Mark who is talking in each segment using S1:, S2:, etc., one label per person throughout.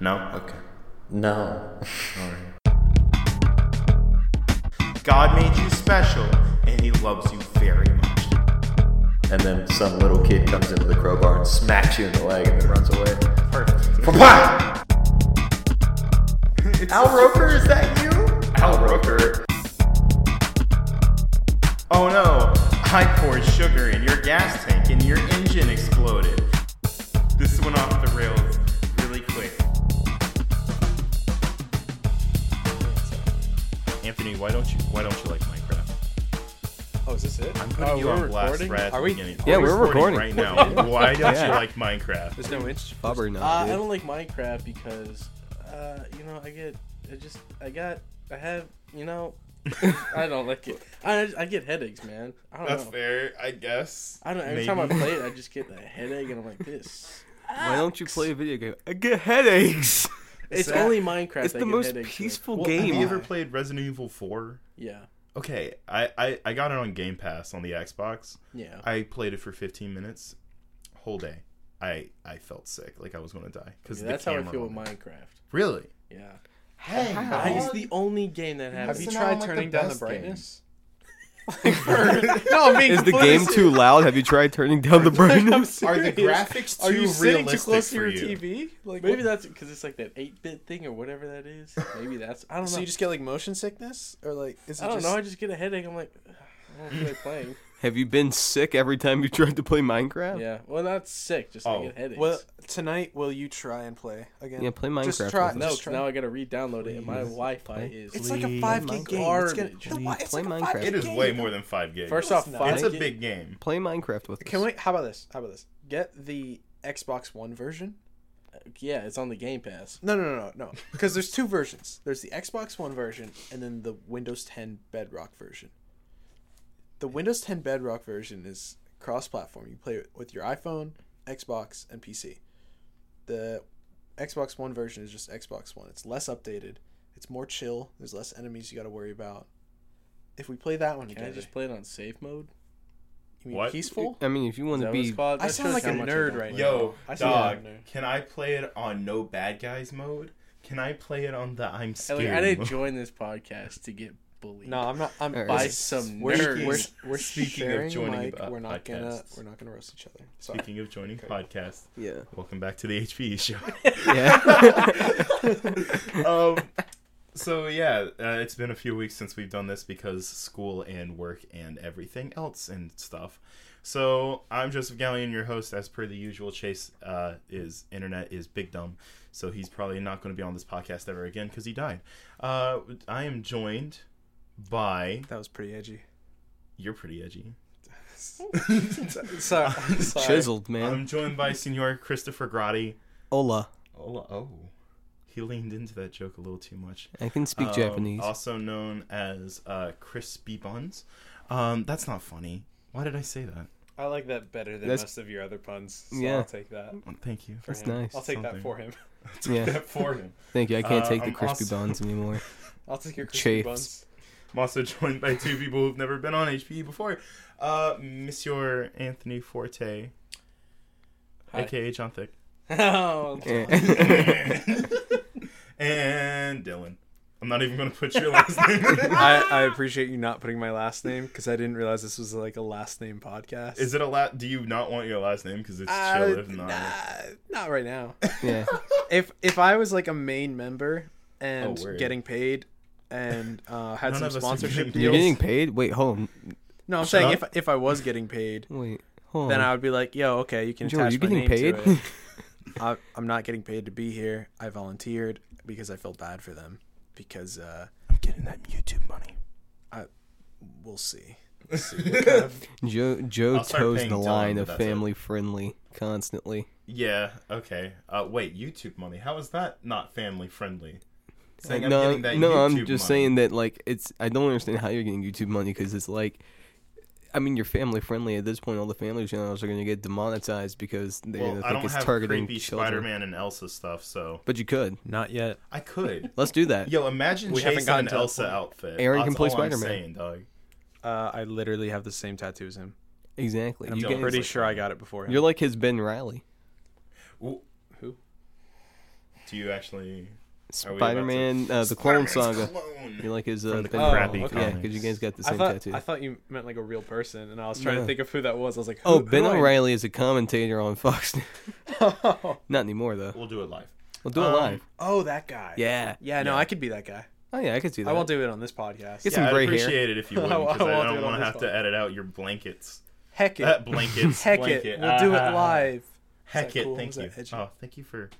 S1: No? Okay.
S2: No.
S1: God made you special, and He loves you very much.
S2: And then some little kid comes into the crowbar and smacks you in the leg and then runs away.
S1: Perfect.
S2: Pa-pa!
S1: It's-
S2: Al Roker, is that you?
S1: Al Roker. Oh no, I poured sugar in your gas tank and your engine exploded. This went off the rails really quick. Anthony, why don't you why don't you like Minecraft?
S3: Oh, is this it?
S1: I'm putting
S3: oh,
S1: you
S3: we're
S1: on blast
S3: recording?
S1: right at the
S3: Are we?
S1: beginning.
S4: Yeah, we're recording.
S1: right now. Why don't you
S4: Yeah.
S1: like Minecraft?
S3: There's no inch.
S4: Probably
S3: Uh,
S4: not.
S3: I
S4: dude.
S3: don't like Minecraft because, uh, you know, I get, I just, I got, I have, you know, I don't like it. I, I get headaches, man. I don't
S5: That's
S3: know.
S5: fair, I guess.
S3: I don't. Every time I
S1: Maybe.
S3: play it, I just get a headache, and I'm like, this.
S4: Why don't you play a video game? I get headaches.
S3: It's
S5: that-
S3: only Minecraft.
S4: It's
S3: I
S4: the
S3: get
S4: most
S3: headaches with.
S4: peaceful
S1: Well,
S4: game.
S1: Have you ever played Resident Evil 4?
S3: Yeah.
S1: Okay, I, I, I got it on Game Pass on the Xbox.
S3: Yeah.
S1: I played it for 15 minutes, whole day. I I felt sick, like I was gonna die because
S3: Yeah, that's
S1: the
S3: how I
S1: camera.
S3: feel with
S1: on it.
S3: Minecraft.
S1: Really?
S3: Yeah.
S5: Hey,
S3: I- it's the only game that
S5: Have
S3: has.
S5: you
S3: You...
S5: tried turning down the brightness?
S3: No, I'm being
S4: Is the
S3: completely
S4: game too loud? Have you tried turning down the
S3: serious. I'm
S4: brightness?
S5: Are the
S3: serious.
S5: graphics too
S3: Are you sitting
S5: realistic
S3: too close to
S5: for
S3: your
S5: you?
S3: TV? Like maybe that's because it's like that eight bit thing or whatever that is. Maybe that's I don't know.
S5: So you just get like motion sickness, or like is it
S3: I don't
S5: just
S3: know. I just get a headache. I'm like, "Ugh, I don't feel like playing.
S4: Have you been sick every time you tried to play Minecraft?
S3: yeah. Well, not sick. Just
S1: Oh.
S3: I get headaches.
S5: well tonight? Will you try and play again?
S4: Yeah, play Minecraft
S5: Just try.
S4: with
S3: no,
S5: just try.
S3: 'cause now I gotta re-download it, and my Wi-Fi is.
S5: it's like a
S4: Please.
S5: five gig game. It's gonna,
S3: Garbage.
S5: the wi- it's
S4: Play
S5: like a
S4: Minecraft.
S5: five
S1: It is
S5: gig
S1: way
S5: game.
S1: more than five gigs.
S3: First off,
S5: It's
S3: five
S1: it's a
S3: gig-
S1: big game.
S4: Play Minecraft with
S5: Can
S4: us.
S5: we? How about this? How about this? Get the Xbox One version.
S3: Yeah, it's on the Game Pass.
S5: No, no, no, no, no. Because there's two versions. There's the Xbox One version and then the Windows 10 Bedrock version. The Windows 10 Bedrock version is cross-platform. You play it with your iPhone, Xbox, and PC. The Xbox One version is just Xbox One. It's less updated. It's more chill. There's less enemies you got to worry about. If we play that one
S3: Can I
S5: together,
S3: just play it on safe mode?
S5: you mean
S1: What?
S5: peaceful?
S4: I mean, if you
S3: Is
S4: want to
S3: that what it's
S4: be,
S3: called?
S5: I
S3: That
S5: sound
S3: shows
S5: like a
S3: how much I
S5: nerd
S3: don't
S5: right
S3: play.
S5: now.
S1: Yo,
S5: I see
S1: dog,
S5: that in there.
S1: can I play it on no bad guys mode? Can I play it on the I'm
S3: And,
S1: scared?
S3: like, I didn't
S1: mode?
S3: join this podcast to get bullied.
S5: No, I'm not. I'm
S4: Alright.
S3: by
S4: This
S3: some
S5: We're,
S3: nerds.
S5: we're, we're
S1: Speaking of
S5: sharing
S1: joining
S5: mic.
S1: a
S5: We're not gonna.
S1: podcast.
S5: We're not gonna roast each other. Sorry.
S1: Speaking of joining podcasts,
S4: yeah,
S1: welcome back to the HPE show.
S4: yeah.
S1: um, so yeah, uh, it's been a few weeks since we've done this because school and work and everything else and stuff. So I'm Joseph Gallion, your host, as per the usual. Chase uh, is internet is big dumb, so he's probably not going to be on this podcast ever again because he died. Uh, I am joined by
S5: That was pretty edgy.
S1: you're pretty edgy.
S5: Sorry. sorry.
S4: Chiseled man.
S1: I'm joined by Senor Christopher Grotti.
S4: Ola,
S1: Oh, oh, he leaned into that joke a little too much.
S4: I can speak
S1: um,
S4: Japanese.
S1: Also known as uh, crispy buns. Um, that's not funny. Why did I say that?
S6: I like that better than
S4: That's-
S6: most of your other puns. So
S4: Yeah.
S6: I'll take that.
S1: Um, Thank you.
S6: For
S4: That's
S6: him.
S4: nice.
S6: I'll take
S1: Something.
S6: that for him.
S4: Yeah,
S1: for him.
S4: thank you. I can't
S1: Uh,
S4: take the
S1: I'm
S4: crispy
S1: also-
S4: buns anymore.
S6: I'll take your crispy
S4: Chafed.
S6: buns.
S1: I'm also joined by two people who've never been on HPE before. Uh, Monsieur Anthony Forte,
S3: Hi.
S1: aka John Thick,
S3: Oh,
S1: and Dylan. I'm not even gonna put your last name.
S6: I, I appreciate you not putting my last name because I didn't realize this was like a last name podcast.
S1: Is it a lot? Do you not want your last name? Because it's
S6: Uh,
S1: chill if not.
S6: nah, not right now.
S4: yeah,
S6: if if I was like a main member and
S1: Oh, word.
S6: getting paid and uh, had
S1: None
S6: some
S1: of us are
S6: sponsorship
S1: getting
S4: you're
S6: deals,
S4: getting paid. Wait, hold on.
S6: no, I'm
S1: Shut
S6: saying if
S1: up.
S6: if I was getting paid,
S4: Wait, hold on.
S6: then I would be like, yo, okay, you can
S4: Joe,
S6: Joe,
S4: are
S6: attach
S4: you
S6: my
S4: getting
S6: name
S4: paid?
S6: to it. I, I'm not getting paid to be here. I volunteered because I felt bad for them because uh,
S1: I'm getting that YouTube money.
S6: we'll see.
S4: Joe Joe
S1: I'll start
S4: toes
S1: paying
S4: the
S1: Dylan,
S4: line
S1: but
S4: of
S1: that's it.
S4: family friendly constantly.
S1: Yeah. Okay. Uh, wait, YouTube money. How is that not family friendly? Saying
S4: no,
S1: getting that
S4: no, I'm
S1: YouTube
S4: just
S1: money.
S4: saying that like it's. I don't understand how you're getting YouTube money because it's like, I mean, you're family friendly at this point. All the family channels are going to get demonetized because they're
S1: Well,
S4: going to
S1: I
S4: think
S1: don't
S4: it's
S1: have
S4: targeting
S1: creepy
S4: children.
S1: Spider-Man and Elsa stuff, so
S4: But you could.
S6: Not yet.
S1: I could.
S4: Let's do that.
S1: Yo, imagine
S6: We haven't
S1: Chase in
S6: gotten
S1: an
S6: to that
S1: Elsa
S6: point.
S1: outfit.
S4: Aaron
S1: That's
S4: can play
S1: all I'm
S4: Spider-Man.
S1: saying, dog.
S6: Uh, I literally have the same tattoo as him.
S4: Exactly.
S6: And I'm
S4: You
S1: don't
S4: guys,
S6: pretty
S1: like
S6: sure I got it before him.
S4: you're like his Ben Riley.
S1: Ooh,
S6: Who?
S1: Do you actually? Are we about to-
S4: Spider-Man, uh, the Clone
S1: Spider-Man's
S4: Saga.
S1: clone!
S4: You like his uh,
S1: the
S4: thing?
S1: crappy
S4: yeah, because you
S1: comics.
S4: guys got the
S6: I
S4: same
S6: thought,
S4: tattoo.
S6: I thought you meant like a real person, and I was trying
S4: No.
S6: to think of who that was. I was like, who,
S4: oh, Ben
S6: who do I-
S4: O'Reilly is a commentator on Fox. News. Not anymore though.
S1: We'll do it live.
S4: We'll do it
S1: Um,
S4: live.
S5: Oh, that guy.
S4: Yeah.
S6: Yeah, no, I could be that guy.
S4: Oh yeah, I could see that.
S6: I won't do it on this
S4: Get
S6: podcast.
S1: Yeah,
S4: some
S1: I'd
S4: gray hair.
S1: appreciate it if you would,
S6: I
S1: because I,
S6: won't do
S1: don't
S6: it
S1: want
S6: on
S1: to
S6: this
S1: have to
S6: one.
S1: edit out your blankets.
S6: Heck it.
S1: Uh, blankets.
S6: Heck
S1: blanket.
S6: it. We'll do it
S1: Ah.
S6: live.
S1: Heck
S5: that
S1: it.
S5: cool?
S1: Thank
S5: Was that
S1: you.
S5: edgy?
S1: Oh, thank you for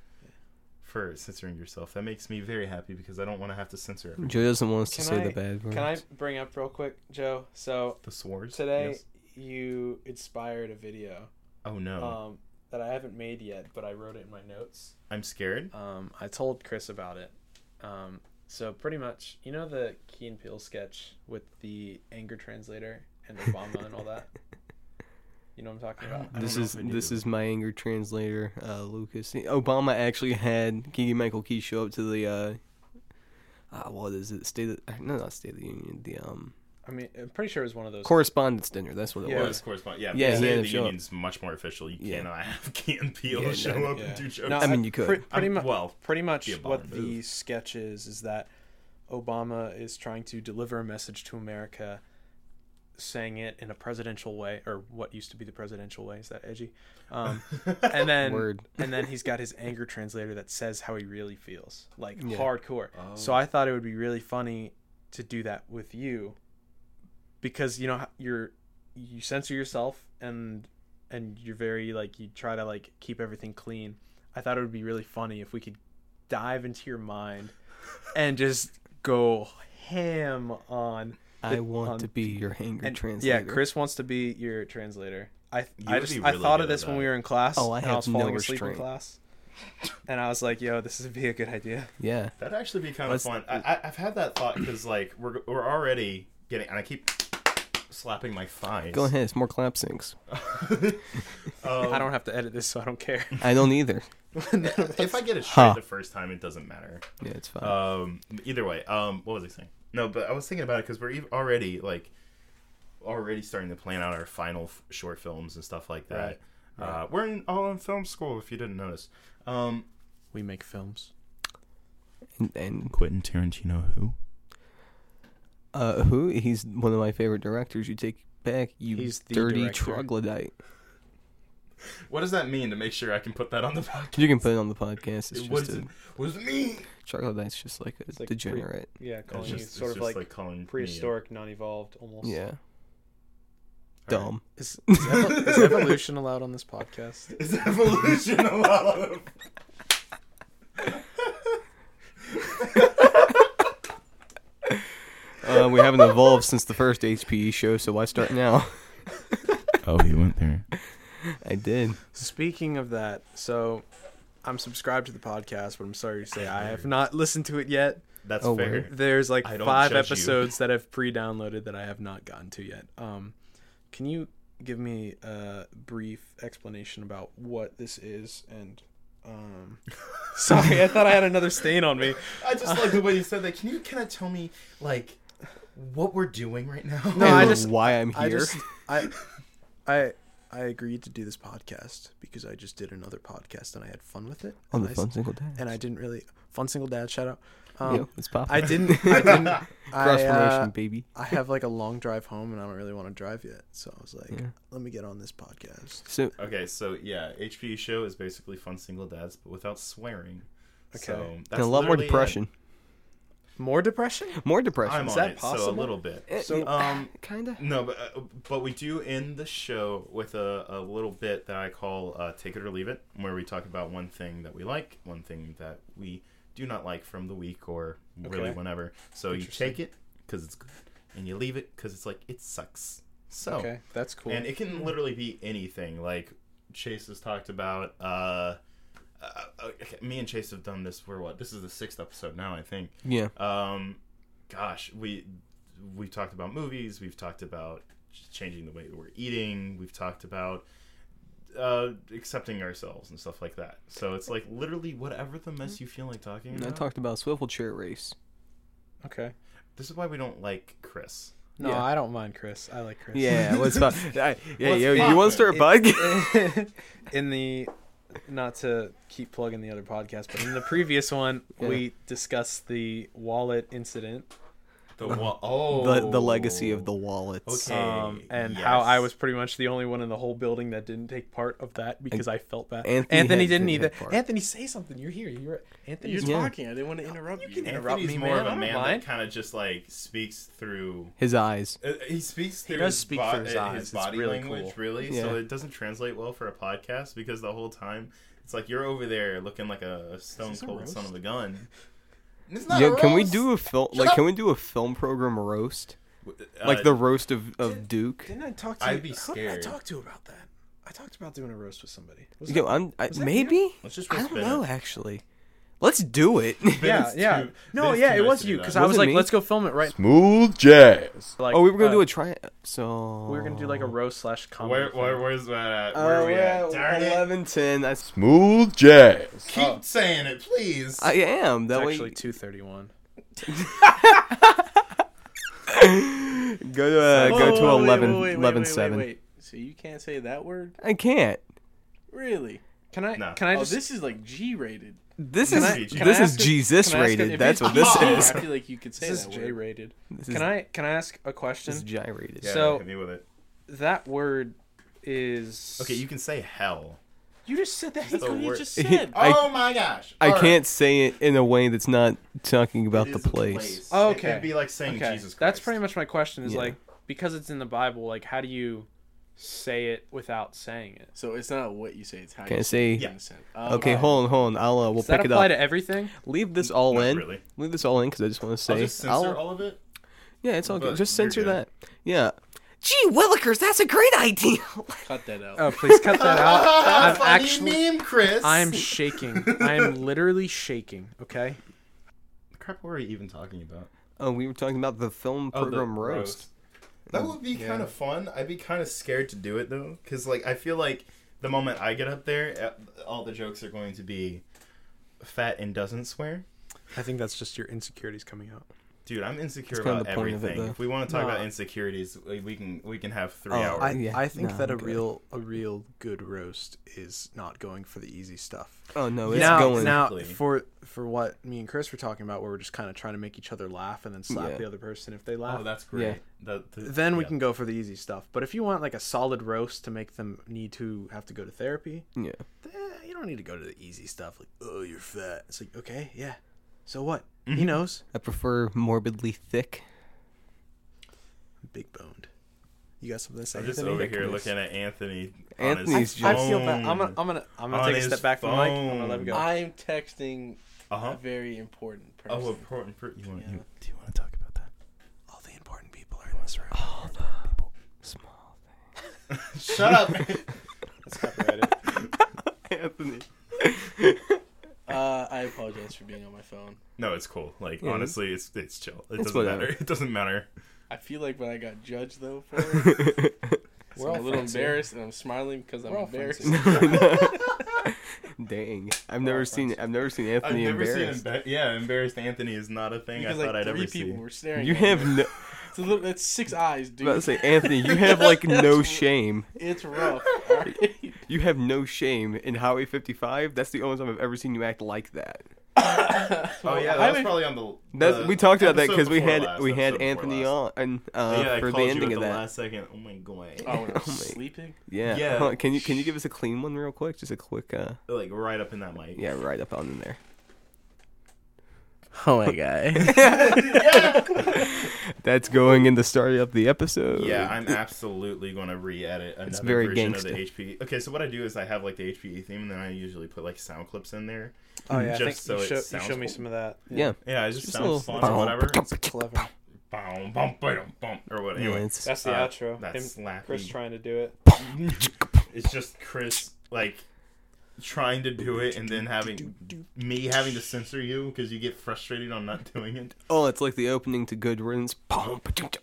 S1: for censoring yourself. That makes me very happy because I don't want to have to censor every-
S4: Joe doesn't want us to
S6: Can
S4: say
S6: I-
S4: the bad words.
S6: Can I bring up real quick, Joe? So
S1: the swords
S6: today
S1: yes.
S6: you inspired a video
S1: Oh no,
S5: uh,
S6: um, that I haven't made yet, but I wrote it in my notes.
S1: I'm scared.
S6: Um, I told Chris about it. Um, so pretty much, you know the Key and Peele sketch with the anger translator and Obama and all that. You know what I'm talking about?
S1: I don't
S4: This
S1: know
S4: is
S1: if I do.
S4: this is my anger translator, uh, Lucas. Obama actually had Keegan Michael Key show up to the uh, uh what is it? State of, uh, no, not State of the Union. The um
S6: I mean, I'm pretty sure it was one of those.
S4: correspondence dinner. That's what it
S1: Oh,
S6: Yeah.
S4: was.
S1: this correspond- Yeah,
S4: Yeah,
S1: yeah.
S4: he had
S1: The
S4: to show up.
S1: union's much more official. You
S4: Yeah.
S1: cannot have Can Peel
S4: Yeah, no,
S1: show up
S6: yeah.
S1: and do jokes.
S6: No,
S4: I mean, you could.
S6: pre- pretty
S1: I'm-
S6: much.
S1: well,
S6: pretty much
S1: be a
S6: what
S1: baller
S6: the
S1: move.
S6: sketch is is that Obama is trying to deliver a message to America, saying it in a presidential way, or what used to be the presidential way. Is that edgy? Um, and then
S4: Word.
S6: and then he's got his anger translator that says how he really feels, like
S4: Yeah.
S6: hardcore. So I thought it would be really funny to do that with you, because you know how- you're you censor yourself and and you're very like you try to like keep everything clean. I thought it would be really funny if we could dive into your mind and just go ham on.
S4: I
S6: the-
S4: want
S6: on-
S4: to be your anger
S6: um, and-
S4: translator.
S6: Yeah, Chris wants to be your translator. I I,
S1: would
S6: just,
S1: be
S6: I
S1: really
S6: thought
S1: good
S6: of
S1: at
S6: this when
S1: that.
S6: we were in class.
S4: Oh, I
S6: and
S4: have
S6: I was falling
S4: no
S6: asleep in
S4: restraint.
S6: class, and I was like, "Yo, this would be a good idea."
S4: Yeah.
S1: That'd actually be kind of
S4: Let's-
S1: fun. I, I, I've had that thought because like we're we're already getting, and I keep slapping my thighs. Um,
S4: Go ahead. It's more clap syncs.
S1: Oh.
S6: I don't have to edit this, so I don't care.
S4: I don't either.
S1: If I get it straight
S4: Huh.
S1: the first time, it doesn't matter.
S4: Yeah, it's fine.
S6: Uh,
S1: Um, either way, um, what was I saying? No, but I was thinking about it because we're ev- already like already starting to plan out our final f- short films and stuff like that. Uh, we're in, all in film school, if you didn't notice. Um,
S6: We make films.
S4: and, and
S1: Quentin Tarantino, who?
S4: uh, who? He's one of my favorite directors. You take back, you
S6: He's the
S4: dirty
S6: director.
S4: troglodyte.
S1: What does that mean? To make sure I can put that on the podcast.
S4: You can put it on the podcast. It's
S1: What
S4: just
S1: does
S4: a
S1: it, what does it mean?
S4: troglodyte's just like a
S6: like pre-
S4: degenerate.
S6: Yeah,
S1: It's
S6: calling
S1: just,
S6: you
S1: it's
S6: sort of
S1: just
S6: like,
S1: calling me a-
S6: prehistoric, non-evolved, almost.
S4: yeah. Dumb.
S6: Is, is, evo- is evolution allowed on this podcast?
S1: Is evolution a lot of?
S4: Uh, we haven't evolved since the first HPE show, so why start now?
S1: Oh, he went there.
S4: I did.
S6: Speaking of that, so I'm subscribed to the podcast, but I'm sorry to say I have not listened to it yet.
S1: That's
S4: Oh,
S1: fair.
S4: word.
S6: There's like
S1: I don't
S6: five
S1: judge you.
S6: episodes that I've pre-downloaded that I have not gotten to yet. Um, can you give me a brief explanation about what this is and? Um, sorry, I thought I had another stain on me.
S1: I just like the way you said that. Can you kind of tell me like what we're doing right now?
S6: No, I
S4: And
S6: just-
S4: why I'm here.
S5: I just I I I agreed to do this podcast because I just did another podcast and I had fun with it.
S4: on
S5: and
S4: the
S5: I s-
S4: fun single dad.
S5: And I didn't really fun single dad shout out. Um,
S4: yeah, it's popping.
S5: I didn't. I didn't.
S4: Cross
S5: I,
S4: promotion,
S5: uh,
S4: baby.
S5: I have like a long drive home, and I don't really want to drive yet. So I was like,
S4: Yeah.
S5: let me get on this podcast.
S4: So
S1: Okay, so yeah, HPE show is basically fun single dads, but without swearing. Okay, so
S4: and a lot more
S1: literally it.
S4: depression.
S6: More depression?
S1: Oh.
S4: More depression.
S1: I'm
S4: Is
S1: on
S4: that-
S1: it, so a little bit.
S4: So
S1: Um,
S4: kinda.
S1: no, but uh, but we do end the show with a, a little bit that I call uh, "Take It or Leave It," where we talk about one thing that we like, one thing that we do not like from the week, or really
S6: Okay.
S1: whenever. So you take it because it's good, and you leave it because it's like it sucks. So
S6: Okay, that's cool.
S1: and it can literally be anything. Like Chase has talked about. Uh, uh, okay, me and Chase have done this. We're what? This is the sixth episode now, I think.
S4: Yeah.
S1: Um, gosh, we we've talked about movies. We've talked about changing the way we're eating. We've talked about uh, accepting ourselves and stuff like that. So it's like literally whatever the mess you feel like talking
S4: And I
S1: about.
S4: talked about swivel chair race.
S6: okay.
S1: this is why we don't like Chris.
S6: No,
S4: Yeah.
S6: I don't mind Chris. I like Chris.
S4: Yeah, what's up? yeah, yo, you
S1: poppin'?
S4: want to start a podcast?
S6: in the not to keep plugging the other podcast, but in the previous one
S4: Yeah.
S6: we discussed the wallet incident
S1: The wa- oh,
S4: The, the legacy of the wallets.
S1: Okay.
S6: um, and how I
S1: yes.
S6: was pretty much the only one in the whole building that didn't take part of that because I felt bad.
S4: Anthony
S6: Anthony,
S4: had-
S6: didn't
S4: didn't
S6: either.
S4: have part.
S6: Anthony, say something. You're here. You're Anthony.
S3: You're
S4: Yeah.
S3: talking. I didn't want to interrupt you.
S6: interrupt
S1: Anthony's
S6: me,
S1: more
S6: man. I
S1: of a
S6: don't
S1: man
S6: mind.
S1: that kind of just like speaks through.
S4: His eyes.
S1: Uh, He speaks through
S6: does
S1: his,
S6: speak
S1: bo-
S6: through his
S1: uh,
S6: eyes.
S1: his
S6: It's
S1: body
S6: really
S1: language,
S6: cool.
S1: really.
S4: Yeah.
S1: So it doesn't translate well for a podcast because the whole time it's like you're over there looking like a stone
S6: this a
S1: cold son
S6: roast?
S1: of a gun. It's not
S4: Yeah,
S1: a
S4: can we
S1: roast.
S4: do a film like can we do a film program roast?
S1: Uh,
S4: Like the roast of, of Duke?
S6: Didn't I talk to?
S1: I'd
S6: you-
S1: be
S6: who did I
S1: scared.
S6: talk to about that? I talked about doing a roast with somebody. Was
S4: Yo, I'm I,
S6: that
S4: maybe
S1: Let's just
S4: I
S1: roast
S4: don't
S1: Bennett.
S4: know actually. Let's do it.
S6: yeah,
S1: It's
S6: yeah.
S1: too-
S6: no,
S1: it's
S6: yeah,
S1: too
S6: it
S1: nice
S6: was
S1: to
S6: you
S1: do
S6: because
S1: that.
S6: I
S4: Was
S6: was
S4: it
S6: like,
S4: me?
S6: let's go film it right.
S2: Smooth jazz.
S6: Like,
S4: oh, we were gonna
S6: uh,
S4: do a try. So
S6: We were gonna do
S4: Oh.
S6: like a roast slash comedy.
S1: Where,
S6: thing.
S1: where, where's that? Where are we at? Darn it. Oh.
S4: eleven ten. I s-
S2: Smooth jazz.
S1: Keep saying it, please.
S4: I am that
S6: It's
S4: way.
S6: actually two thirty one.
S4: Go to uh,
S3: Whoa,
S6: Oh,
S4: go to
S3: whoa, wait,
S4: eleven
S3: wait, wait, wait,
S4: eleven
S3: wait, wait,
S4: seven.
S3: wait. So you can't say that word?
S4: I can't.
S3: Really?
S6: Can I?
S1: No.
S6: Can I
S3: Oh,
S6: just?
S3: this is like G rated.
S4: This
S6: Can
S4: is
S6: I- can I
S4: this is
S6: ask if-
S4: Jesus
S6: can I ask if-
S4: rated.
S6: if
S4: That's
S6: it's
S4: what this
S6: G-
S4: is.
S3: I feel like you could say
S6: This is
S3: that
S6: J
S3: word.
S6: rated.
S4: This is-
S6: Can I can I ask a question?
S4: This is G rated.
S1: yeah,
S6: so-
S1: hit me with it.
S6: that word is
S1: Okay, you can say hell.
S6: you just said that.
S1: the word.
S4: I-
S1: oh my gosh!
S4: I
S1: All right.
S4: can't say it in a way that's not talking about
S1: It
S4: the
S1: is a
S4: place.
S6: Okay.
S1: It'd be like saying
S6: Okay,
S1: Jesus Christ.
S6: that's pretty much my question. Is
S4: Yeah.
S6: like because it's in the Bible, like how do you say it without saying it?
S3: So it's not what you say, it's how
S4: Can I
S3: you
S4: say?
S1: Yeah.
S3: say it.
S4: Okay, hold on, hold on. I'll uh, we'll
S6: Does that
S4: pick it
S6: apply
S4: up.
S6: to everything?
S4: Leave this all
S1: Not
S4: in.
S1: really.
S4: Leave this all in because I just want to say.
S1: I'll just censor
S4: I'll-
S1: all of it.
S4: yeah, it's all good.
S1: but
S4: Just
S1: you're
S4: censor
S1: good.
S4: that. Yeah. Gee, Willikers, that's a great idea.
S3: Cut that out.
S6: Oh, please cut that out. I'm
S1: Funny
S6: actually,
S1: meme, Chris.
S6: I'm shaking. I'm literally shaking. Okay.
S1: Crap. What were we even talking about?
S4: oh, we were talking about the film
S1: Oh, the
S4: program roast.
S1: That would be kind of fun. I'd be kind of scared to do it though, because like I feel like the moment I get up there, uh, all the jokes are going to be fat and doesn't swear.
S6: I think that's just your insecurities coming out.
S1: Dude, I'm insecure
S4: That's kinda
S1: about
S4: the point of it,
S1: everything.
S4: though.
S1: if we want to talk
S6: No.
S1: about insecurities, we we can we can have three
S4: Oh,
S1: hours.
S5: I,
S4: Yeah,
S5: I think
S4: no,
S5: that a
S4: I'm good.
S5: real a real good roast is not going for the easy stuff.
S4: Oh no, it's
S6: Now-
S4: going.
S6: now-
S5: Now
S1: Exactly.
S5: for for what me and Chris were talking about, where we're just kind of trying to make each other laugh and then slap
S4: Yeah.
S5: the other person if they laugh.
S1: Oh, that's great.
S4: Yeah.
S1: That- that-
S5: then we
S1: yeah.
S5: can go for the easy stuff. But if you want like a solid roast to make them need to have to go to therapy,
S4: yeah.
S5: eh, you don't need to go to the easy stuff. Like, oh, you're fat. It's like, okay, yeah. So what?
S1: Mm-hmm.
S5: He knows.
S4: I prefer morbidly thick.
S5: Big boned. You got something to say?
S1: I'm just
S5: Anthony?
S1: over here looking at Anthony.
S4: Anthony's
S1: on his
S4: just-
S6: I feel bad. I'm gonna,
S1: phone.
S6: I'm gonna, I'm
S1: On
S6: gonna take a
S1: his
S6: step back from the mic. I'm gonna let him
S1: phone.
S6: go.
S3: I'm texting
S1: Uh-huh.
S3: a very important person.
S1: Oh, important. Per- you want? You,
S5: Do you want to talk about that? All the important people are in this room.
S4: Small.
S1: shut up.
S4: Anthony.
S3: Uh, I apologize for being on my phone.
S1: no, it's cool. Like honestly, it's it's chill. It doesn't
S4: whatever.
S1: matter. It doesn't matter.
S3: I feel like when I got judged though for it,
S6: We're
S3: I'm a little embarrassed, and I'm smiling because I'm
S6: all
S3: embarrassed.
S4: Dang, I've never seen. I've never seen Anthony
S1: I've never
S4: embarrassed.
S1: seen. Emba- yeah, embarrassed Anthony is not a thing
S3: Because
S1: I thought
S3: like
S1: I'd
S3: three
S1: ever
S3: people
S1: see.
S3: were staring.
S4: you
S3: at me.
S4: have no.
S3: It's a little, that's six eyes,
S4: I'm about to
S3: dude.
S4: say, Anthony, you have like no
S3: That's-
S4: shame.
S3: It's rough. all
S1: Oh,
S3: right?
S4: You have no shame in Highway 55. That's the only time I've ever seen you act like that.
S1: Oh yeah,
S3: I
S1: that was
S3: would-
S1: probably on the.
S4: That's,
S1: the
S4: we talked about that
S1: episode
S4: because we
S1: before
S4: had
S1: last,
S4: we had
S1: episode before
S4: Anthony
S1: last.
S4: on and, uh,
S1: yeah, I
S4: for the
S1: called you
S4: ending
S1: at
S4: of
S1: the
S4: that.
S1: last second. Oh my god.
S3: Oh, when I was
S4: Oh my-
S3: sleeping.
S4: Yeah.
S1: Yeah.
S4: Hold on, Can you can you give us a clean one real quick? Just a quick. uh
S1: Like right up in that mic.
S4: Yeah, right up on in there.
S3: Oh my god.
S4: That's going in the start of the episode.
S1: Yeah, I'm absolutely going to re-edit another
S4: very
S1: version
S4: gangsta.
S1: of the HPE. Okay, so what I do is I have like the HPE theme, and then I usually put like sound clips in there.
S6: oh yeah, I think
S1: just so
S6: you,
S1: it
S6: show, you
S1: sounds
S6: show me
S1: cool.
S6: some of that.
S4: yeah.
S1: Yeah, it just,
S4: Just a
S1: sounds
S4: little-
S1: fun or whatever.
S5: Clever.
S1: Bum, bum, ba-dum, bum, or what?
S4: Yeah,
S1: Anyway,
S4: it's-
S6: That's the
S1: Uh,
S6: outro.
S1: that's
S6: Him-
S1: slappy.
S6: Chris trying to do it.
S1: it's just Chris like trying to do it and then having me having to censor you because you get frustrated on not doing it.
S4: oh, it's like the opening to Good Riddance. Boom, ba-chum, chum.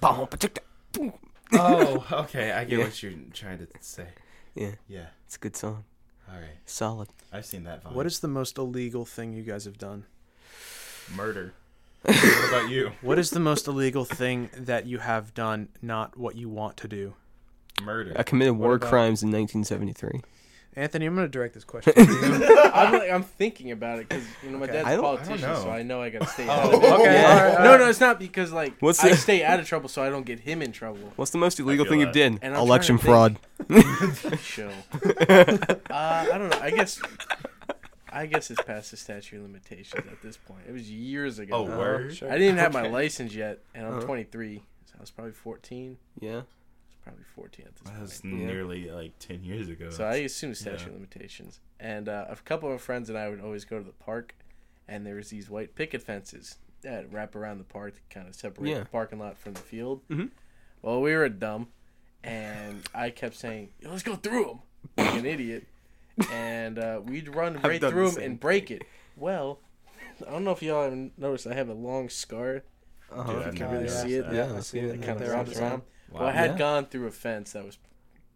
S4: Boom, ba-chum, chum. Boom.
S1: Oh, okay, I get
S4: Yeah.
S1: what you're trying to say.
S4: Yeah,
S1: Yeah,
S4: it's a good song.
S1: all right,
S4: Solid.
S1: I've seen that. Vine.
S6: What is the most illegal thing you guys have done?
S1: murder? what about you?
S6: What is the most illegal thing that you have done, not what you want to do?
S1: Murder.
S4: I committed war
S6: about-
S4: crimes in 1973.
S6: Anthony, I'm gonna direct this question. to you.
S3: I'm like I'm thinking about it because you know my dad's
S4: I
S3: a
S4: don't- I don't
S3: politician,
S1: know.
S3: so I know I gotta stay.
S1: Oh,
S3: out of it.
S1: okay,
S4: Yeah. alright,
S6: alright.
S3: No, no, it's not because like
S4: What's
S3: I
S4: the-
S3: stay out of trouble, so I don't get him in trouble.
S4: What's the most illegal
S1: feel
S4: thing you
S1: that.
S4: did?
S3: And I'm
S4: Election
S3: trying
S4: fraud.
S3: Show. Uh, I don't know. I guess. I guess it's past the statute of limitations at this point. It was years ago.
S1: Oh, word.
S3: I didn't have my
S6: Okay.
S3: license yet, and I'm
S4: Uh-huh.
S3: 23, so I was probably 14.
S4: yeah.
S3: Probably 14 at this
S1: That was
S3: point.
S1: nearly like ten years ago.
S3: So I assume statute
S1: yeah.
S3: of limitations. And uh, a couple of friends and I would always go to the park, and there was these white picket fences that wrap around the park to kind of separate
S4: Yeah.
S3: the parking lot from the field.
S4: Mhm.
S3: Well, we were dumb, and I kept saying, "Yo, "Let's go through them," like an idiot. And uh, we'd run right
S4: done
S3: through
S4: the
S3: them
S4: same
S3: and break it. Well, I don't know if y'all have noticed, I have a long scar
S4: Uh-huh.
S1: Dude, I've
S3: you
S1: never
S3: can really
S1: noticed
S3: see it.
S1: that.
S4: Yeah,
S5: I
S4: I
S5: see
S4: see
S5: it.
S4: it.
S3: that kind of
S5: They're
S3: wraps
S5: on the
S3: around.
S1: Wow.
S3: Well, I had
S4: Yeah.
S3: gone through a fence that was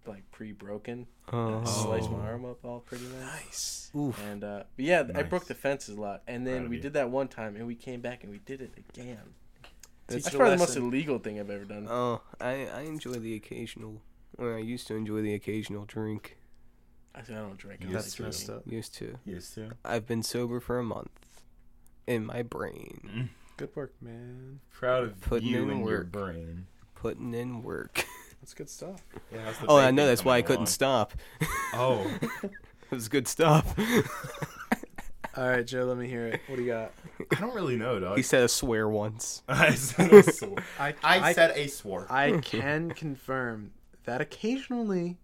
S3: like pre-broken. I sliced my
S4: Oh.
S3: arm up all pretty much.
S5: Nice.
S4: Oof.
S3: And uh, but yeah, I
S1: Nice.
S3: broke the fences a lot, and
S1: Proud
S3: then
S1: of
S3: we
S1: you.
S3: did that one time, and we came back and we did it again. That's,
S5: Teach a
S3: probably the
S5: lesson.
S3: most illegal thing I've ever
S1: Uh,
S3: done.
S4: Oh, I, I enjoy the occasional. Well, I used to enjoy the occasional drink.
S3: I said I don't drink.
S1: Yeah,
S3: I
S1: that's
S3: was like,
S1: messed
S3: "Drinking."
S6: up.
S4: Used to.
S1: Used to.
S4: I've been sober for a month. In my brain,
S1: Mm-hmm.
S6: Good work, man.
S1: Proud of
S4: Putting in
S1: you and your
S4: work.
S1: brain.
S4: putting in work.
S6: That's good stuff.
S1: Yeah, how's the
S4: Oh, I
S1: vape
S4: know.
S1: thing
S4: That's why I
S1: coming
S4: couldn't stop.
S1: along? Oh,
S4: It was good stuff.
S6: All right, Joe, let me hear it. What do you got?
S1: I don't really know, dog.
S4: he said a swear once.
S1: I said a swore.
S6: I
S1: I said a swore.
S6: I can confirm that occasionally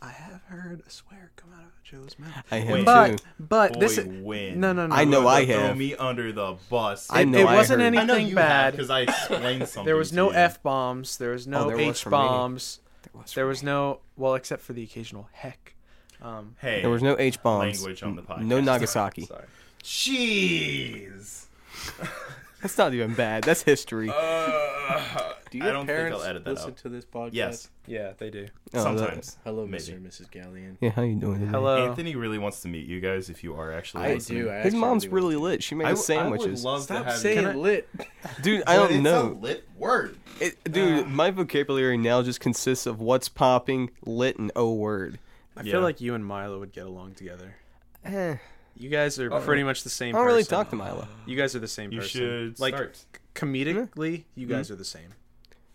S6: I have heard a swear come out of Joe's mouth.
S4: I have
S1: Wait.
S6: But
S4: too.
S6: but
S1: Boy,
S6: this
S1: win.
S6: no no no.
S4: I know I
S1: Throw
S4: have.
S1: me under the bus.
S4: I
S6: It,
S4: know
S6: it wasn't
S4: heard-
S1: I know
S6: anything
S1: you
S6: bad.
S1: because I explained something.
S6: there was
S1: to
S6: no
S1: you.
S6: f bombs. There was no
S4: there was
S6: h
S4: for me.
S6: bombs.
S4: was
S6: There was no well, except for the occasional heck. Um,
S1: Hey,
S4: There was no H bombs.
S1: language on the podcast.
S4: No Nagasaki.
S6: sorry.
S1: Jeez.
S4: That's not even bad. That's history.
S1: Uh,
S3: Do your
S1: I don't think
S3: parents
S1: I'll edit that
S3: listen
S1: out.
S3: to this podcast?
S1: Yes,
S6: Yeah, they do.
S4: Oh, that-
S1: sometimes.
S3: Hello,
S1: Maybe.
S3: Mr. and Mrs. Gallian.
S4: yeah, how you doing? Today?
S6: Hello.
S1: Anthony really wants to meet you guys if you are actually.
S3: I
S1: listening.
S3: do. I
S4: His
S3: actually
S4: mom's
S3: really
S4: really lit. She makes
S1: I w-
S4: sandwiches.
S1: I would love
S6: Stop
S1: to have
S3: saying
S6: Can I-
S3: lit.
S4: dude, I don't
S1: it's a
S4: know.
S1: lit word.
S4: It, dude, my vocabulary now just consists of what's popping, lit, and O word.
S6: I
S1: Yeah.
S6: feel like you and Milo would get along together.
S4: Eh,
S6: You guys are pretty much the same.
S4: I don't really
S6: person.
S4: talk to Milo.
S6: You guys are the same
S1: You
S6: person.
S1: should
S6: like
S1: start.
S6: comedically, you guys are the same.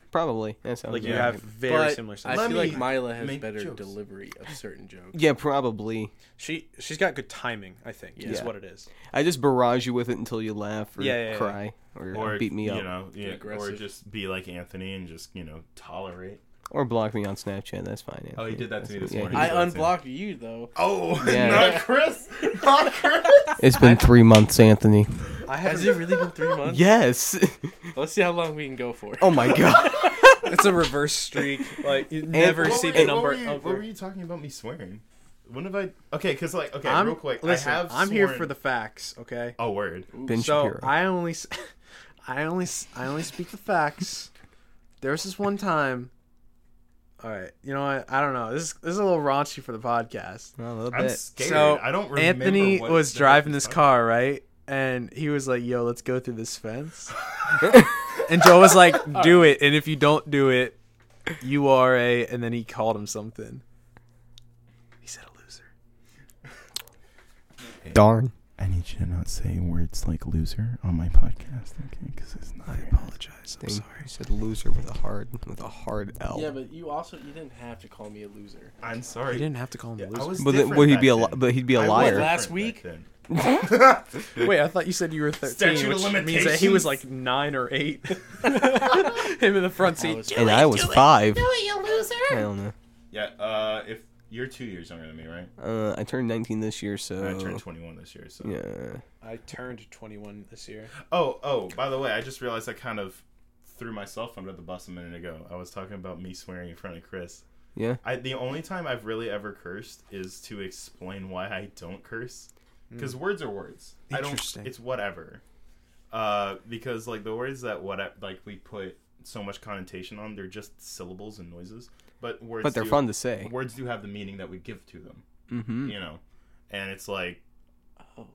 S4: Probably. That sounds
S6: Like you
S4: right.
S6: have very
S3: But
S6: similar.
S3: I
S6: Sense.
S1: Let
S3: feel like
S1: me
S3: Mila has
S1: make
S3: better
S1: jokes.
S3: delivery of certain jokes.
S4: Yeah, probably.
S6: She she's got good timing. I think is
S4: Yeah.
S6: what it is.
S4: I just barrage you with it until you laugh or
S6: Yeah, yeah, yeah.
S4: cry or,
S1: Or
S4: beat me up
S1: you know, yeah, or
S3: aggressive.
S1: just be like Anthony and just you know tolerate.
S4: or block me on Snapchat. That's fine.
S1: Oh, he
S4: Anthony.
S1: did that to me
S4: That's-
S1: this
S4: yeah,
S1: morning.
S4: he-
S3: I
S1: Yeah.
S3: unblocked you though.
S1: Oh,
S4: Yeah.
S1: not Chris, not Chris.
S4: It's been three months, Anthony.
S6: I
S3: Has
S6: haven't.
S3: it really been three months?
S4: Yes.
S3: Let's see how long we can go for.
S4: Oh my god.
S6: it's a reverse streak. Like you never
S1: What
S6: see
S1: were
S6: the
S1: you-
S6: number.
S1: What were, you, what
S6: over.
S1: were you talking about me swearing? When have I? Okay, because like okay,
S6: I'm
S1: real quick.
S6: Listen,
S1: I have.
S6: I'm here
S1: sworn-
S6: for the facts. Okay.
S1: Oh, word.
S4: ben
S6: so
S4: Shapiro.
S6: I only, s- I only, s- I only speak the facts. There was this one time. All right, you know what? I don't know. This is, this is a little raunchy for the podcast.
S4: Oh, a little
S1: I'm
S4: bit.
S1: scared.
S6: So
S1: I don't. Remember
S6: Anthony
S1: what
S6: was
S1: the-
S6: driving this car, right? And he was like, "Yo, let's go through this fence." and Joe was like, "Do it, and if you don't do it, you are a." And then he called him something. He said a loser.
S4: Darn.
S1: I need you to not say words like loser on my podcast, okay? Because it's not.
S6: I apologize. I'm
S4: Dang,
S6: sorry.
S4: you said loser with a hard with a hard L.
S3: Yeah, but you also you didn't have to call me a loser.
S1: I'm
S6: You
S1: sorry.
S6: didn't have to call him a
S1: I
S6: loser.
S1: was
S4: But then,
S1: different
S4: would he
S1: back
S4: be a li-
S1: then.
S4: but he'd be a
S1: I was
S4: liar.
S3: Last
S1: different back then.
S6: Wait, I thought you said you were
S1: Statute
S6: thirteen,
S1: of
S6: which means that he
S1: limitations.
S6: was like nine or eight. him in the front
S3: I
S6: seat.
S3: was-
S4: and I was five. I don't know.
S1: yeah. Uh, if you're two years younger than me, right?
S4: Uh, I turned 19 this year, so
S1: I turned 21 this year, so.
S4: Oh. yeah.
S6: I turned twenty-one this year.
S1: Oh, oh. By the way, I just realized I kind of threw myself under the bus a minute ago. I was talking about me swearing in front of Chris.
S4: Yeah.
S1: I the only time I've really ever cursed is to explain why I don't curse because words are words. I don't.
S6: Interesting.
S1: It's whatever. Uh, because like the words that what like we put so much connotation on, they're just syllables and noises. But words,
S4: But they're
S1: do-
S4: fun to say.
S1: Words do have the meaning that we give to them.
S4: Mm-hmm.
S1: You know. And it's like
S3: Oh,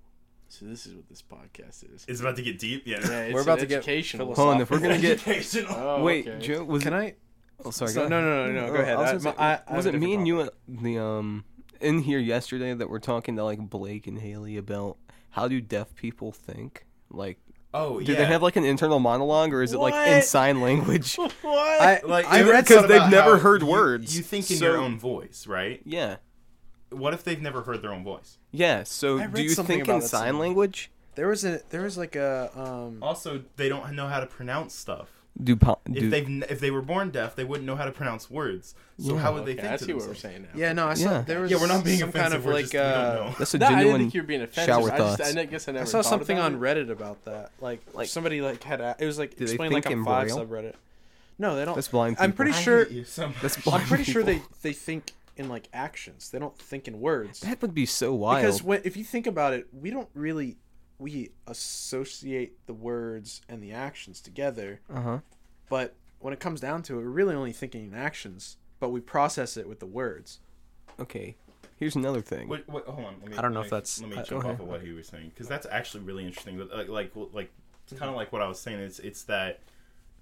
S3: so this is what this podcast is.
S1: it's about to get deep. Yeah.
S3: Yeah, it's
S6: We're
S3: an
S6: about to get
S3: educational.
S4: Hold on, if we're gonna get
S1: Educational.
S3: Oh,
S4: wait,
S3: okay.
S4: Joe was
S6: Can I?
S4: Oh, sorry.
S6: So-
S4: go
S6: no,
S4: ahead.
S6: no, no, no, Go
S4: Oh,
S6: ahead.
S4: I was
S6: I-
S4: gonna
S6: my-
S4: say,
S6: I- I have a
S4: was it
S6: different
S4: me and
S6: problem.
S4: you at the um in here yesterday that we're talking to like Blake and Haley about how do deaf people think? Like,
S1: Oh,
S4: do
S1: yeah.
S4: they have like an internal monologue or is it like in
S3: What?
S4: sign language?
S3: What?
S6: I,
S1: like
S6: I
S1: they-
S6: read
S1: it's
S4: because
S1: not
S4: they've
S1: about
S4: never
S1: how
S4: heard
S1: you-
S4: words.
S1: You think in
S4: So-
S1: your own voice, right?
S4: Yeah,
S1: What if they've never heard their own voice?
S4: yeah. So
S5: I
S4: do
S5: read
S4: you
S5: something
S4: think
S5: about
S4: in
S5: that
S4: sign
S5: somewhere.
S4: language?
S5: There was a there was like a um
S1: Also, they don't know how to pronounce stuff.
S4: Do po-
S1: If
S4: do
S1: they've n- if they were born deaf, they wouldn't know how to pronounce words. So
S4: Yeah.
S1: how would they
S3: okay,
S1: think
S3: I
S1: to
S3: see what we're
S1: themselves?
S3: saying now.
S5: yeah no I saw
S4: Yeah.
S5: there was
S1: Yeah, we're not being
S5: some
S1: offensive.
S5: kind of
S1: we're
S5: like
S1: just, we
S5: uh
S1: don't know.
S4: that's a
S3: No, I didn't
S4: genuine
S3: think you were being offensive.
S4: shower
S3: I,
S4: thoughts.
S3: Just, I guess I never
S6: I saw
S3: thought
S6: something
S3: about
S6: on
S3: it.
S6: Reddit about that. Like,
S4: Like-
S6: somebody like had a, it was like
S4: Do they
S6: explained like
S4: think
S6: on
S4: in
S6: five
S4: braille?
S6: subreddit. No, they don't.
S4: That's blind
S6: I'm
S4: people.
S6: pretty
S1: I
S6: sure.
S1: hate you so much.
S4: That's
S6: I'm
S4: blind
S6: pretty sure they
S4: people.
S6: they think in like actions. They don't think in words.
S4: That would be so wild.
S6: Because
S5: because when, if you think about it we don't really we associate the words and the actions together
S4: uh-huh.
S5: but when it comes down to it we're really only thinking in actions but we process it with the words
S4: Okay. Here's another thing.
S1: Wait, wait, hold on. Let me,
S6: I don't know
S1: let
S6: if
S1: me-
S6: that's-
S1: Let me
S6: I-
S1: jump
S4: okay.
S1: off of what he was saying because that's actually really interesting. But, Like, like, like it's kind of like what I was saying. It's, it's that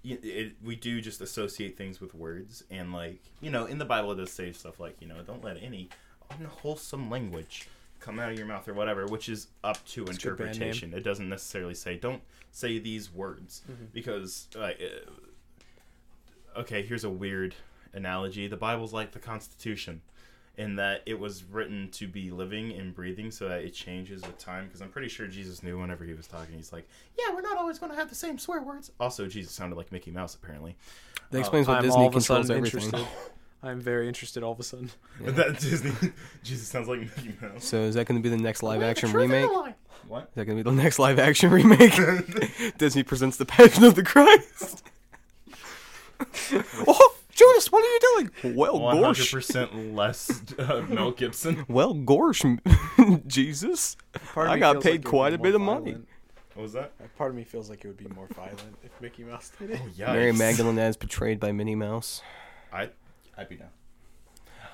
S1: y- it, we do just associate things with words, and like, you know, in the Bible it does say stuff like, you know, don't let any unwholesome language come out of your mouth or whatever, which is up to
S6: a good brand name.
S1: interpretation. It doesn't necessarily say don't say these words
S6: Mm-hmm.
S1: because, like, uh, okay, here's a weird analogy. The Bible's like the Constitution in that it was written to be living and breathing so that it changes with time because i'm pretty sure jesus knew whenever he was talking he's like yeah we're not always going to have the same swear words also jesus sounded like mickey mouse apparently
S4: That explains why
S6: I'm
S4: Disney
S6: all of a
S4: controls
S6: sudden
S4: everything.
S6: interested. I'm very interested all of a sudden.
S1: that disney jesus sounds like mickey mouse
S4: So is that going to be the next live action remake? Is
S1: what
S4: that going to be the next live action remake? Disney presents the Passion of the Christ. oh, Jonas, what are you doing? Well, gorsh.
S1: 100% less uh, mel gibson
S4: Well, gorsh, Jesus.
S6: of
S4: I
S6: me
S4: got
S6: feels
S4: paid
S6: like it would
S4: quite
S6: be
S4: a bit
S6: more
S4: of money.
S6: violent.
S1: what was that
S5: part of me feels like it would be more violent if mickey mouse did it
S1: yeah
S4: Mary Magdalene as portrayed by Minnie Mouse.
S1: I I'd be down.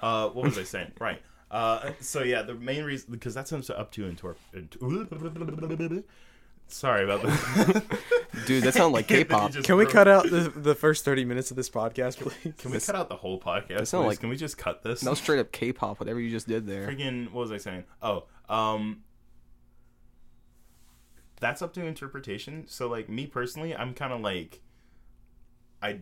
S1: Uh, what was I saying? right. Uh, so yeah, the main reason because that's something up to interp. int- Sorry about that.
S4: Dude, that sounded like
S1: Anthony
S4: K-pop.
S1: just
S6: Can we
S1: broke-
S6: cut out the, the first 30 minutes of this podcast, please?
S1: Can we cut out the whole podcast?
S4: sounded
S1: please?
S4: like-
S1: Can we just cut this?
S4: That was straight up K-pop. Whatever you just did there.
S1: Friggin' what was I saying? Oh, um, that's up to interpretation. So like me personally, I'm kind of like, I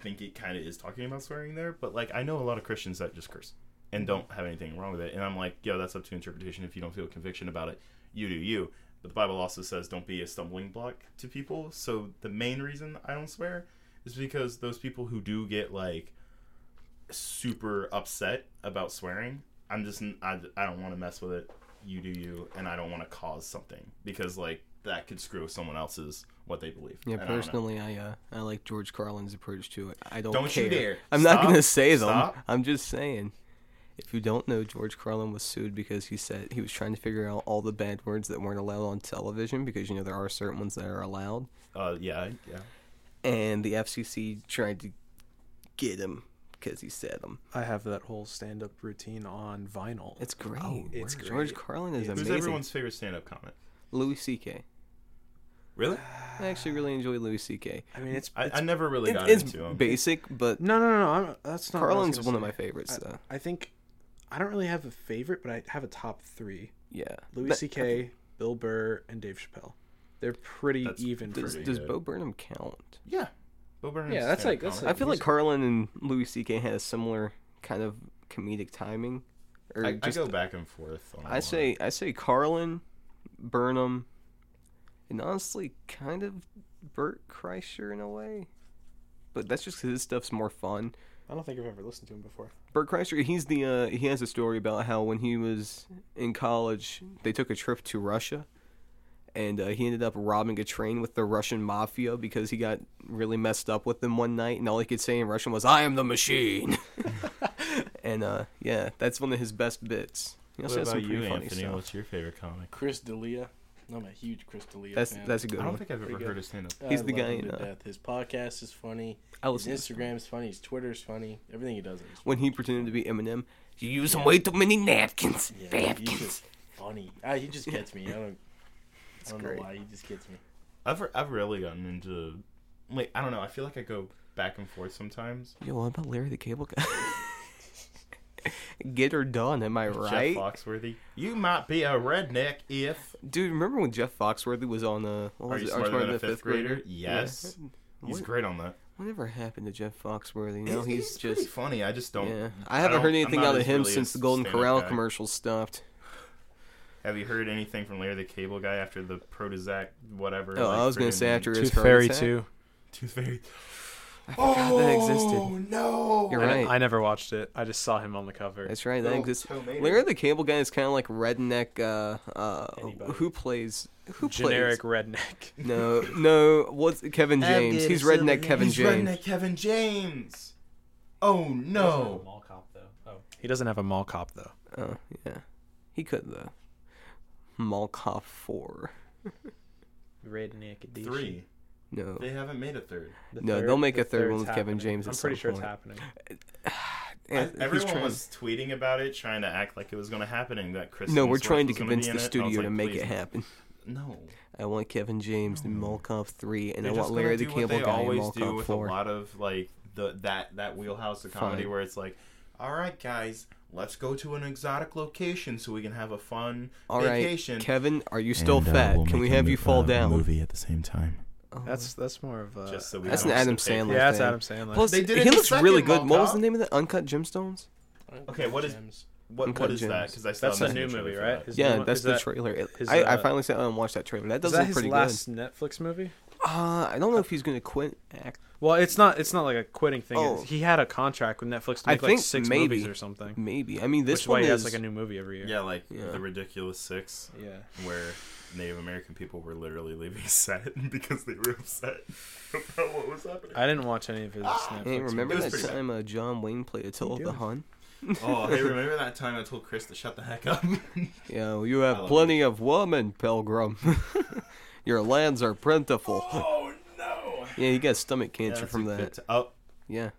S1: think it kind of is talking about swearing there, but like I know a lot of Christians that just curse and don't have anything wrong with it, and I'm like, yo, that's up to interpretation. If you don't feel conviction about it, you do you. But the Bible also says don't be a stumbling block to people. So the main reason I don't swear is because those people who do get like super upset about swearing. I'm just I, I don't want to mess with it. You do you, and I don't want to cause something because like that could screw with someone else's what they believe.
S4: Yeah,
S1: and I don't know.
S4: personally, I uh, I like George Carlin's approach to it. I don't.
S1: Don't you
S4: care.
S1: dare.
S4: I'm not
S1: Stop.
S4: gonna say them.
S1: Stop.
S4: I'm just saying. If you don't know, George Carlin was sued because he said he was trying to figure out all the bad words that weren't allowed on television because you know there are certain ones that are allowed,
S1: Uh, yeah, yeah.
S4: and the FCC tried to get him because he said them.
S6: I have that whole stand up routine on vinyl.
S4: It's great.
S6: it's
S4: Word. George
S6: great.
S4: Carlin is
S1: Oh, Who's
S4: amazing.
S1: everyone's favorite stand-up comic?
S4: Louis C.K.
S1: Really?
S4: I actually really enjoy Louis C.K.
S6: I mean, it's.
S1: Ah. I,
S6: it's
S1: I never really got
S4: It's
S1: into him.
S4: basic, but
S6: no, no, no, no. I'm, that's not. what I was
S4: Carlin's
S6: gonna
S4: one of
S6: say.
S4: my favorites.
S6: I-
S4: though.
S6: I, think. I don't really have a favorite, but I have a top three
S4: Yeah,
S6: Louis
S4: That-
S6: C.K., Bill Burr, and Dave Chappelle. They're pretty
S1: That's
S6: even. for
S4: Does,
S6: me.
S1: pretty
S4: does
S1: good.
S4: Bo Burnham count?
S1: yeah. Bo Burnham's
S6: Yeah, that's
S1: stand-up
S6: like- that's
S1: comic.
S4: I
S6: like-
S4: feel like
S6: music.
S4: Carlin and Louis C.K. had a similar kind of comedic timing. Or
S1: I, I
S4: just, I,
S1: go back and forth. On a lot.
S4: say I say Carlin, Burnham, and honestly, kind of Bert Kreischer in a way. But that's just 'cause his stuff's more fun.
S6: I don't think I've ever listened to him before.
S4: Bert Kreischer, he's the uh, he has a story about how when he was in college, they took a trip to Russia, and uh, he ended up robbing a train with the Russian mafia because he got really messed up with them one night, and all he could say in Russian was "I am the machine," and uh, yeah, that's one of his best bits. He
S1: What
S4: also has
S1: about
S4: some
S1: you,
S4: pretty funny
S1: Anthony?
S4: stuff.
S1: What's your favorite comic?
S3: Chris D'Elia. I'm a huge Chris D'Elia
S4: That's
S3: fan.
S4: that's a good
S1: I don't
S4: one.
S1: think I've ever
S3: Pretty
S1: heard
S3: good.
S1: of stand-up.
S3: I
S4: he's the
S3: love
S4: guy
S3: him
S4: in,
S3: to
S4: uh,
S3: death. His podcast is funny.
S4: I
S3: His
S4: listen to
S3: Instagram is funny. His Twitter is funny. Everything he does is
S4: when he pretended to be Eminem. You use way too many napkins.
S3: yeah, he's
S4: napkins.
S3: just funny. Ah, he just gets me. I don't. I don't
S4: great.
S3: know why he just gets me.
S1: I've I've really gotten into like I don't know. I feel like I go back and forth sometimes.
S4: Yo, what about Larry the Cable Guy? Get her done, am I right?
S1: Jeff Foxworthy. You might be a redneck if
S4: Dude, remember when Jeff Foxworthy was on uh, what
S1: Are
S4: was
S1: you
S4: it,
S1: smarter than a fifth grader? Yes. He's
S4: What-
S1: great on that.
S4: Whatever happened to Jeff Foxworthy? Now
S1: He's-
S4: he's,
S1: he's pretty
S4: just
S1: funny. I just don't.
S4: yeah. I haven't
S1: don't-
S4: heard
S1: I'm
S4: anything
S1: not
S4: out of
S1: as
S4: him
S1: really a
S4: since the Golden
S1: stand-up
S4: Corral
S1: guy.
S4: commercials stopped.
S1: Have you heard anything from Larry the Cable Guy after the Protozac whatever?
S4: Oh, I was gonna
S1: friggin'
S4: say after his
S6: Tooth
S4: heart
S6: Fairy
S4: attack.
S6: too.
S1: Tooth Fairy. Oh,
S4: forgot that existed.
S1: no!
S4: You're
S6: I,
S4: right.
S6: I never watched it. I just saw him on the cover.
S4: That's right. That
S1: Little
S4: exists.
S1: Oh, tomato.
S4: Larry the Cable Guy is kind of like redneck. Uh, uh,
S6: Anybody.
S4: who plays? Who
S6: Generic
S4: plays?
S6: redneck.
S4: No, no. What's Kevin James? He's redneck Kevin
S1: He's
S4: James.
S1: redneck Kevin James. Oh no!
S3: Mall cop though. Oh.
S6: He doesn't have a mall cop though.
S4: Oh yeah, he could though. Mall Cop Four.
S6: Redneck edition.
S1: Three.
S4: No,
S1: They haven't made a third.
S6: The
S4: No, they'll make
S6: the
S4: a third one
S6: third's
S4: with Kevin
S6: happening.
S4: James at
S6: I'm pretty
S4: some
S6: sure
S4: point.
S6: it's happening.
S4: Yeah, he's
S1: Everyone
S4: trying-
S1: was tweeting about it, trying to act like it was going to happen, and that Chris.
S4: No, we're
S1: Hemsworth
S4: trying to
S1: was gonna
S4: convince
S1: be in it,
S4: the
S1: and I was
S4: studio to
S1: like,
S4: make
S1: "Please,
S4: it happen.
S1: No,
S4: I want Kevin James in Mall Cop Three, and
S1: They're
S4: I
S1: just
S4: want
S1: gonna
S4: Larry the
S1: do what
S4: Cable
S1: they
S4: Guy in
S1: always
S4: Mall
S1: do
S4: Cop
S1: with a
S4: Four.
S1: lot of like the that that wheelhouse of comedy
S4: Fun.
S1: where it's like, all right, guys, let's go to an exotic location so we can have a fun
S4: All right,
S1: vacation.
S4: Kevin, are you
S1: uh,
S4: still fat? Can we have you fall down?
S1: Movie at the same time.
S4: Oh,
S6: That's that's more of a.
S1: Just so we
S4: that's an
S1: don't
S4: Adam
S1: have to pay-
S4: Sandler.
S6: yeah, that's
S4: thing.
S6: Adam Sandler.
S4: Plus,
S1: They did it
S4: he
S1: in the
S4: looks really
S1: second
S4: good.
S1: Mall
S4: What was
S1: Cop.
S4: the name of that? Uncut Gemstones.
S1: Okay, what is-
S3: Gems.
S1: What,
S4: Uncut
S1: what is that?
S4: Gems.
S1: Because I still
S6: that's a
S1: haven't
S6: new
S1: seen the
S6: movie,
S1: trailer for
S6: right?
S1: that.
S6: Is
S4: yeah,
S6: the one-
S4: that's
S6: is
S4: the
S6: that-
S4: trailer. It-
S6: is,
S4: I, I
S6: uh,
S4: finally sat down and watched that trailer. That does
S6: Is that
S4: look
S6: his
S4: pretty
S6: last
S4: good.
S6: Netflix movie?
S4: Uh, I don't know if he's gonna quit. Act.
S6: Well, it's not. It's not like a quitting thing.
S4: Oh.
S6: It's- He had a contract with Netflix to
S4: I
S6: make like
S4: think
S6: six
S4: maybe.
S6: movies or something.
S4: Maybe. I mean, this
S6: This which is why
S4: one
S6: he
S4: is
S6: has like a new movie every year.
S1: Yeah, like
S4: Yeah.
S1: the ridiculous six,
S6: Yeah.
S1: where Native American people were literally leaving set because they were upset about what was happening.
S6: I didn't watch any of his Netflix.
S4: Ah, Hey, remember
S1: It was
S4: that
S1: pretty bad.
S4: time uh, John Wayne played Attila the Hun?
S1: oh, hey, remember that time I told Chris to shut the heck up?
S4: Yeah, well, you
S1: I
S4: have
S1: love
S4: plenty of women, Pilgrim. Your lands are plentiful.
S1: oh no!
S4: Yeah, he got stomach cancer from
S1: That's a good t-
S4: that.
S1: oh,
S4: yeah,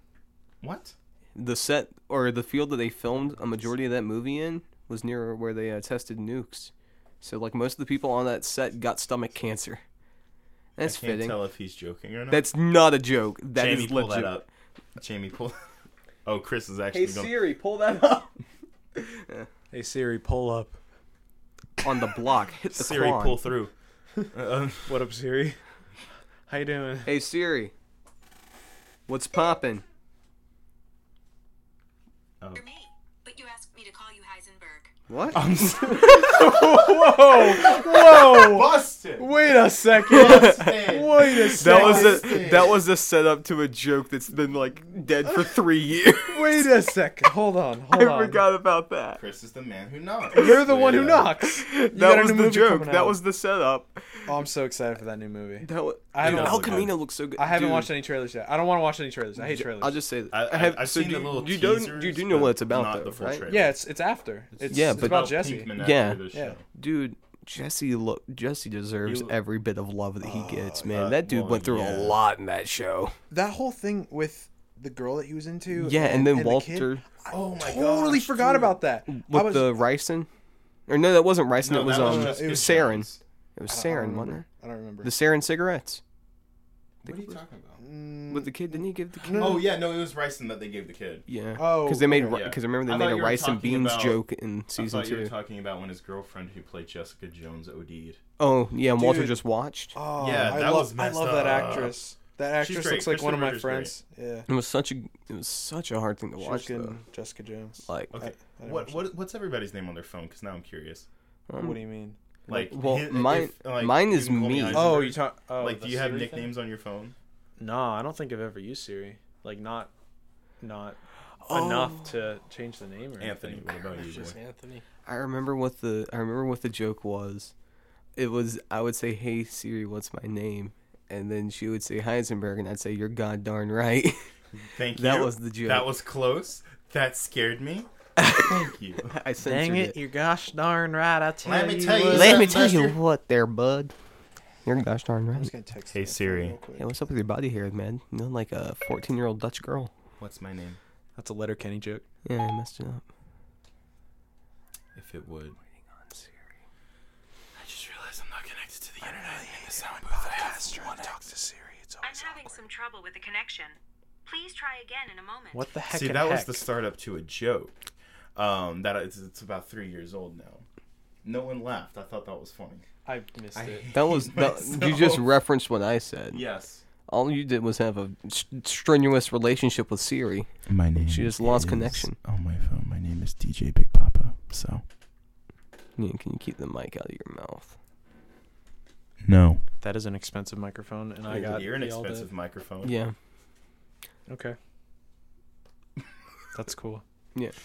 S1: what?
S4: the set or the field that they filmed a majority of that movie in was near where they uh, tested nukes. So like most of the people on that set got stomach cancer. That's
S1: I can't
S4: fitting.
S1: tell if he's joking or not.
S4: That's not a joke. That is
S1: Jamie, pull
S4: legit.
S1: that up. Jamie, pull. Oh, Chris is actually going.
S4: Siri, pull that up.
S6: Hey Siri, pull up.
S4: On the block, hit the
S1: Siri,
S4: quan.
S1: pull through. Uh,
S6: What up, Siri? How you doing?
S4: Hey Siri, what's poppin'?
S7: for me, but you asked me to call you Heisenberg.
S4: What?
S1: I'm sorry.
S6: Whoa!
S1: Busted.
S6: Wait a second. Wait a
S4: That
S6: second.
S4: was a that was a setup to a joke that's been like dead for three years.
S6: Wait a second. Hold on. Hold
S4: I
S6: on.
S4: forgot about that.
S1: Chris is the man who knocks.
S6: You're the one who
S1: Yeah.
S6: knocks. You got
S4: That
S6: a
S4: was
S6: new
S4: the
S6: movie
S4: joke.
S6: coming
S4: That
S6: out.
S4: was the setup.
S6: Oh, I'm so excited for that new movie.
S4: That was,
S6: I
S4: dude,
S6: don't-
S4: El Camino looks so good.
S6: I haven't
S4: Dude,
S6: watched any trailers yet. I don't want to watch any trailers. I hate trailers.
S4: I'll just say that.
S1: I- I-
S4: have,
S1: I've
S4: so
S1: seen
S4: do,
S1: the little
S4: you don't
S1: teasers,
S4: you do know
S1: but
S4: what it's about
S1: not
S4: though,
S1: the full
S4: right?
S1: trailer.
S6: yeah, it's it's after. It's,
S4: Yeah,
S6: yeah, it's
S4: but-
S6: about Jesse.
S1: Pinkman
S4: Yeah.
S1: after this
S6: Yeah.
S1: show.
S4: Dude, Jesse look Jesse deserves
S1: You-
S4: every bit of love that he gets, man.
S1: uh,
S4: that dude
S1: well,
S4: went through
S1: yeah.
S4: a lot in that show.
S5: That whole thing with the girl that he was into.
S4: Yeah, and then
S5: the kid,
S4: Walter
S1: Oh my
S5: totally
S1: gosh,
S5: forgot
S1: dude.
S5: about that. I
S4: with
S5: was,
S4: the ricin, or no, that wasn't ricin.
S1: No,
S4: it was
S1: that
S4: um,
S1: just
S4: it was
S1: good
S4: sarin.
S1: times.
S4: It was
S5: I don't
S4: sarin, wasn't
S5: remember.
S4: it?
S5: I don't remember.
S4: The sarin cigarettes.
S1: What are you talking about?
S5: Mm,
S4: With the kid, didn't he give the kid?
S1: Oh yeah, no, it was ricin that they gave the kid.
S4: Yeah.
S5: Oh,
S4: because they made
S5: okay.
S4: because
S1: Yeah.
S4: remember
S1: I
S4: they made
S1: thought
S4: a
S1: you were
S4: rice and
S1: talking
S4: beans
S1: about-
S4: joke in
S1: I
S4: season
S1: thought you
S4: two.
S1: were talking about when his girlfriend, who played Jessica Jones, OD'd.
S4: oh yeah, and Walter
S5: Dude.
S4: just watched.
S5: oh,
S1: Yeah,
S5: I
S1: that
S5: love,
S1: was
S5: I
S1: messed
S5: love that
S1: up.
S5: actress. That
S1: She's
S5: actress
S1: great.
S5: looks like one of my
S1: Kristen Ritter
S5: friends. Yeah,
S4: It was such a it was such a hard thing to
S5: she
S4: watch
S5: was good
S4: though.
S5: in Jessica Jones.
S4: Like
S1: Okay,
S5: I didn't
S1: what
S5: watch
S1: what what's everybody's name on their phone? Because now I'm curious.
S4: um,
S5: What do you mean?
S1: Like,
S4: Well,
S1: hi-
S4: mine- mine
S1: you
S4: is
S1: can call
S4: me.
S1: Eisenberg.
S6: Oh, you talk. Oh,
S1: like,
S6: the
S1: do you have
S6: Siri thing?
S1: nicknames on your phone?
S6: No, I don't think I've ever used Siri. Like not, not
S4: Oh.
S6: enough to change the name or
S1: Anthony,
S6: anything.
S1: what about you?
S3: Just
S1: boy?
S3: Anthony.
S4: I remember what the I remember what the joke was. It was I would say, "Hey Siri, what's my name?" And then she would say Heisenberg, and I'd say, "You're god darn right."
S1: Thank you.
S4: That was the joke.
S1: That was close. That scared me. Thank you.
S4: I censored it.
S6: you're gosh darn right. I tell
S1: Let me tell you.
S4: Let me tell you
S1: Buster.
S4: what, there, bud. You're gosh darn
S5: I was
S4: right.
S5: gonna text.
S1: Hey,
S5: Anthony
S1: Siri.
S5: real quick.
S4: Hey, what's up with your body hair, man? You look like a 14 year old Dutch girl.
S1: What's my name?
S6: That's a letter Kenny joke.
S4: Yeah, I messed it up.
S1: If it would. I just realized I'm not connected to the internet.
S7: I'm having some trouble with the connection. Please try again in a moment.
S6: What the heck?
S1: See,
S6: and
S1: that was
S6: heck?
S1: the startup to a joke. Um, that it's, it's about three years old now. No one laughed. I thought that was funny.
S6: I missed it.
S4: That was that, you
S1: Myself.
S4: just referenced what I said.
S1: Yes.
S4: All you did was have a s- strenuous relationship with Siri.
S1: My name.
S4: She just lost is- connection.
S1: On my phone, my name is DJ Big Papa. So
S4: Yeah, can you keep the mic out of your mouth?
S1: no.
S6: That is an expensive microphone, and I got
S1: You're an
S6: yelled at.
S1: expensive microphone.
S4: Yeah,
S6: Okay, that's cool.
S4: at least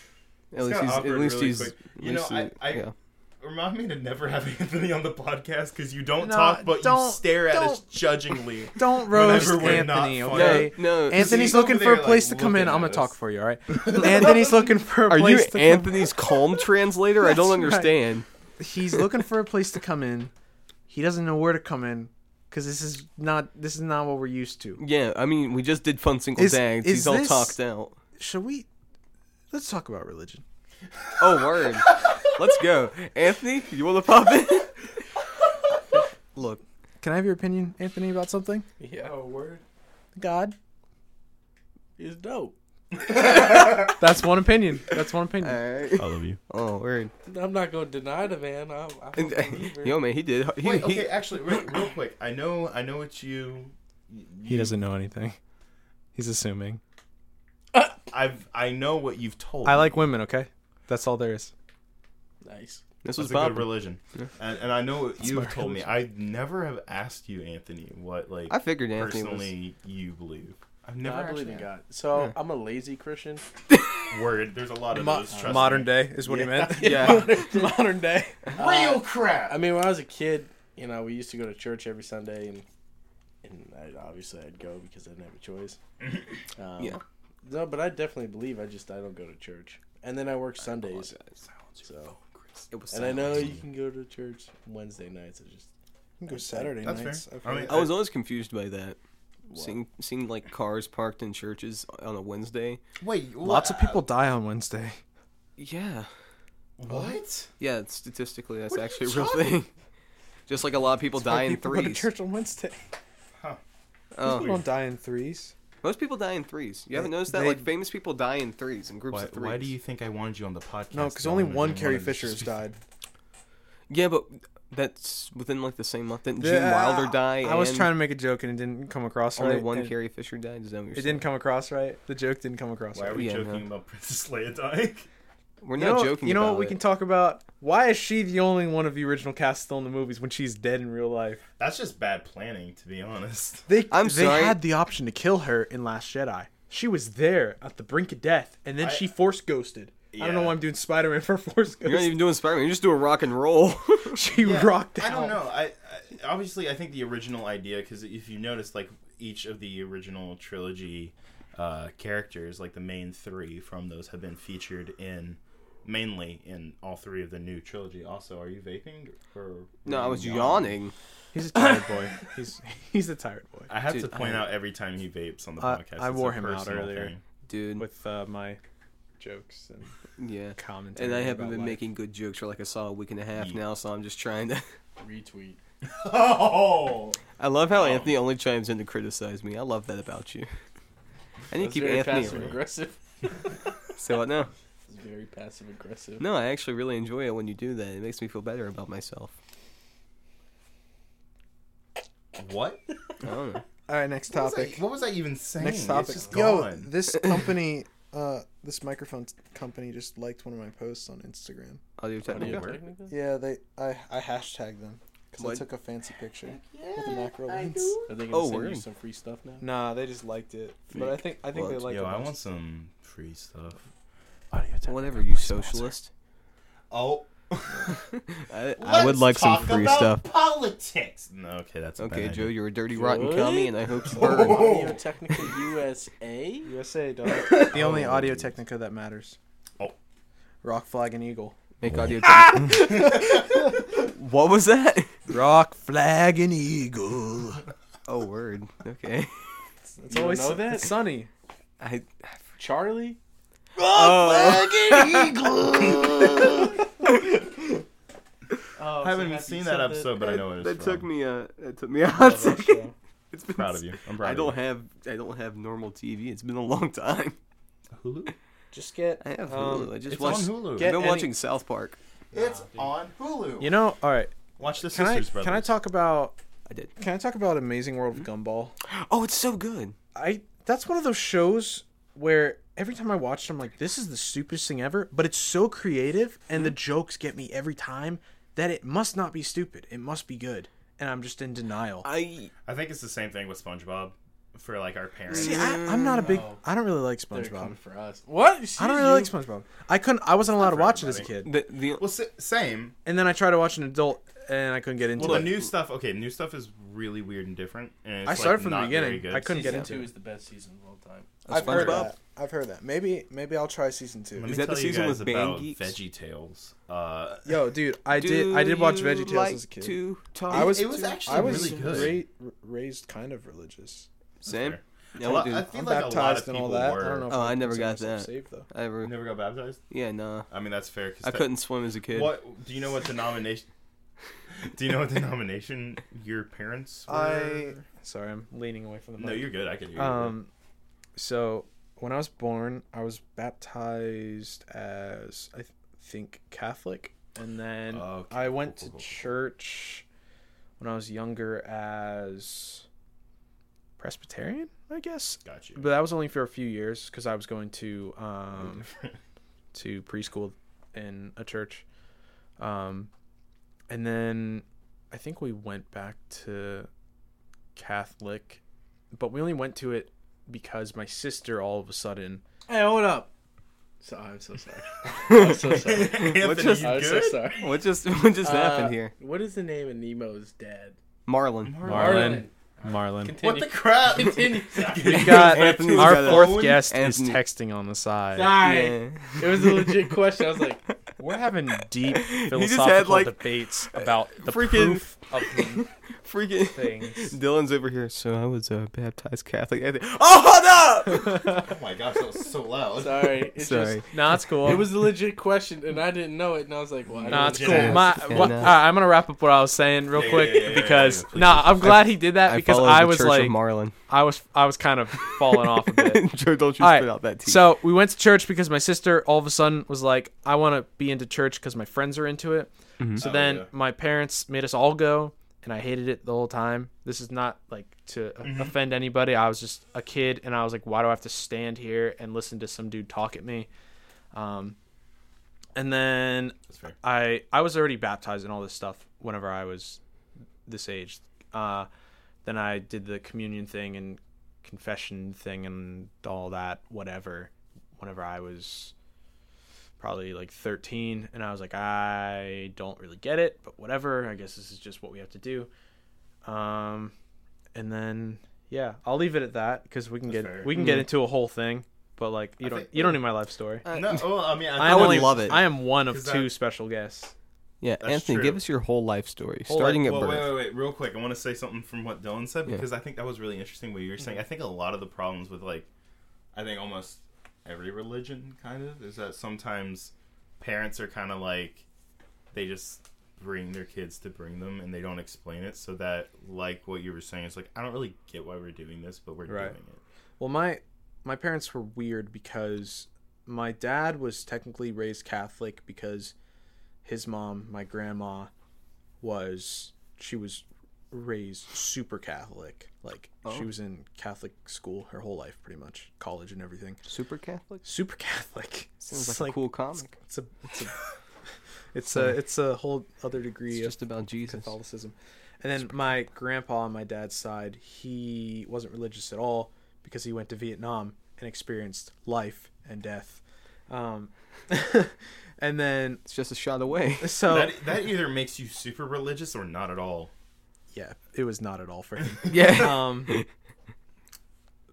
S1: got
S4: he's at
S1: awkward
S4: least
S1: really
S4: he's
S1: quick.
S4: at
S1: You know,
S4: least
S1: I-
S4: he-
S1: I-
S4: yeah.
S1: Remind me to never have Anthony on the podcast because you don't
S6: No,
S1: talk, but you
S6: don't-
S1: stare at us
S6: don't-
S1: judgingly.
S6: Don't
S1: roast Anthony, okay?
S4: no, no.
S1: Anthony-
S5: Anthony's
S1: he's over
S5: looking for
S1: there,
S5: a place
S1: like,
S5: to come in.
S1: looking
S5: I'm gonna
S1: at
S5: talk
S1: us.
S5: for you, all right? Anthony's looking for a
S4: Are you
S5: place to come.
S4: Anthony's calm translator? I
S5: That's
S4: don't
S5: right.
S4: understand.
S5: He's looking for a place to come in. He doesn't know where to come in because this is not this is not what we're used to.
S4: Yeah, I mean, we just did fun single
S5: Is-
S4: tags.
S5: is
S4: he's all
S5: this-
S4: talked out.
S5: Should we? Let's talk about religion.
S4: Oh, word. Let's go, Anthony. You want to pop in?
S5: Look, can I have your opinion, Anthony, about something?
S3: Yeah. Oh, word.
S5: God.
S3: He's dope.
S6: That's one opinion. That's one opinion.
S1: I love you.
S4: Oh, word.
S3: I'm not gonna deny the man. I'm, I'm a believer.
S4: Yo, man, he did. He,
S1: Wait,
S4: he-
S1: okay, actually, wait, real quick. I know, I know what you.
S6: He doesn't know anything. He's assuming.
S1: I've, I know what you've told.
S6: I
S1: me.
S6: like women. Okay, that's all there is.
S3: Nice.
S4: this was
S1: That's a good
S4: Bob.
S1: religion, and, and I know what you've told me. I never have asked you, Anthony, what like
S4: I figured Anthony was-
S1: personally you believe. I've
S3: No,
S1: never
S3: I believe
S1: actually
S3: in
S1: asked.
S3: God. So I'm a lazy Christian.
S1: Word, there's a lot of those. Trust me.
S6: day is what he meant.
S4: Yeah.
S3: Modern day.
S1: real crap.
S3: I mean, when I was a kid, you know, we used to go to church every Sunday, and and I, obviously I'd go because I didn't have a choice. Um,
S4: Yeah.
S3: No, but I definitely believe. I just I don't go to church, and then I work Sundays. so,
S4: It was
S3: and I know you can go to church Wednesday nights. I just
S5: You can go Saturday
S1: That's
S5: nights.
S1: fair.
S5: I've
S1: I mean,
S5: heard.
S4: I was always confused by that. Seeing seeing like cars parked in churches on a Wednesday.
S1: Wait,
S6: Lots of people die on Wednesday.
S4: Yeah.
S1: What?
S4: Yeah, it's- statistically that's
S1: What are you
S4: actually a real
S1: talking-
S4: thing. Just like a lot of people die in
S5: people go to
S4: threes.
S5: church on Wednesday.
S4: Oh.
S5: People don't die in threes.
S4: Most people die in threes. You haven't noticed that?
S5: they-
S4: Like famous people die in threes in groups
S1: Why,
S4: of threes.
S1: why do you think I wanted you on the podcast?
S5: No, because
S1: Dylan,
S5: only
S1: if you
S5: one Carrie
S1: wanted to
S5: Fisher has
S1: just be-
S5: died.
S4: Yeah, but that's within like the same month. Didn't Gene Wilder die?
S6: I was
S4: and
S6: trying to make a joke and it didn't come across
S4: Only
S6: right.
S4: one
S6: and
S4: Carrie Fisher died. Is that what you're
S6: It
S4: saying?
S6: didn't come across right. The joke didn't come across
S1: Why
S6: right.
S1: are we
S4: Yeah,
S1: joking
S4: no.
S1: about Princess Leia dying?
S4: We're
S6: You
S4: not
S6: know,
S4: joking.
S6: you know what
S4: about
S6: we
S4: it.
S6: can talk about? Why is she the only one of the original cast still in the movies when she's dead in real life?
S1: That's just bad planning, to be honest.
S6: They
S4: I'm
S5: they
S4: sorry.
S5: had the option to kill her in Last Jedi.
S6: she was there at the brink of death, and then
S1: I-
S6: she force ghosted. I don't know
S1: Yeah.
S6: why I'm doing Spider Man for force
S4: You're not
S6: ghost.
S4: even doing Spider Man. You're just doing rock and roll.
S6: She rocked
S1: I
S6: out.
S1: don't know. I, I obviously I think the original idea because if you notice, like each of the original trilogy uh, characters, like the main three from those, have been featured in mainly in all three of the new trilogy. Also, are you vaping or?
S4: no, I was yawning.
S6: He's a tired boy. He's he's a tired boy.
S1: I have
S4: Dude,
S1: to point
S4: I-
S1: out every time he vapes on the
S6: I-
S1: podcast.
S6: I
S1: it's
S6: wore
S1: a
S6: him out
S1: personal
S6: earlier.
S1: thing.
S4: Dude.
S6: With uh, my jokes and
S4: yeah.
S6: commentary.
S4: And I haven't
S6: about
S4: been
S6: life.
S4: making good jokes for like a solid week and a half
S1: Ye-
S4: now, so I'm just trying to.
S3: retweet.
S1: Oh,
S4: I love how Anthony only chimes in to criticize me. I love that about you. I need to
S3: It's
S4: keep
S3: very
S4: Anthony
S3: passive
S4: around.
S3: aggressive.
S4: So what now?
S3: It's very passive aggressive.
S4: No, I actually really enjoy it when you do that. It makes me feel better about myself.
S1: what?
S4: I don't know.
S5: All right, next
S1: What was, I,
S5: topic.
S1: what was I even saying?
S5: Next topic.
S1: It's just
S5: Yo,
S1: gone.
S5: this company, uh, this microphone company just liked one of my posts on Instagram.
S4: Audio
S1: you
S4: technical.
S1: work?
S5: Yeah, they I I hashtagged them because I
S4: What?
S5: took a fancy picture with a macro lens.
S3: Are they gonna
S4: Oh,
S3: send
S4: word.
S3: you some free stuff now?
S6: Nah, they just liked it. But I think I think they
S4: What?
S6: liked
S1: Yo,
S6: it.
S1: I want some free stuff. Audio Technica.
S4: Whatever, you socialist.
S1: Oh.
S4: I, I would
S1: Let's
S4: like some
S1: talk
S4: free
S1: about
S4: stuff.
S1: Politics. No, okay, that's a
S4: Okay,
S1: bad
S4: Joe,
S1: idea.
S4: you're a dirty, rotten
S3: What?
S4: commie, and I hope you burn.
S3: Audio Technica USA.
S6: USA dog. the
S1: Oh.
S6: only Audio Technica that matters.
S1: Oh.
S6: Rock Flag and Eagle.
S4: Make audio. Technica. what was that?
S5: Rock flag and eagle.
S4: Oh, word. Okay.
S6: It's
S3: You
S6: always
S3: know that?
S6: it's sunny.
S4: I.
S3: Charlie.
S4: Oh.
S3: Oh,
S1: I haven't seen that episode, but I know it is.
S4: That
S1: from.
S4: took me a. That took me a hot second. It's been
S1: Proud
S4: s-
S1: of you. I'm proud.
S4: I don't
S1: of
S4: have. I don't have normal TV. It's been a long time.
S1: you. Hulu.
S5: Just get.
S4: I have Hulu. I just
S1: Um, It's
S4: watched.
S1: on Hulu.
S4: I've
S5: Get
S4: been
S5: any-
S4: watching South Park.
S1: it's on Hulu.
S6: You know, all right.
S1: Watch the
S6: Can I
S1: Sisters Brothers.
S6: can I talk about
S4: I did.
S6: can I talk about Amazing World of Gumball?
S4: Oh, it's so good.
S6: I that's one of those shows where every time I watch it, I'm like, this is the stupidest thing ever. But it's so creative, and the jokes get me every time that it must not be stupid. It must be good, and I'm just in denial.
S4: I
S1: I think it's the same thing with SpongeBob for like our parents.
S6: See, I, I'm not a big.
S3: No.
S6: I don't really like
S3: They're coming
S6: SpongeBob.
S3: for us. What?
S6: I don't really like SpongeBob. I couldn't. I wasn't allowed to watch it as a kid,
S4: the the
S1: Well, s- same.
S6: and then I tried to watch an adult, and I couldn't get into
S1: Well, the
S6: it.
S1: new stuff. Okay, new stuff is really weird and different. And it's
S6: I started
S1: like,
S6: from the
S1: not very
S6: beginning.
S1: good.
S6: I couldn't get
S3: Season
S6: into
S3: two
S6: it.
S3: is the best season of all time.
S5: I've heard
S4: SpongeBob.
S5: that. I've heard that. Maybe maybe I'll try season
S1: Let
S5: two.
S1: me
S4: that the
S1: tell you
S4: season
S1: guys
S4: with Band
S1: about
S4: Geeks?
S1: Veggie Tales. Uh,
S6: Yo, dude, I did. I did watch VeggieTales
S4: like
S6: as a kid.
S4: To talk?
S5: I was.
S1: it was actually
S5: I was
S1: really good.
S5: ra- raised kind of religious.
S4: Sam.
S1: fair.
S4: Yeah,
S1: a lot-
S4: we do.
S1: I feel
S5: I'm
S1: like a lot of
S5: baptized and
S1: people
S5: all that.
S1: were.
S5: I don't know. if
S4: Oh, I never
S5: consider
S4: got
S5: myself
S4: that.
S5: Saved though.
S4: I ever.
S1: Never got baptized.
S4: Yeah, nah.
S1: I mean, that's fair. 'cause
S4: I
S1: that-
S4: couldn't swim as a kid.
S1: What do you know? What denomination? do you know what denomination your parents? Were?
S6: I sorry, I'm leaning away from the.
S1: No,
S6: mic.
S1: you're good. I can hear you.
S6: Um, so when I was born, I was baptized as I th- think Catholic, and then
S1: Okay,
S6: I
S1: cool,
S6: went to
S1: cool, cool, cool.
S6: church when I was younger as Presbyterian, I guess.
S1: got you.
S6: But that was only for a few years because I was going to um, to preschool in a church, um, and then I think we went back to Catholic, but we only went to it because my sister all of a sudden
S3: Hey, hold up. So I'm so sorry. I'm so sorry.
S1: Anthony,
S4: just-
S1: you
S3: I'm so
S1: good?
S3: sorry.
S4: What just what just
S3: Uh,
S4: happened here?
S3: What is the name of Nemo's dad?
S4: Marlon.
S6: Marlin. Marlon.
S1: What
S3: Continue.
S1: the crap?
S3: Continue.
S6: We got
S4: Anthony's
S6: our
S4: got a-
S6: fourth guest
S4: Anthony.
S6: is texting on the side.
S3: Sorry.
S4: Yeah.
S3: It was a legit question. I was like,
S6: We're having deep philosophical
S4: just had, like,
S6: debates about the
S4: freaking-
S6: proof of the
S4: Freaking
S6: things.
S4: Dylan's over here. So I was a baptized Catholic. I think- Oh, hold up!
S1: Oh my gosh, that was so loud.
S3: sorry. It's
S4: Sorry.
S3: Just,
S6: No, that's cool.
S3: it was a legit question, and I didn't know it, and I was like, "Why?"
S6: Nah, it's
S1: Yeah,
S6: cool.
S1: yeah,
S6: My,
S4: yeah,
S6: what,
S4: no.
S6: all right, I'm gonna wrap up what I was saying real
S1: Yeah,
S6: quick
S1: yeah, yeah, yeah,
S6: because
S1: yeah, yeah, please,
S6: nah,
S1: please,
S6: I'm glad he did that
S4: I
S6: because
S4: followed
S6: I
S4: the
S6: was
S4: Church
S6: like,
S4: of Marlin.
S6: I was, I was kind of falling off a bit.
S4: Joe, don't you
S6: All
S4: spit
S6: right,
S4: out that tea.
S6: So we went to church because my sister all of a sudden was like, I want to be into church because my friends are into it. So
S4: Mm-hmm.
S1: Oh,
S6: then
S1: yeah.
S6: my parents made us all go, and I hated it the whole time. This is not like to o-
S4: Mm-hmm.
S6: offend anybody. I was just a kid, and I was like, why do I have to stand here and listen to some dude talk at me? Um, and then
S1: That's fair.
S6: I I was already baptized and all this stuff whenever I was this age. Uh, then I did the communion thing and confession thing and all that whatever. Whenever I was probably like 13, and I was like, I don't really get it, but whatever. I guess this is just what we have to do. Um, and then yeah, I'll leave it at that because we can get
S1: fair.
S6: we can
S4: Mm-hmm.
S6: get into a whole thing. But like you don't
S1: think-
S6: you don't need my life story.
S1: No, well, I mean, I,
S6: I, am
S1: thought
S4: would
S6: only-
S4: love it.
S6: I am one of
S1: 'Cause
S6: two
S1: that-
S6: special guests.
S4: yeah,
S1: That's
S4: Anthony,
S1: true.
S4: give us your whole life story,
S6: Whole life-
S4: starting
S1: Well,
S4: at birth.
S1: wait, wait, wait, real quick. I want to say something from what Dylan said because I think that was really interesting. What you were saying, I think a lot of the problems with like, I think almost every religion kind of is that sometimes parents are kind of like they just bring their kids to bring them and they don't explain it. So that like what you were saying is like I don't really get why we're doing this, but we're
S6: Right.
S1: doing it.
S6: Well, my my parents were weird because my dad was technically raised Catholic because his mom, my grandma, was she was raised super Catholic. Like
S4: Oh.
S6: she was in Catholic school her whole life, pretty much college and everything.
S4: Super Catholic?
S6: Super Catholic.
S4: Sounds
S6: it's
S4: like, a cool comic.
S6: It's a it's a it's a it's a whole other degree
S4: It's
S6: of
S4: just about Jesus.
S6: Catholicism. And then my grandpa on my dad's side, he wasn't religious at all because he went to Vietnam and experienced life and death. Um, and then
S4: It's just a shot away.
S6: so
S1: That that either makes you super religious or not at all.
S6: yeah, it was not at all for him.
S4: yeah.
S6: Um,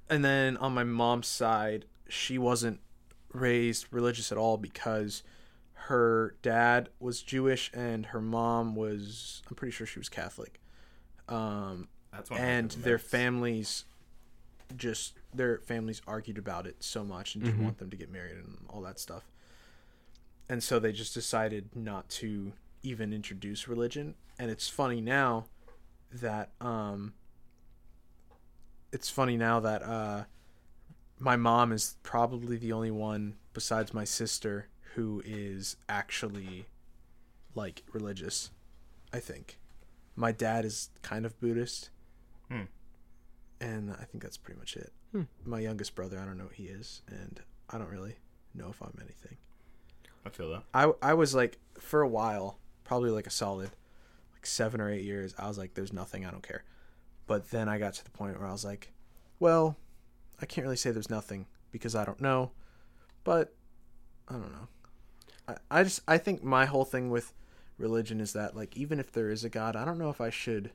S6: and then on my mom's side, she wasn't raised religious at all because her dad was Jewish and her mom was I'm pretty sure she was Catholic. Um,
S1: That's what
S6: and
S1: I'm
S6: their families just their families argued about it so much and didn't want them to get married and all that stuff and so they just decided not to even introduce religion and it's funny now that um it's funny now that uh my mom is probably the only one
S5: besides my sister who is actually like religious i think my dad is kind of buddhist
S1: Hmm.
S5: and i think that's pretty much it my youngest brother i don't know what he is and i don't really know if i'm anything
S1: I feel that.
S5: I I was like for a while, probably like a solid like 7 or 8 years, I was like there's nothing, I don't care. But then I got to the point where I was like, well, I can't really say there's nothing because I don't know. But I don't know. I I just I think my whole thing with religion is that like even if there is a god, I don't know if I should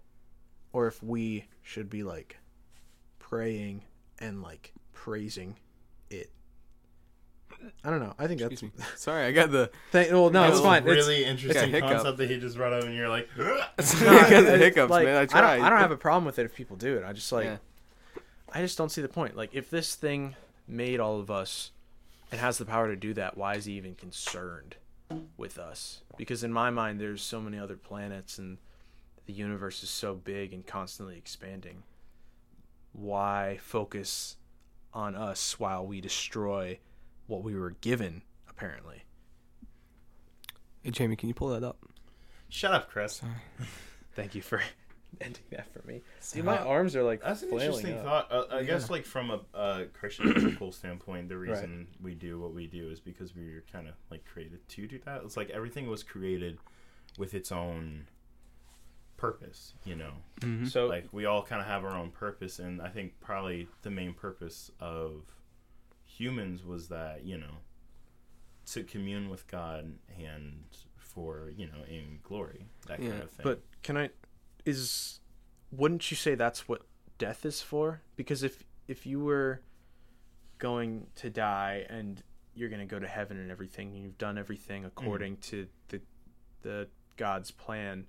S5: or if we should be like praying and like praising it. I don't know. I think
S4: Excuse me.
S5: that's
S4: Sorry, I got the
S5: Thank, well, no,
S1: That
S5: it's
S1: was
S5: fine.
S1: a really
S4: got a
S1: interesting
S4: hiccup.
S1: concept that he just brought up, and you're like,
S4: I got the
S5: It's
S4: hiccups,
S5: like,
S4: man. I
S5: I
S4: tried.
S5: don't, I don't have a problem with it if people do it. I just like
S4: Yeah.
S6: I just don't see the point. Like, if this thing made all of us and has the power to do that, why is he even concerned with us? Because in my mind, there's so many other planets and the universe is so big and constantly expanding. Why focus on us while we destroy what we were given, apparently?
S4: Hey, Jamie, can you pull that up?
S1: "Shut up, Chris."
S6: Thank you for ending that for me. See,
S4: my
S6: my arms are like
S1: Uh, That's an interesting thought. Uh, I guess, like from a uh, Christian ethical standpoint, the reason we do what we do is because we were kind of like created to do that. It's like everything was created with its own purpose, you know.
S4: mm-hmm.
S6: So,
S1: Like we all kind of have our own purpose, and I think probably the main purpose of humans was that you know to commune with God and for you know in glory that
S4: Yeah,
S1: kind of thing.
S6: But can I is wouldn't you say that's what death is for? Because if if you were going to die and you're going to go to heaven and everything, and you've done everything
S1: Mm-hmm.
S6: according to the the God's plan,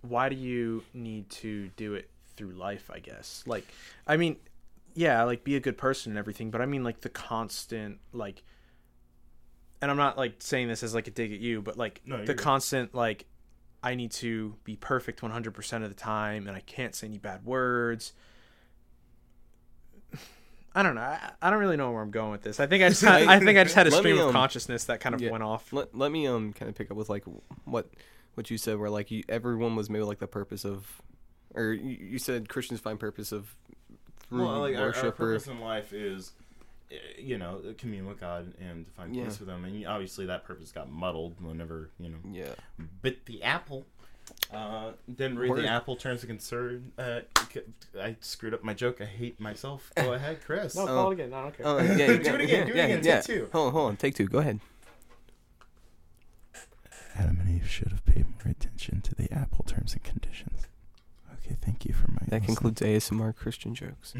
S6: why do you need to do it through life, I guess? Like I mean, yeah, like be a good person and everything, but I mean like the constant like and I'm not like saying this as like a dig at you, but like
S1: No,
S6: the
S1: you're good.
S6: constant like I need to be perfect 100% of the time and I can't say any bad words. I don't know. I, I don't really know where I'm going with this. I think I just had, I think I just had a
S4: Let
S6: stream
S4: me,
S6: of
S4: um,
S6: consciousness that kind of
S4: yeah.
S6: went off.
S4: Let, let me um kind of pick up with like what what you said, where like you, everyone was maybe like the purpose of, or you, you said Christians find purpose of through
S1: well, like our, our
S4: worship or
S1: purpose in life is, uh, you know, commune with God and find
S4: Yeah.
S1: peace with Him, and obviously that purpose got muddled whenever you know
S4: yeah.
S1: bit the apple. Uh, didn't read
S4: Word.
S1: the apple turns to concern. Uh, c- I screwed up my joke. I hate myself. Go ahead, Chris.
S5: No, call it again. I don't care.
S4: Oh, yeah, yeah,
S1: Do it again,
S4: yeah,
S1: do it
S4: yeah,
S1: again, take
S4: yeah.
S1: two.
S4: Hold on, hold on, take two. Go ahead.
S1: Adam and Eve should have paid more attention to the apple terms and conditions. Okay, thank you for my.
S4: That concludes ASMR Christian jokes.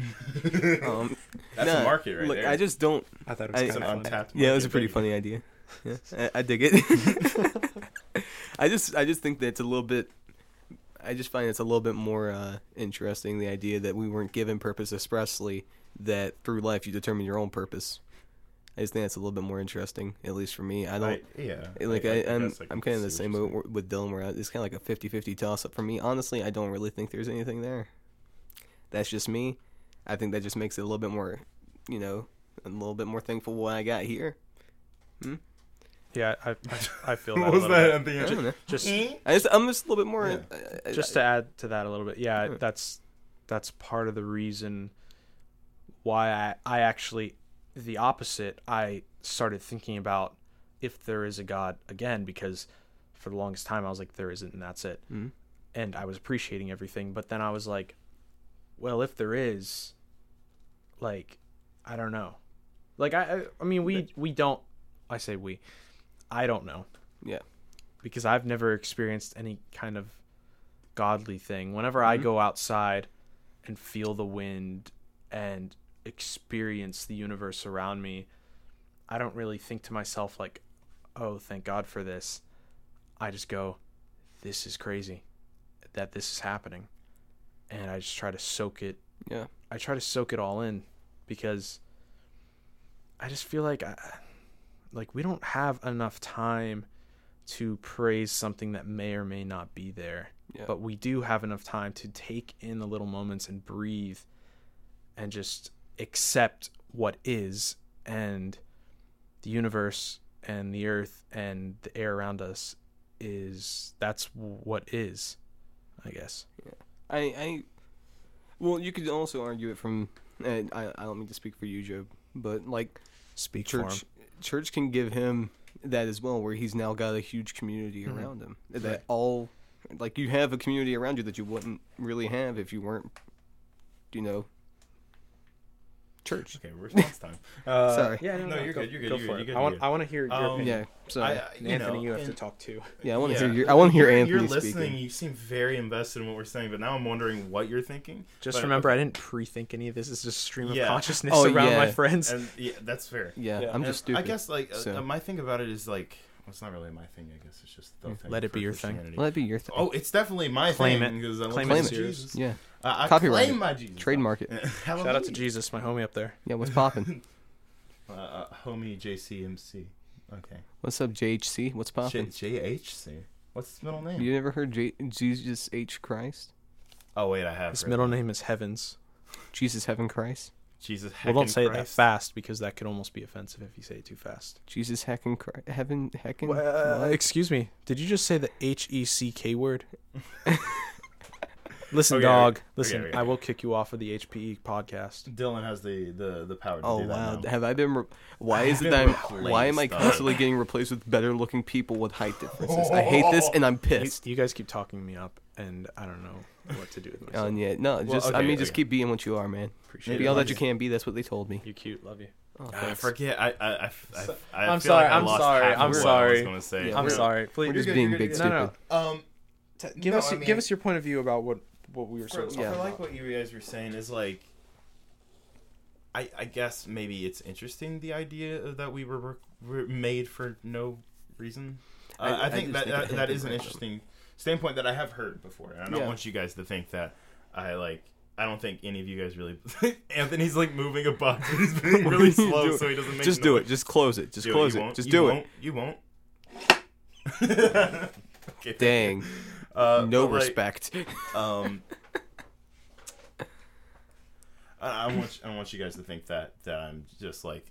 S4: um,
S1: That's
S4: nah,
S1: a market right
S4: look,
S1: there.
S4: I just don't.
S5: I thought it
S4: was I-
S5: was
S1: It's an
S4: kinda
S5: kind of
S1: untapped.
S4: Yeah, it was a
S1: market,
S4: pretty
S1: baby.
S4: funny idea. Yeah, I, I dig it. I just, I just think that it's a little bit. I just find it's a little bit more uh, interesting the idea that we weren't given purpose expressly. That through life you determine your own purpose. I just think that's a little bit more interesting, at least for me. I don't.
S1: I, yeah.
S4: like I, I'm,
S1: guess I
S4: I'm
S1: can
S4: kind of the
S1: see
S4: same
S1: what you're
S4: with, with Dylan. Where I- it's kind of like a 50-50 toss up for me. Honestly, I don't really think there's anything there. That's just me. I think that just makes it a little bit more, you know, a little bit more thankful what I got here.
S6: Yeah, I, I, I feel
S1: saying.
S6: that.
S1: What
S6: a
S1: was
S6: little
S1: that
S6: bit.
S1: at the
S4: I
S1: end?
S4: don't know.
S6: Just
S4: I just, I'm just a little bit more. uh,
S1: Yeah.
S4: I- I-
S6: just to add to that a little bit yeah that's that's part of the reason why I, I actually the opposite i started thinking about if there is a god again because for the longest time i was like there isn't and that's it
S4: Mhm.
S6: and i was appreciating everything but then i was like well if there is like i don't know like i i, I mean we we don't i say we i don't know
S4: Yeah.
S6: because I've never experienced any kind of godly thing. Whenever I go outside and feel the wind and experience the universe around me, I don't really think to myself like, "Oh, thank God for this." I just go, "This is crazy that this is happening." And I just try to soak it
S4: yeah.
S6: I try to soak it all in because I just feel like I, like we don't have enough time to praise something that may or may not be there.
S4: Yeah.
S6: But we do have enough time to take in the little moments and breathe and just accept what is and the universe and the earth and the air around us is that's what is, I guess.
S4: I, I, well, you could also argue it from. And I, I don't mean to speak for you, Job, but like
S6: Speak for 'em.
S4: church, church can give him that as well, where he's now got a huge community
S1: Mm-hmm.
S4: around him that all, like you have a community around you that you wouldn't really have if you weren't, you know, church.
S1: Okay, response time. Uh,
S4: Sorry.
S1: Yeah, no, you're good. You're good.
S6: Go
S1: you're
S6: for
S1: good, You're
S6: it.
S1: good.
S6: I want
S1: you're
S6: I want to hear your
S1: Um,
S6: opinion.
S4: Yeah. So
S1: good. I, I- you
S6: Anthony,
S1: know,
S6: you have to
S1: and-
S6: talk too.
S4: yeah, I want to
S1: yeah.
S4: hear your. I want to hear
S1: You're-
S4: Anthony
S1: You're listening.
S4: speaking.
S1: You seem very invested in what we're saying, but now I'm wondering what you're thinking.
S6: Just
S1: But-
S6: remember, I didn't pre-think any of this. It's just stream of
S1: Yeah.
S6: consciousness
S4: Oh,
S6: around my
S4: yeah.
S6: friends.
S1: And yeah, that's fair.
S4: Yeah,
S6: Yeah.
S4: I'm
S1: And
S4: just stupid.
S1: I guess like uh,
S4: so.
S1: uh, my thing about it is like well, it's not really my thing. I guess it's just the thing
S6: let it
S1: for
S6: be your thing.
S1: Christianity.
S4: Well, that'd be your thing.
S1: Oh, it's definitely my
S6: Claim
S1: thing
S6: it.
S1: because I
S6: Claim
S1: claim
S4: it.
S1: it.
S4: Claim it.
S1: Jesus.
S4: yeah.
S1: Uh, I
S4: Copyright
S1: claim
S4: it.
S1: my Jesus.
S4: Trademark it.
S6: Shout out to Jesus, my homie up there.
S4: Yeah, what's popping?
S1: uh, uh, homie JCMC. Okay,
S4: what's up, JHC? What's
S1: J-
S4: popping?
S1: JHC. What's his middle name?
S4: You never heard J- Jesus H Christ?
S1: Oh wait, I have
S6: His
S1: heard
S6: middle
S1: that.
S6: name is Heavens.
S4: Jesus Heaven Christ?
S1: Jesus.
S6: Well, don't
S1: heckin'
S6: say it that
S1: Christ.
S6: fast because that could almost be offensive if you say it too fast.
S4: Jesus Heckin Christ? Heaven Heckin?
S6: Well,
S4: what?
S6: excuse me. Did you just say the H E C K word? Listen,
S1: Okay,
S6: dog.
S1: okay,
S6: Listen,
S1: okay.
S6: I will kick you off of the HPE podcast.
S1: Dylan has the the the power to
S4: Oh
S1: do that
S4: wow!
S1: now.
S4: Have I been? Re- why is
S1: I've
S4: it
S1: been
S4: that I'm? Why am I
S1: replaced, uh,
S4: constantly getting replaced with better-looking people with height differences? I hate this, and I'm
S6: You,
S4: pissed.
S6: you guys keep talking me up, and I don't know what to do with myself.
S4: And yeah, no, just I
S1: okay,
S4: mean, just
S1: okay.
S4: keep being what you are, man.
S1: Appreciate
S4: be
S1: it.
S4: all that you can be. That's what they told me.
S6: you cute. Love you.
S4: Oh,
S1: I
S4: thanks.
S1: forget. I I I, I, I
S6: I'm
S1: feel like
S6: sorry,
S1: I
S6: I'm
S1: lost
S6: sorry,
S1: half of
S6: I'm
S1: what I
S6: sorry.
S1: was gonna say.
S4: Yeah,
S6: I'm
S4: we're-
S6: sorry. Please
S4: We're
S1: You're
S4: just
S1: good,
S4: being
S1: you're good,
S4: big
S1: you're
S6: good.
S4: stupid.
S6: No, no.
S1: Um, t-
S5: Give
S1: no,
S5: us
S1: I mean,
S5: give us your point of view about what what we were
S1: for,
S5: supposed to
S1: for
S4: Yeah.
S5: talk
S1: like
S5: about.
S1: what you guys were saying is like. I, I guess maybe it's interesting the idea of that we were, were, were made for no reason. Uh,
S4: I-
S1: I,
S4: I
S1: think that
S4: just think
S1: that,
S4: it
S1: that
S4: happened
S1: is an
S4: randomly.
S1: interesting standpoint that I have heard before, and I don't
S4: Yeah.
S1: want you guys to think that I like. I don't think any of you guys really. Anthony's like moving a box. He's being
S4: What
S1: really
S4: are you
S1: slow,
S4: doing?
S1: so he doesn't make.
S4: Just do it. Just close it. Just
S1: Do it.
S4: close
S1: You
S4: it.
S1: won't.
S4: Just
S1: You
S4: do
S1: won't.
S4: it.
S1: You won't. Okay.
S4: Dang,
S1: Uh,
S4: no
S1: but, like,
S4: respect.
S1: um, I, I want I want you guys to think that that I'm just like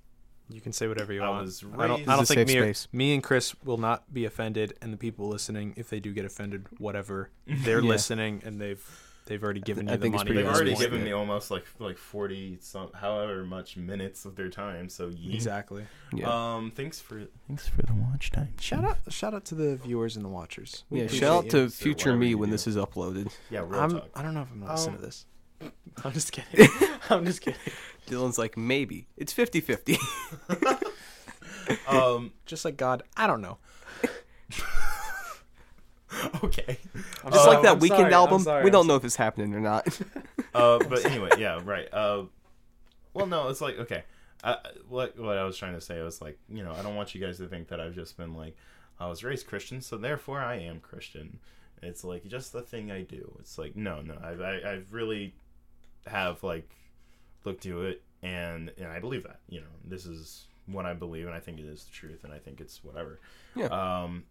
S6: You can say whatever you
S1: I
S6: want.
S1: was
S6: I don't,
S1: raised-
S6: I don't
S4: This is a
S6: think
S4: safe
S6: me, or-
S4: space.
S6: me and Chris will not be offended, and the people listening, if they do get offended, whatever, they're
S4: Yeah.
S6: listening and they've they've already given
S4: I
S6: you the
S4: think it's
S6: money.
S4: pretty
S1: they've
S6: at this
S1: already
S6: point.
S1: given me almost like like forty some however much minutes of their time. So yeah.
S6: exactly.
S4: Yeah.
S1: Um, thanks for thanks for the watch time.
S3: Shout out, shout out to the viewers and the watchers. We
S4: yeah.
S3: appreciate
S4: Shout out
S3: you.
S4: to
S1: so
S4: future
S1: whatever
S4: me
S1: you
S4: when
S1: do.
S4: this is uploaded.
S1: Yeah, real
S3: I'm,
S1: talk.
S3: I don't know if I'm gonna listen
S1: Um,
S3: to
S6: Oh.
S3: this. I'm just kidding. I'm just kidding.
S4: Dylan's like maybe it's 50-50.
S1: Um,
S6: Just like God, I don't know.
S1: okay.
S6: I'm
S1: Uh,
S4: Just like that
S6: I'm
S4: weekend
S6: sorry, I'm
S4: album.
S6: sorry,
S4: we
S6: I'm
S4: don't know if it's happening or not.
S1: Uh, but anyway, yeah, right. Uh, well, no, it's like okay. I, what what I was trying to say was like you know I don't want you guys to think that I've just been like I was raised Christian, so therefore I am Christian. It's like just the thing I do. It's like no, no, I've I, I've really have like looked to it and and I believe that you know this is what I believe and I think it is the truth and I think it's whatever.
S4: Yeah.
S1: Um,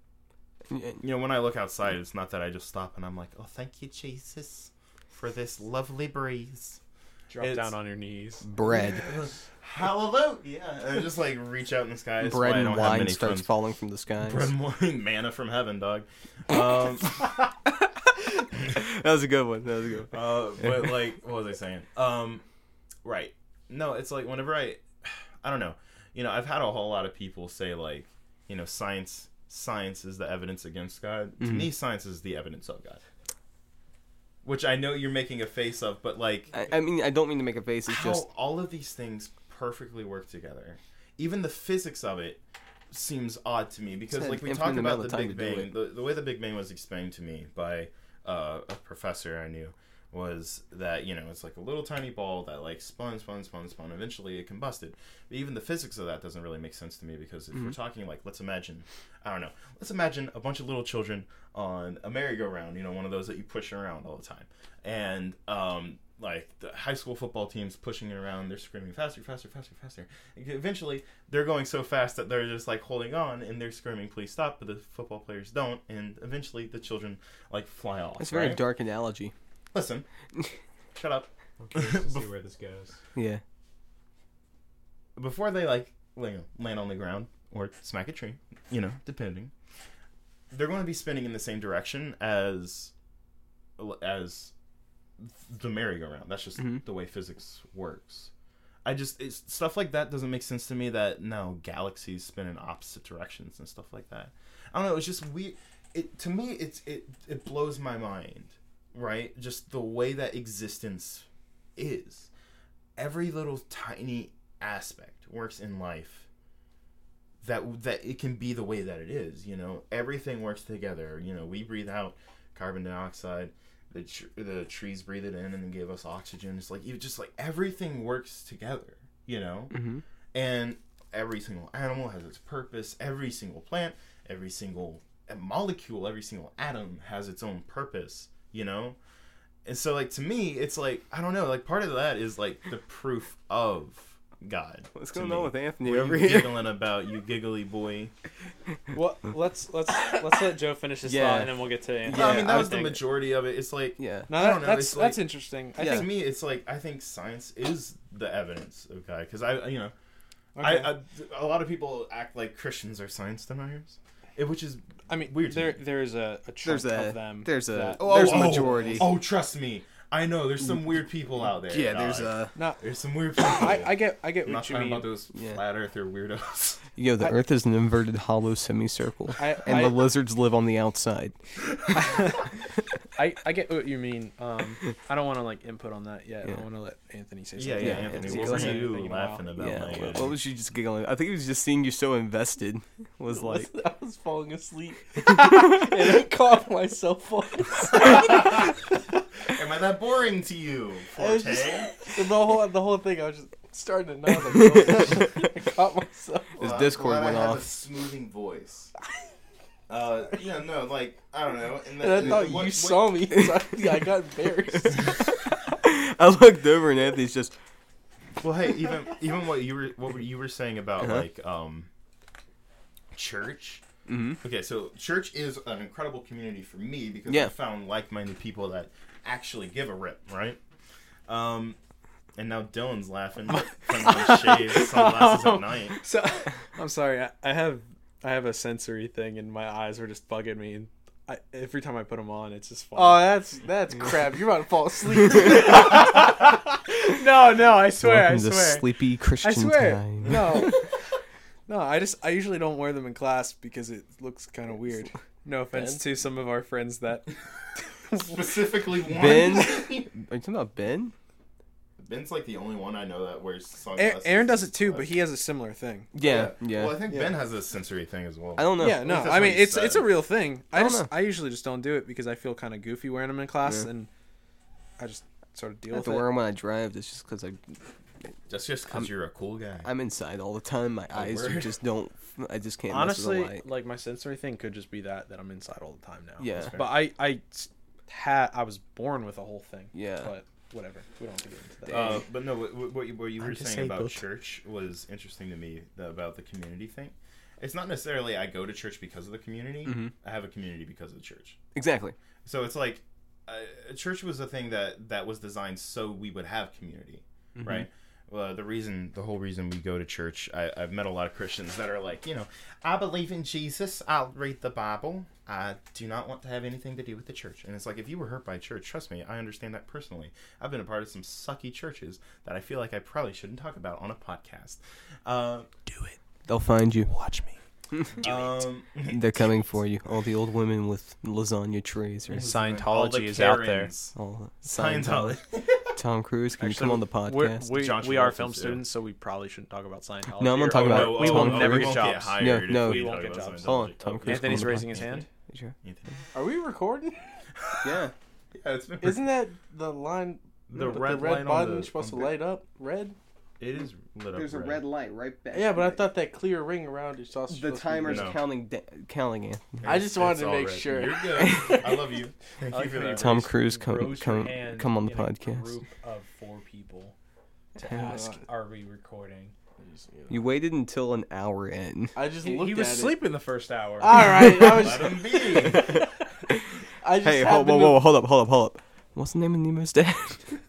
S1: you know, when I look outside, it's not that I just stop and I'm like, oh, thank you, Jesus, for this lovely breeze.
S6: Drop
S1: It's-
S6: down on your knees.
S4: Bread,
S1: Hallelujah! Yeah, and I just like reach out in the sky. That's
S4: bread
S1: why I don't
S4: and
S1: have
S4: wine
S1: many
S4: starts
S1: friends.
S4: falling from the skies.
S1: Bread and wine, manna from heaven, dog. Um,
S4: That was a good one. That was a good one.
S1: uh, but like, what was I saying? Um, right. No, it's like whenever I, I don't know. You know, I've had a whole lot of people say like, you know, science, science is the evidence against God. To
S4: Mm-hmm.
S1: me, science is the evidence of God. Which I know you're making a face of, but like,
S4: I, I mean, I don't mean to make a face. It's
S1: how
S4: just
S1: all of these things perfectly work together. Even the physics of it seems odd to me because,
S4: an
S1: like, we
S4: infinite
S1: talked
S4: amount
S1: about
S4: of
S1: the
S4: time
S1: Big
S4: to do
S1: Bang. The, the way the Big Bang was explained to me by uh, a professor I knew was that you know it's like a little tiny ball that like spun, spun, spun, spun. Eventually, it combusted. But even the physics of that doesn't really make sense to me because if
S4: Mm-hmm.
S1: we're talking like, let's imagine, I don't know, let's imagine a bunch of little children on a merry-go-round. You know, one of those that you push around all the time, and um, like the high school football teams pushing it around they're screaming faster faster faster faster eventually they're going so fast that they're just like holding on and they're screaming please stop but the football players don't and eventually the children like fly off
S4: it's a very
S1: right?
S4: dark analogy.
S1: listen shut up
S6: I'm curious to see where this goes.
S4: Yeah.
S1: before they like like, land on the ground or smack a tree, you know, depending. They're going to be spinning in the same direction as as the merry-go-round. That's just the way physics works. I just it's, stuff like that doesn't make sense to me. That no galaxies spin in opposite directions and stuff like that. I don't know. It's just weird. It to me it's it it blows my mind. Right, just the way that existence is. Every little tiny aspect works in life. That that it can be the way that it is. You know, everything works together. You know, we breathe out carbon dioxide the tr- the trees breathe it in and then give us oxygen. It's like you just like everything works together, you know. Mm-hmm. And every single animal has its purpose. Every single plant, every single molecule, every single atom has its own purpose, you know. And so, like to me, it's like I don't know. Like part of that is like the proof of God.
S4: What's
S1: to
S4: going
S1: me.
S4: on with Anthony
S1: What are
S4: over
S1: you
S4: here?
S1: giggling about you giggly boy?
S3: Well, let's let's let's let Joe finish his
S4: Yeah.
S3: thought, and then we'll get to Anthony.
S1: no, I mean that
S4: I
S1: was the
S3: think-
S1: majority of it. It's like
S4: Yeah.
S1: I
S6: Now
S1: don't
S6: that,
S1: know,
S6: that's
S1: it's
S6: that's
S1: like-
S6: interesting. I
S1: to
S6: think
S1: me it's like i think science is the evidence of god because i you know
S6: Okay.
S1: I, I a lot of people act like christians are science deniers It- which is
S6: I mean
S1: Weird to
S6: there
S1: me.
S6: there's a, a chunk
S4: There's a
S6: of them.
S4: there's a
S6: that-
S4: there's a majority.
S1: oh, trust me i know there's some weird people out there
S4: Mm. yeah, there's uh,
S1: dog.
S4: a
S6: no.
S1: there's some weird people
S6: I, I get I get
S1: am not
S6: what you
S1: talking
S6: mean.
S1: about those
S4: Yeah.
S1: flat earther weirdos
S4: yo. The Earth is an inverted hollow semicircle,
S6: I-
S4: and
S6: I-
S4: the lizards live on the outside.
S6: I, I get what you mean. Um, I don't want to like input on that yet.
S4: Yeah.
S6: I want to let Anthony say
S1: yeah yeah,
S6: something.
S4: Yeah,
S1: anthony
S4: it's-
S1: what
S4: it's
S1: were
S6: like-
S1: you
S6: thinking
S1: laughing about
S4: Yeah.
S1: my
S4: what-
S1: guy?
S4: What was you just giggling? I think it was just seeing you so invested. Was like
S3: I was falling asleep, and I caught myself falling asleep.
S1: am i that boring to you forte
S3: The whole the whole thing, I was just starting to nod. Like, oh, I caught myself.
S4: his
S1: Well, I'm
S4: Discord
S1: glad
S4: went
S1: I have a
S4: off.
S1: smoothing voice uh yeah no like i don't know and,
S3: And I thought you saw me. So I, I got embarrassed.
S4: I looked over and Anthony's just
S1: Well, hey, even even what you were what were- you were saying about
S4: Uh-huh.
S1: like um church. Mm-hmm. Okay, so church is an incredible community for me because
S4: Yeah.
S1: I found like-minded people that actually give a rip, right? Um, and now Dylan's laughing from the shade sunglasses at night.
S6: So I'm sorry. I, I have I have a sensory thing, and my eyes were just bugging me. And I, every time I put them on, it's just. Funny.
S3: Oh, that's that's crap. You're about to fall asleep.
S6: no, no! I swear, I
S4: welcome to
S6: swear,
S4: sleepy
S6: I
S4: Christian
S6: swear.
S4: time.
S6: No, no. I just I usually don't wear them in class because it looks kind of weird. No offense to some of our friends that
S1: Specifically, one.
S4: Ben, are you talking about Ben?
S1: Ben's like the only one I know that wears sunglasses.
S6: Aaron, Aaron does it too, but he has a similar thing.
S4: Yeah, yeah.
S1: Well, I think Ben has a sensory thing as well.
S4: I don't know.
S6: Yeah, no.
S1: that's
S6: I
S1: what
S6: mean,
S1: he
S6: it's
S1: said.
S6: it's a real thing. I,
S4: don't
S6: just
S4: know.
S6: I usually just don't do it because I feel kind of goofy wearing them in class,
S4: Yeah.
S6: and I just sort of deal
S4: I have
S6: with
S4: to
S6: it.
S4: wear them when I drive. It's just because I
S1: That's just because you're a cool guy.
S4: I'm inside all the time. My eyes
S1: word.
S4: just don't. I just can't. Honestly, mess
S6: Honestly,
S4: with the light.
S6: like my sensory thing could just be that that I'm inside all the time now.
S4: Yeah. That's fair.
S6: but I I s- had I was born with a whole thing.
S4: Yeah.
S6: but whatever. We don't have to get into that.
S1: Uh, but no, what, what- what you, what you were saying about
S6: disabled.
S1: church was interesting to me the, about the community thing. It's not necessarily I go to church because of the community. I have a community because of the church.
S4: exactly.
S1: So it's like uh, church was a thing that that was designed so we would have community,
S8: Mm-hmm.
S1: right? Well, the reason, the whole reason we go to church, I, I've met a lot of Christians that are like, you know, I believe in Jesus. I'll read the Bible. I do not want to have anything to do with the church. And it's like, if you were hurt by church, trust me, I understand that personally. I've been a part of some sucky churches that I feel like I probably shouldn't talk about on a podcast. Uh,
S4: They'll find you. Watch
S1: um,
S4: me. They're coming for you. All the old women with lasagna trays or
S1: all the
S8: Scientology is out there.
S1: Karens.
S4: all
S1: Scientology.
S4: Tom Cruise, can you come on the
S6: We're,
S4: podcast?
S6: we
S1: John
S6: we are
S1: Travolta's
S6: film
S1: too.
S6: students, so we probably shouldn't talk about Scientology.
S4: No, I'm not
S6: or-
S4: talking
S6: or-
S4: about-
S6: we
S4: oh,
S6: will
S4: oh,
S6: never
S4: we
S6: get
S1: won't
S6: jobs.
S1: hired if
S4: No, no.
S1: we
S4: We
S1: talk
S6: won't
S1: about
S6: get jobs.
S4: Hold on,
S1: Scientology.
S4: Tom Cruise.
S6: Anthony's
S4: Come on the
S6: raising his
S4: podcast.
S6: hand.
S4: Sure.
S1: Anthony.
S3: Are we recording?
S4: Yeah.
S1: Yeah, it's been
S3: Isn't that the line?
S1: The
S3: with
S1: red
S3: the red
S1: line on
S3: button
S1: the-
S3: supposed
S1: on
S3: to
S1: the-
S3: light up red.
S1: It is lit up. red.
S4: light right back.
S3: Yeah, but I thought that clear ring around your sausage.
S4: the
S3: was supposed to be
S4: timer's
S1: No.
S4: counting da- counting in.
S3: I just wanted to make sure.
S1: You're good. I love you. Thank you for that.
S4: Tom Cruise,
S6: Rose,
S4: come
S6: your
S4: come
S8: hand
S4: come on the
S8: in a
S4: podcast.
S8: Group of four people to
S4: Yeah.
S8: ask, "Are we recording?"
S4: You waited until an hour in.
S3: I just
S8: He,
S3: looked
S8: he was
S3: at it.
S8: sleeping the first hour.
S3: All right, I was.
S1: Let him be.
S3: I just
S4: Hey, hold, whoa,
S3: happened to-
S4: whoa, whoa, hold up, hold up, hold up. What's the name of Nemo's dad?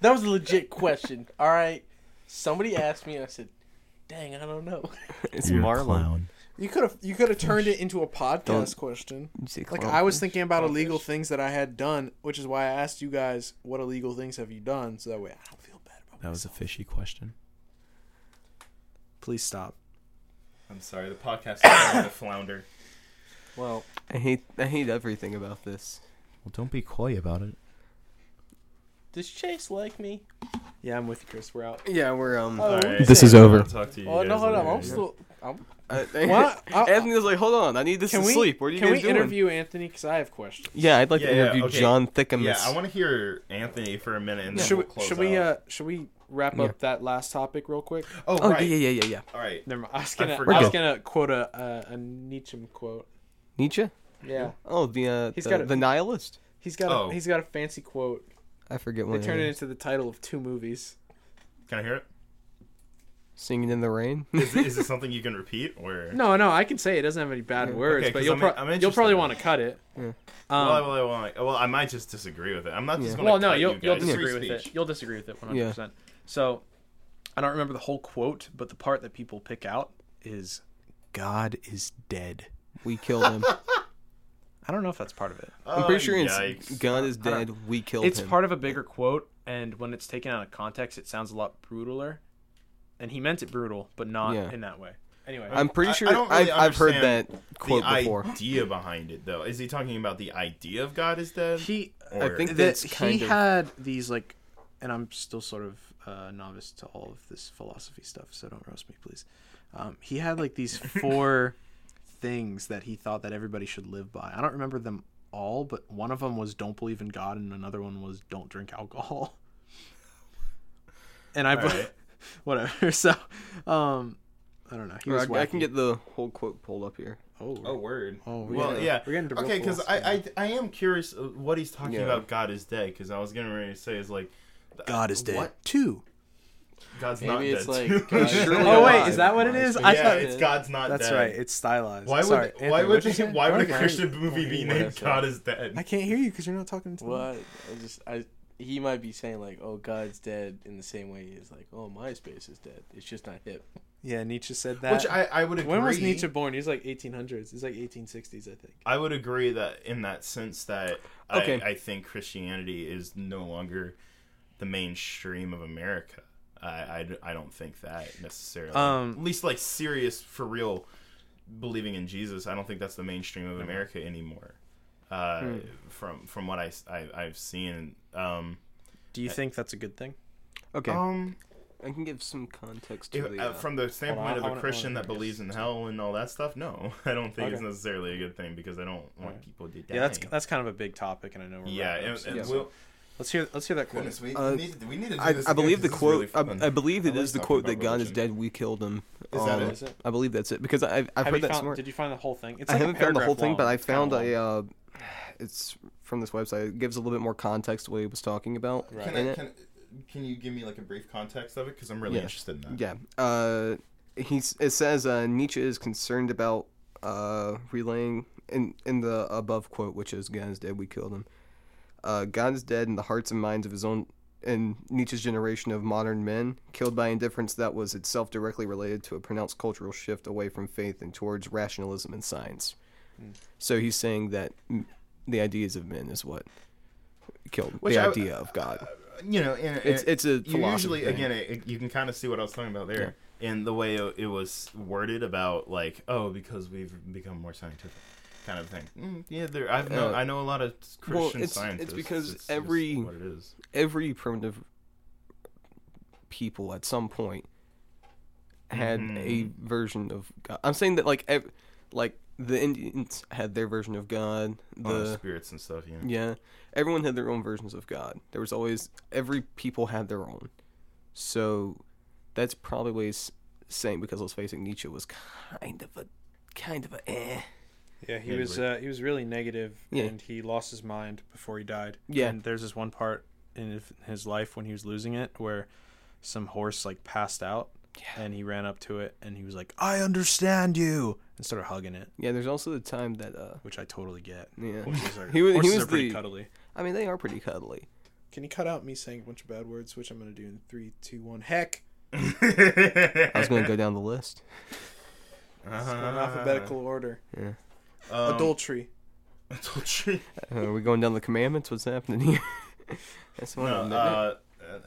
S3: That was a legit question. All right, somebody asked me, and I said, Dang, I don't know.
S4: It's Marlon.
S5: You could have you could have turned it into a podcast
S4: Don't-
S5: question.
S4: You say
S5: Like
S4: clown.
S5: I was thinking about illegal things that I had done, which is why I asked you guys what illegal things have you done, so that way I don't feel bad about
S9: That was a fishy question.
S6: Please stop.
S1: I'm sorry, the podcast is starting to flounder.
S6: Well,
S4: I hate I hate everything about this.
S9: Well, don't be coy about it.
S3: Does Chase like me?
S6: yeah, I'm with you, Chris. We're out.
S4: Yeah, we're um.
S3: Oh,
S1: Alright.
S9: This is over.
S1: I'll talk to you
S5: Oh no,
S1: guys
S5: hold on.
S1: later.
S5: I'm still. I'm,
S4: I,
S5: Why- I-
S4: Anthony was like, "Hold on, I need this
S5: can
S4: to
S5: we
S4: sleep." What are you
S5: can
S4: guys
S5: we
S4: doing?
S5: interview Anthony? Because I have questions.
S4: Yeah, I'd like
S1: Yeah,
S4: to
S1: yeah,
S4: interview
S1: okay.
S4: John Thickamus.
S1: Yeah, I want to hear Anthony for a minute and then
S5: Should
S1: we'll
S5: we,
S1: close
S5: should we
S1: out.
S5: uh should we wrap up that last topic real quick?
S1: oh,
S4: Oh
S1: right.
S4: yeah, yeah, yeah, yeah.
S1: All right.
S5: Never mind. I was
S1: I
S5: gonna I,
S1: forgot.
S5: was gonna quote a uh, a Nietzsche quote.
S4: Nietzsche.
S5: Yeah,
S4: Oh, the uh,
S5: He's
S4: the,
S5: got a-
S4: the nihilist.
S5: he's got
S1: Oh.
S5: a, he's got a fancy quote.
S4: I forget
S5: They
S4: what
S5: turned
S4: it
S5: it
S4: is.
S5: into the title of two movies.
S1: Can I hear it?
S4: Singing in the rain.
S1: Is, is this something you can repeat or?
S5: No, no, I can say it doesn't have any bad words,
S1: Okay,
S5: but
S1: 'cause
S5: you'll
S1: I'm-
S5: pro-
S1: I'm
S5: you'll
S1: interested
S5: probably
S1: in
S5: want to cut it.
S1: Well, I,
S6: Um,
S1: well, I, won't- well, I might just disagree with it. I'm not just
S4: Yeah.
S1: going to
S6: well, no,
S1: cut
S6: you'll
S1: you
S6: you'll
S1: guys.
S6: disagree
S1: Free
S6: with it.
S1: speech.
S6: You'll disagree with it 100. percent So, I don't remember the whole quote, but the part that people pick out is "God is dead."
S4: we killed him.
S6: I don't know if that's part of it.
S4: I'm pretty sure it's
S1: Oh, Yikes.
S4: God is dead. We killed
S6: it's
S4: him.
S6: part of a bigger quote, and when it's taken out of context, it sounds a lot brutaler. And he meant it brutal, but not
S4: Yeah.
S6: in that way. Anyway,
S4: I'm pretty
S1: I- I
S4: sure
S1: don't really
S4: I've, I've heard that
S1: understand
S4: quote
S1: the
S4: before.
S1: idea behind it, though, is he talking about the idea of God is dead?
S6: he
S1: Or-
S4: I think
S6: that
S4: that's
S6: he
S4: kind of
S6: had these like, and I'm still sort of uh, novice to all of this philosophy stuff, so don't roast me, please. Um, he had like these four things that he thought that everybody should live by. I don't remember them all, but one of them was don't believe in God, and another one was don't drink alcohol. And I,
S1: All right.
S6: whatever. So, um, I don't know. He
S4: Or
S6: was
S4: I, I can
S6: wacky.
S4: get the whole quote pulled up here.
S6: Oh,
S1: Oh, word.
S6: Oh, we're
S1: well,
S6: getting-
S1: yeah.
S6: we're getting to real
S1: okay, because I, I,
S6: philosophy.
S1: I am curious uh, what he's talking
S4: Yeah.
S1: about God is dead, because I was getting ready to say is like, th-
S6: God is dead
S1: What?
S6: too.
S1: God's not
S4: Maybe
S1: dead.
S4: it's like,
S1: too.
S4: God is
S1: yeah,
S4: Surely
S6: Oh wait,
S4: alive.
S6: is that what it is? I thought
S1: it's God's not
S6: That's
S1: dead.
S6: right. It's stylized.
S1: Why would
S6: Sorry,
S1: why
S6: Anthony,
S1: would
S6: what'd you say?
S1: why would a
S5: Why-
S1: Christian movie be
S5: why- what
S1: named
S5: is
S1: God is dead?
S5: I can't hear you because you're not talking to me.
S3: What? I just I he might be saying like, "Oh, God's dead," in the same way he's like, "Oh, MySpace is dead. It's just not hip."
S6: Yeah, Nietzsche said that.
S1: Which I, I would agree.
S5: When was Nietzsche born? He was like 1800s. He's like 1860s, I think.
S1: I would agree that in that sense that
S4: Okay.
S1: I, I think Christianity is no longer the mainstream of America. I, I, I don't think that necessarily.
S6: Um,
S1: At least like serious for real believing in Jesus. I don't think that's the mainstream
S6: Uh-huh.
S1: of America anymore. Uh,
S6: Hmm.
S1: From from what I, have seen. Um,
S6: Do you think that's a good thing?
S4: Okay,
S1: um,
S4: I can give some context to
S1: if-
S4: the.
S1: uh,
S4: uh,
S1: from the standpoint
S5: I
S1: of a
S5: wanna- I
S1: Christian
S5: wanna
S1: that believes in hell and all that stuff, no, I don't think it's necessarily a good thing because I don't want people to die.
S6: Yeah, that's that's kind of a big topic, and I know we're
S1: yeah,
S6: wrapping up
S1: and,
S6: soon,
S1: and
S6: so-
S1: we'll,
S6: let's hear let's hear that quote.
S1: Goodness, we,
S4: Uh,
S1: we need, we need to do
S4: I,
S1: this
S4: I
S1: again
S4: believe the
S1: 'cause
S4: quote.
S1: it's really
S4: I, I
S1: fun.
S4: believe it
S1: I
S4: is the
S1: like
S4: quote that
S1: talking
S4: God
S1: about
S4: is
S1: religion.
S4: dead. We killed him.
S1: Is that
S4: Um,
S1: it?
S4: I believe that's it because I, I've
S6: Have
S4: heard
S6: you
S4: that
S6: found?
S4: somewhere.
S6: Did you find the whole thing? It's
S4: I
S6: like a
S4: haven't found the
S6: paragraph
S4: whole thing,
S6: long.
S4: but I
S6: It's kinda
S4: found
S6: long.
S4: a. Uh, it's from this website. It gives a little bit more context to what he was talking about.
S1: Can,
S4: in
S1: I,
S4: it.
S1: can, can you give me like a brief context of it? Because I'm really
S4: Yeah.
S1: interested in that.
S4: Yeah. Uh, he's it says uh, Nietzsche is concerned about uh, relaying in in the above quote, which is "God is dead, we killed him." Uh, God is dead in the hearts and minds of his own and Nietzsche's generation of modern men, killed by indifference that was itself directly related to a pronounced cultural shift away from faith and towards rationalism and science.
S1: Hmm.
S4: So he's saying that mm, the ideas of men is what killed
S1: Which
S4: the
S1: I-
S4: idea of God.
S1: You know, and,
S4: It's-
S1: and
S4: it's a
S1: you usually
S4: philosophy thing.
S1: again it, it- you can kind of see what I was talking about there in the way it, it was worded about like oh because we've become more scientific kind of thing. Mm, yeah, there I've know
S4: Uh,
S1: I know a lot of Christian
S4: it's- it's
S1: scientists.
S4: because
S1: just
S4: every-
S1: what it is.
S4: every primitive people at some point had a version of God. I'm saying that like ev- like the Indians had their version of God. The
S1: All the spirits and stuff. You know.
S4: yeah, everyone had their own versions of God. There was always every people had their own. So that's probably what he's saying because let's face it, Nietzsche was kind of a kind of a eh.
S6: Yeah, he
S1: Maybe
S6: was
S1: like-
S6: uh, he was really negative,
S4: Yeah.
S6: and he lost his mind before he died.
S4: Yeah.
S6: and there's this one part in his- his life when he was losing it where some horse like passed out, and he ran up to it and he was like, "I understand you," and started hugging it,
S4: Yeah, there's also the time that uh
S6: which I totally get.
S4: yeah.
S6: Horses are,
S4: He was- he
S6: horses
S4: was
S6: are pretty
S4: the-
S6: cuddly.
S4: I mean they are pretty cuddly.
S5: Can you cut out me saying a bunch of bad words, which I'm going to do in three, two, one? Heck!
S4: I was gonna go down the list.
S5: in alphabetical order.
S4: Yeah.
S1: Um,
S5: Adultery.
S1: adultery.
S4: Uh, are we going down the commandments? What's happening here? That's one
S1: No,
S4: of them. isn't it?
S1: uh,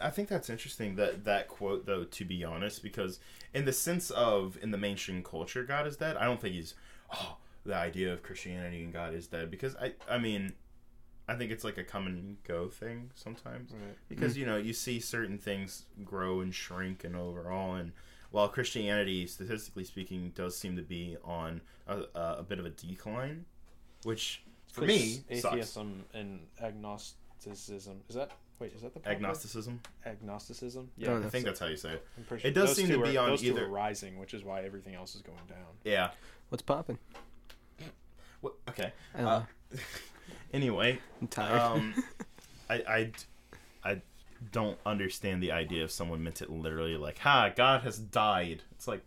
S1: I think that's interesting that that quote though. To be honest, because in the sense of in the mainstream culture, God is dead. I don't think he's oh the idea of Christianity and God is dead because I I mean. I think it's like a come and go thing sometimes because
S4: Mm-hmm.
S1: you know you see certain things grow and shrink and overall and while Christianity statistically speaking does seem to be on a, a, a bit of a decline which for me sucks.
S3: atheism and agnosticism. Is that wait? Is that the proper-
S1: agnosticism
S3: agnosticism?
S4: I
S3: Yeah,
S4: don't
S1: I
S4: know.
S1: think that's how you say it
S3: I'm pretty
S1: It does
S3: those
S1: seem
S3: two
S1: to
S3: are,
S1: be on
S3: those
S1: either-
S3: two are rising, which is why everything else is going down.
S1: yeah
S4: What's popping?
S1: What? Okay.
S4: I don't
S1: Uh,
S4: know.
S1: anyway,
S4: I'm tired.
S1: um, I, I d- I don't understand the idea if someone meant it literally like, "Ha, God has died." It's like,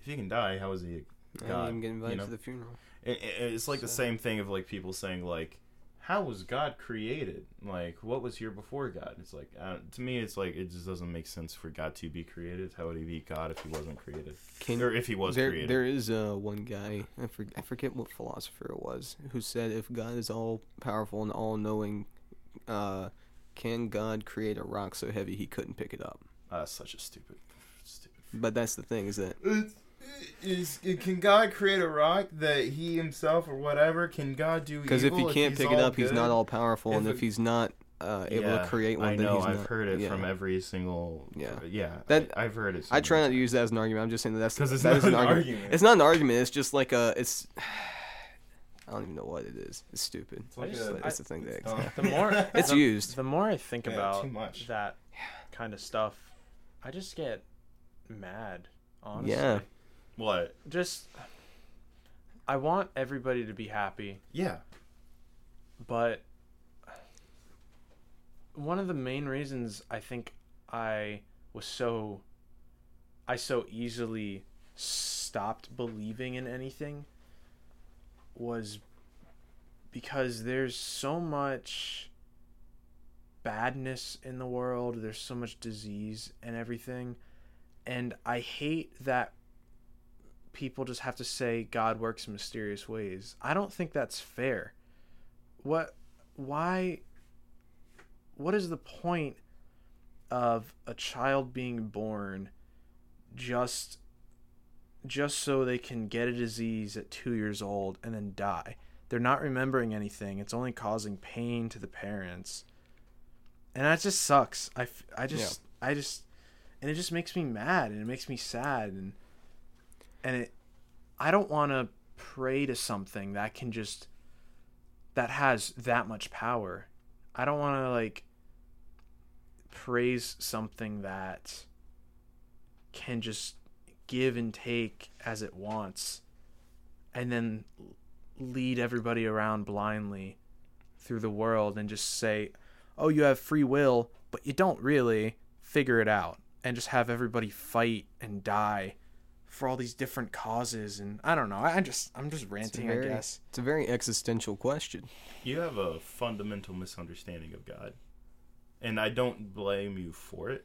S1: if he can die, how is he a god?
S4: I didn't even get invited
S1: you know?
S4: to the funeral.
S1: It- it- it's like the same thing of like people saying like, "How was God created? Like, what was here before God?" It's like, uh, to me, it's like it just doesn't make sense for God to be created. How would he be God if he wasn't created,
S4: Can-
S1: or if he was
S4: there,
S1: created?
S4: there is uh, one guy I, for, I forget what philosopher it was who said if God is all powerful and all knowing, uh, can God create a rock so heavy he couldn't pick it up?
S1: Uh, such a stupid, stupid.
S4: But that's the thing is that
S1: It's- is it- can God create a rock that He Himself or whatever? Can God do?
S4: because if he
S1: evil
S4: can't
S1: he's
S4: pick it
S1: all
S4: up, he's not
S1: good?
S4: all powerful,
S1: If
S4: and
S1: a-
S4: if he's not uh, able
S1: Yeah,
S4: to create one,
S1: I
S4: then
S1: know.
S4: he's
S1: I've
S4: not-
S1: heard it
S4: yeah.
S1: from every single.
S4: Yeah.
S1: yeah.
S4: That-
S1: I, have heard it. so
S4: I try not
S1: many
S4: to use that as an argument. I'm just saying that that's
S1: 'Cause it's
S4: that
S1: not
S4: is an
S1: an
S4: argument.
S1: argument.
S4: It's not an argument. It's just like a it's. I don't even know what it is. It's stupid. It's,
S1: like
S10: Uh,
S1: a-
S4: it's the thing that
S1: times.
S6: The more
S4: it's
S6: the-
S4: used.
S6: The more I think
S1: Yeah,
S6: about
S1: too much.
S6: that kind of stuff, I just get mad. Honestly,
S4: Yeah.
S1: What?
S6: Just I want everybody to be happy,
S1: Yeah.
S6: but one of the main reasons I think I was so I so easily stopped believing in anything was because there's so much badness in the world, there's so much disease and everything, and I hate that people just have to say God works in mysterious ways. I don't think that's fair. What why what is the point of a child being born just just so they can get a disease at 2 years old and then die they're not remembering anything it's only causing pain to the parents and that just sucks i, f- I just i just and it just makes me mad and it makes me sad and and it i don't want to pray to something that can just that has that much power i don't want to like praise something that can just give and take as it wants and then lead everybody around blindly through the world and just say oh you have free will but you don't really figure it out and just have everybody fight and die for all these different causes and i don't know i I just i'm just ranting
S4: very,
S6: i guess
S4: It's a very existential question.
S1: You have a fundamental misunderstanding of God, and I don't blame you for it.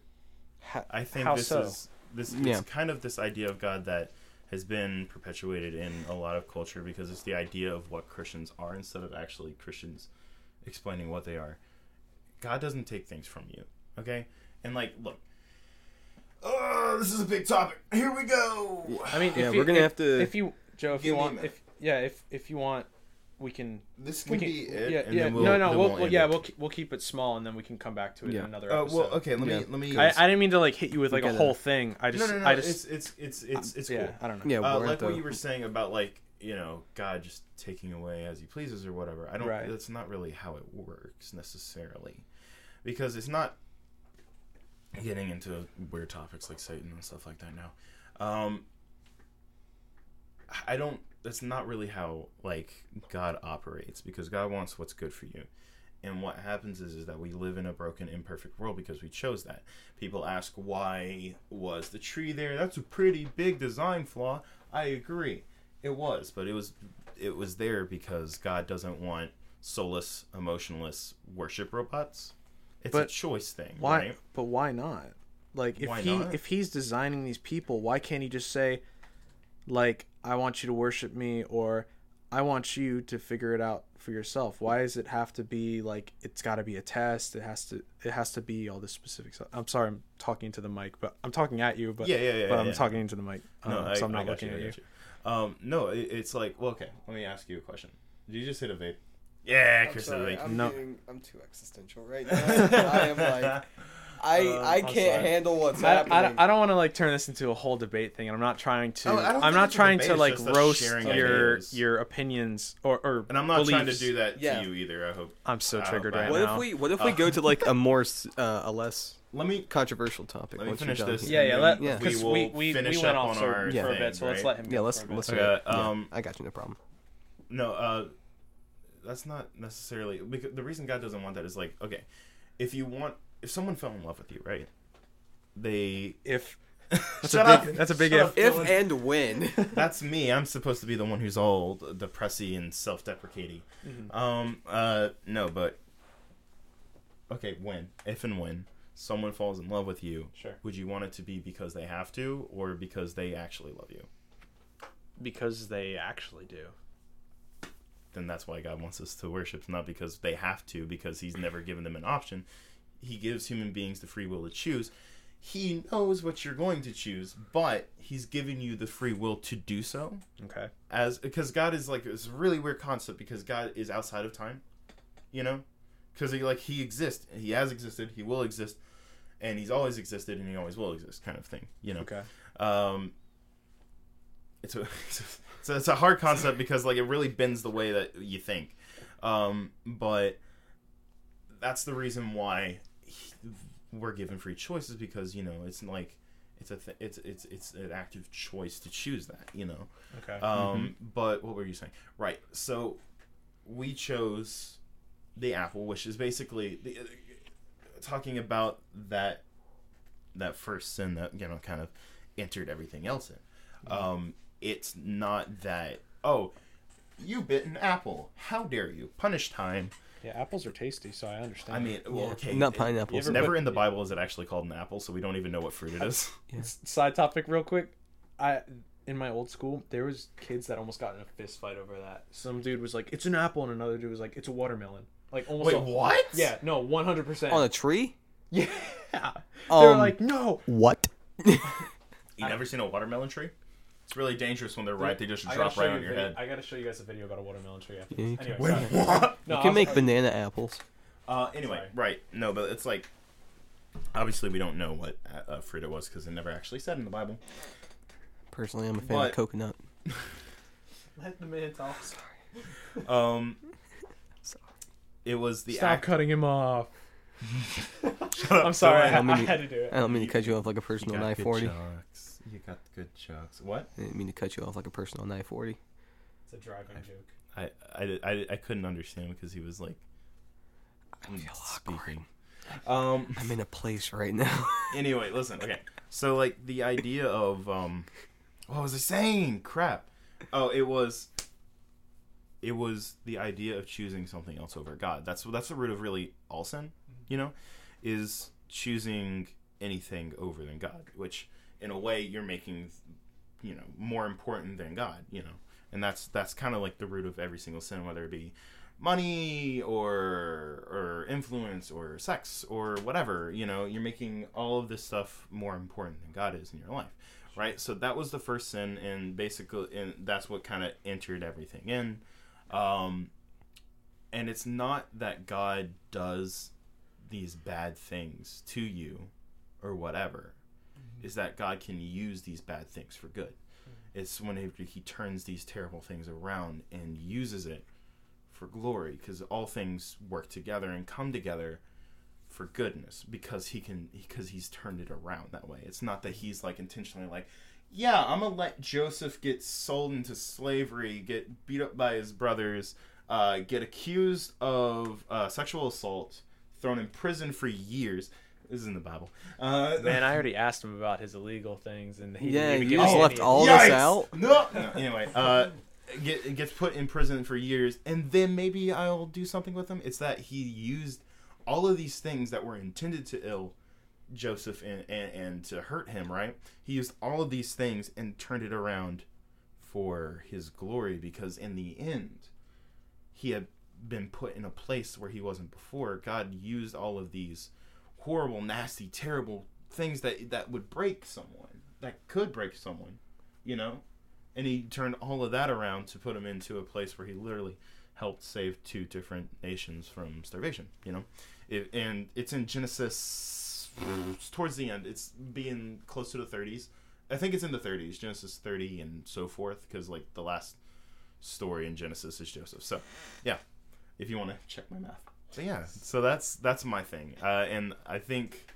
S1: I think
S6: how
S1: this
S6: so?
S1: is this
S4: Yeah.
S1: is kind of this idea of God that has been perpetuated in a lot of culture because it's the idea of what Christians are instead of actually Christians explaining what they are. God doesn't take things from you, okay? And like, look, oh, this is a big topic. Here we go.
S6: I mean,
S4: Yeah,
S6: if you,
S4: we're gonna
S6: if-
S4: have to-
S6: If you, Joe, if
S1: Give
S6: you
S1: me a
S6: want,
S1: minute.
S6: if yeah, if if you want, we can.
S1: This
S6: We
S1: can,
S6: can.
S1: be it.
S6: yeah,
S1: and
S6: yeah.
S1: then we'll,
S6: no,
S1: then
S6: no. We'll,
S1: we'll
S6: we'll-
S1: end
S6: yeah,
S1: it.
S6: we'll keep, we'll keep it small, and then we can come back to it
S4: Yeah.
S6: in another
S1: Uh,
S6: episode.
S1: well, okay. Let me
S4: Yeah.
S1: let me.
S6: I, I didn't mean to like hit you with like a
S4: gotta-
S6: whole thing. I just,
S1: no, no, no.
S6: I just,
S1: it's it's it's it's it's
S6: yeah,
S1: cool.
S6: I don't know.
S4: Yeah,
S1: uh,
S4: we're
S1: like
S4: at the,
S1: what you were saying about like you know God just taking away as He pleases or whatever. I don't.
S6: Right.
S1: That's not really how it works necessarily, because it's not getting into weird topics like Satan and stuff like that now. Um, I don't. That's not really how like God operates because God wants what's good for you. And what happens is, is that we live in a broken, imperfect world because we chose that. People ask, why was the tree there? That's a pretty big design flaw. I agree. It was, but it was it was there because God doesn't want soulless, emotionless worship robots. It's a
S6: But
S1: choice thing,
S3: Why?
S1: right?
S3: But why not?
S6: Like if
S1: Why
S6: he
S1: not?
S6: if he's designing these people, why can't he just say, like, I want you to worship me, or I want you to figure it out for yourself? Why does it have to be like it's got to be a test? It has to it has to be all this specific stuff. I'm sorry, I'm talking to the mic, but I'm talking at you, but
S1: Yeah, yeah, yeah,
S6: but I'm
S1: yeah.
S6: talking into the mic,
S1: No,
S6: um,
S1: I,
S6: so I'm not
S1: I got
S6: looking
S1: you,
S6: at
S1: I
S6: you.
S1: got you. Um, no, it, it's like, well, okay. Let me ask you a question. Did you just hit a vape? Yeah,
S10: I'm
S1: Chris
S10: sorry,
S1: is like,
S10: I'm,
S6: no.
S10: getting, I'm too existential right now. I am like, I I can't handle what's
S6: I,
S10: happening.
S6: I, don't- I don't want to like turn this into a whole debate thing, and I'm not trying to.
S1: Oh, I don't think
S6: I'm not
S1: it's a
S6: trying
S1: debate,
S6: to
S1: it's
S6: like
S1: just us
S6: roast
S1: sharing
S6: your
S1: ideas.
S6: your opinions or or.
S1: and I'm not trying to
S6: beliefs.
S1: do that
S10: Yeah.
S1: to you either. I hope.
S6: I'm so
S1: I hope
S6: triggered
S1: I-
S6: right
S4: What
S6: now.
S4: if we what if we go to like a more s- uh, a less
S1: Let me
S4: controversial topic?
S1: let me
S4: once you're
S1: finish
S4: done
S1: this.
S4: here?
S3: Yeah,
S1: and
S3: yeah.
S1: then
S3: Let,
S4: Yeah.
S1: We
S3: because
S1: will
S3: we, we,
S1: finish
S3: we went
S1: up
S3: off
S1: on our
S3: for, for a
S1: thing,
S3: bit, so let's
S1: right?
S3: let him.
S4: Yeah,
S3: go
S4: let's
S3: for a bit.
S4: let's.
S1: Okay,
S4: do it. Yeah,
S1: um,
S4: I got you, no problem.
S1: No, uh, that's not necessarily because the reason God doesn't want that is like, okay, if you want, if someone fell in love with you, right? They
S6: If that's
S1: Shut
S6: a big,
S1: up.
S6: that's a big
S1: Shut
S6: if.
S1: up,
S4: If
S1: Dylan.
S4: and when.
S1: that's me. I'm supposed to be the one who's old, depressy, and self-deprecating. Um, uh, no, but okay, when, if and when someone falls in love with you,
S8: Sure.
S1: would you want it to be because they have to, or because they actually love you?
S8: Because they actually do.
S1: Then that's why God wants us to worship, not because they have to, because He's never given them an option. He gives human beings the free will to choose. He knows what you're going to choose, but He's giving you the free will to do so.
S6: Okay.
S1: as because God is like it's a really weird concept because God is outside of time, you know, because he like he exists, he has existed, he will exist, and he's always existed and he always will exist, kind of thing, you know.
S6: Okay.
S1: Um, it's a it's a, it's a, it's a hard concept because like it really bends the way that you think, um, but that's the reason why he- we're given free choices because you know it's like it's a th- it's it's it's an active choice to choose that you know
S8: Okay.
S1: um, but what were you saying? Right. So we chose the apple, which is basically the, uh, talking about that that first sin that you know kind of entered everything else in.
S8: Mm-hmm.
S1: Um, it's not that oh you bit an apple. How dare you? Punish time.
S8: yeah, apples are tasty, so I understand.
S1: I mean, well, okay,
S4: Not
S1: it-
S4: pineapples.
S1: It's never in the Bible is it actually called an apple, so we don't even know what fruit it is.
S6: Side topic, real quick. I in my old school there was kids that almost got in a fist fight over that. Some dude was like, "It's an apple," and another dude was like, "It's a watermelon." Like almost.
S1: Wait,
S6: a-
S1: what?
S6: Yeah. No. One hundred
S4: On
S6: percent.
S4: a tree?
S6: Yeah. They're
S4: Oh, Um,
S6: like, no.
S4: What?
S1: You never seen a watermelon tree? It's really dangerous when they're ripe. They just
S8: I gotta
S1: drop
S8: show
S1: right
S8: you a
S1: on your
S8: video-
S1: head.
S8: I gotta show you guys a video about a watermelon tree. After
S4: Yeah, you
S8: this.
S4: can-
S8: Anyway, sorry.
S1: Wait, what?
S8: No,
S4: You
S8: I
S4: can
S8: was-
S4: make banana apples.
S1: Uh, anyway,
S8: Sorry.
S1: right. No, but it's like obviously we don't know what uh, uh, fruit it was because it never actually said in the Bible.
S4: Personally, I'm a fan
S1: But-
S4: of coconut.
S8: Let the man talk.
S1: Um, it was the
S6: Stop
S1: act.
S6: cutting him off.
S8: I'm sorry, I,
S4: How many-
S8: I had to do it.
S4: I don't mean to cut you off like a personal 940.
S1: jokes. You got good jokes. What?
S4: I didn't mean to cut you off like a personal 940.
S8: It's a driving joke.
S1: I I, I, I couldn't understand because he was like
S4: I feel awkward.
S1: speaking. Um.
S4: I'm in a place right now.
S1: Anyway, listen. Okay. So like the idea of um, what was I saying? Crap. Oh, it was. It was the idea of choosing something else over God. That's that's the root of really all sin. You know, is choosing anything over than God, which in a way you're making, you know, more important than God. You know, and that's that's kind of like the root of every single sin, whether it be money or or influence or sex or whatever you know you're making all of this stuff more important than god is in your life right so that was the first sin and basically and that's what kind of entered everything in um and it's not that god does these bad things to you or whatever is that god can use these bad things for good it's when he, he turns these terrible things around and uses it for glory because all things work together and come together for goodness because he can because he's turned it around that way it's not that he's like intentionally like yeah i'm gonna let joseph get sold into slavery get beat up by his brothers uh, get accused of uh, sexual assault thrown in prison for years this is in the bible uh,
S8: Man, I already asked him about his illegal things, and he
S4: Yeah,
S8: didn't even
S4: you
S8: give
S4: just
S8: me
S4: left
S8: any-
S4: all
S1: Oh. Yikes!
S4: this out.
S1: No. No, Anyway, uh, get, gets put in prison for years, and then maybe I'll do something with him. It's that he used all of these things that were intended to ill Joseph and, and, and to hurt him, right? He used all of these things and turned it around for his glory because in the end, he had been put in a place where he wasn't before. God used all of these horrible, nasty, terrible things that that would break someone, that could break someone, you know? And he turned all of that around to put him into a place where he literally helped save two different nations from starvation, you know? It, and it's in Genesis it's towards the end. It's being close to the 30s. I think it's in the 30s, Genesis 30 and so forth, because like the last story in Genesis is Joseph. So, yeah, if you want to check my math. So yeah, so that's that's my thing, uh, and I think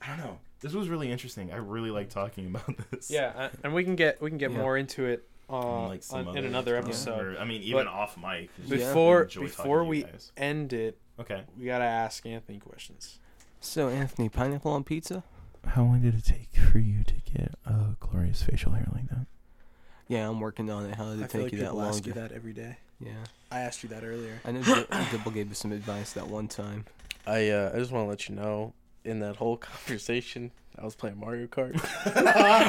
S1: I don't know. This was really interesting. I really like talking about this.
S6: Yeah, uh, and we can get we can get
S4: Yeah.
S6: more into it uh,
S1: Unlike some
S6: on, in
S1: other
S6: another
S1: times,
S6: episode.
S1: or- I mean, even
S6: But
S1: off mic. just
S6: Before
S1: enjoy talking
S6: before
S1: to you
S6: we
S1: guys.
S6: end it,
S1: Okay.
S6: we gotta ask Anthony questions.
S4: So Anthony, pineapple on pizza?
S9: How long did it take for you to get a glorious facial hair like that?
S4: Yeah, I'm working on it. How did it
S5: I feel
S4: take
S5: like
S4: you that
S5: people
S4: long?
S5: ask you
S4: to-
S5: that every day.
S4: Yeah,
S5: I asked you that earlier.
S4: I know Dib- Dibble gave us some advice that one time.
S3: I uh, I just want to let you know in that whole conversation, I was playing Mario Kart.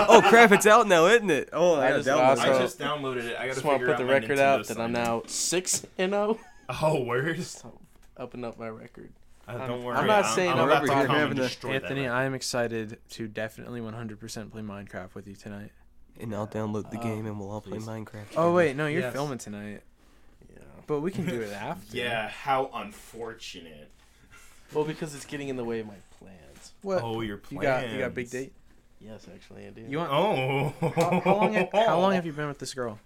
S4: oh crap! It's out now, isn't it? Oh,
S3: I
S4: I,
S3: just
S4: downloaded
S3: lost
S4: it.
S3: So-
S1: I just downloaded it. I gotta
S3: just want
S1: figure
S3: to put
S1: out
S3: the
S1: my
S3: record
S1: Nintendo
S3: out that I'm
S1: sign-in.
S3: now six and zero,
S1: Oh, words.
S3: upping up my record.
S1: Uh, don't worry.
S6: I'm
S1: I'm
S6: not saying
S1: I'm
S6: I'm
S1: about
S4: over
S1: to
S4: here
S1: come and
S4: having to-
S1: destroy that
S6: Anthony,
S1: record.
S6: I am excited to definitely 100% play Minecraft with you tonight.
S4: And I'll download the
S3: Uh,
S4: game and we'll all play
S1: please.
S4: Minecraft. together.
S6: Oh wait, no, you're
S1: Yes.
S6: filming tonight,
S3: Yeah.
S6: but we can do it after.
S1: Yeah, how unfortunate.
S3: Well, because it's getting in the way of my plans.
S5: What?
S1: Oh, your
S5: you
S1: plans.
S5: got you got a big date?
S3: Yes, actually, I do.
S6: You want?
S1: Oh.
S6: How, how long? ha- How long have you been with this girl?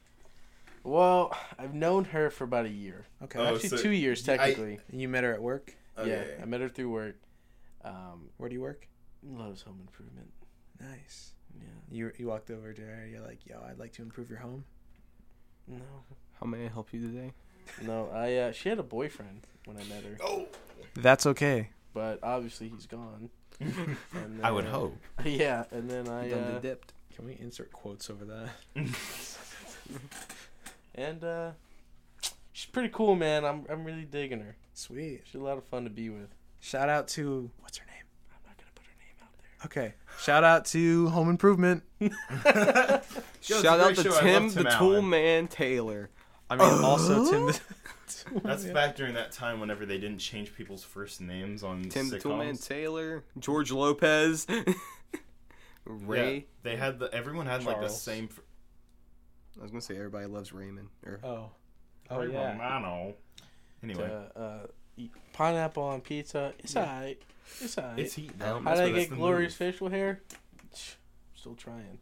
S3: well, I've known her for about a year.
S5: Okay.
S1: Oh,
S3: Actually,
S1: so
S3: two years
S1: I-
S3: technically.
S5: And you met her at work?
S1: Okay.
S3: Yeah, I met her through work. Um,
S5: Where do you work?
S3: loves home improvement.
S5: Nice.
S3: Yeah.
S5: You you walked over to her. You're like, yo, I'd like to improve your home.
S3: No.
S4: How may I help you today?
S3: No, I uh, she had a boyfriend when I met her,
S1: Oh.
S6: That's okay.
S3: but obviously he's gone. And
S1: I would
S3: then-
S1: hope.
S3: Yeah, and then I
S4: Done the
S3: uh,
S4: dipped.
S6: Can we insert quotes over that?
S3: and uh, she's pretty cool, man. I'm I'm really digging her.
S5: Sweet.
S3: She's a lot of fun to be with.
S6: Shout out to what's her name?
S3: I'm not gonna put her name out there.
S6: Okay. Shout out to Home Improvement.
S1: Yo, it's a
S4: Shout out
S1: great
S4: to
S1: show. I love
S4: Tim,
S1: Tim
S4: the Tool
S1: Allen.
S4: Man Taylor.
S6: I mean, also Tim. The-
S1: That's back during that time whenever they didn't change people's first names on
S4: Tim, the Tool Man
S1: sitcoms.
S4: Taylor. George Lopez. Ray.
S1: Yeah, they had the everyone had like the
S6: Charles.
S1: same. fr-
S4: I was gonna say everybody loves Raymond. Or
S6: oh. Oh yeah.
S1: Romano. Anyway,
S3: Uh, uh, eat pineapple on pizza. It's alright. It's alright.
S1: it's heat.
S4: I don't
S1: though.
S3: How
S1: That's
S3: did I
S1: what- that's
S3: get
S1: the
S3: glorious
S1: move.
S3: facial hair? Still trying.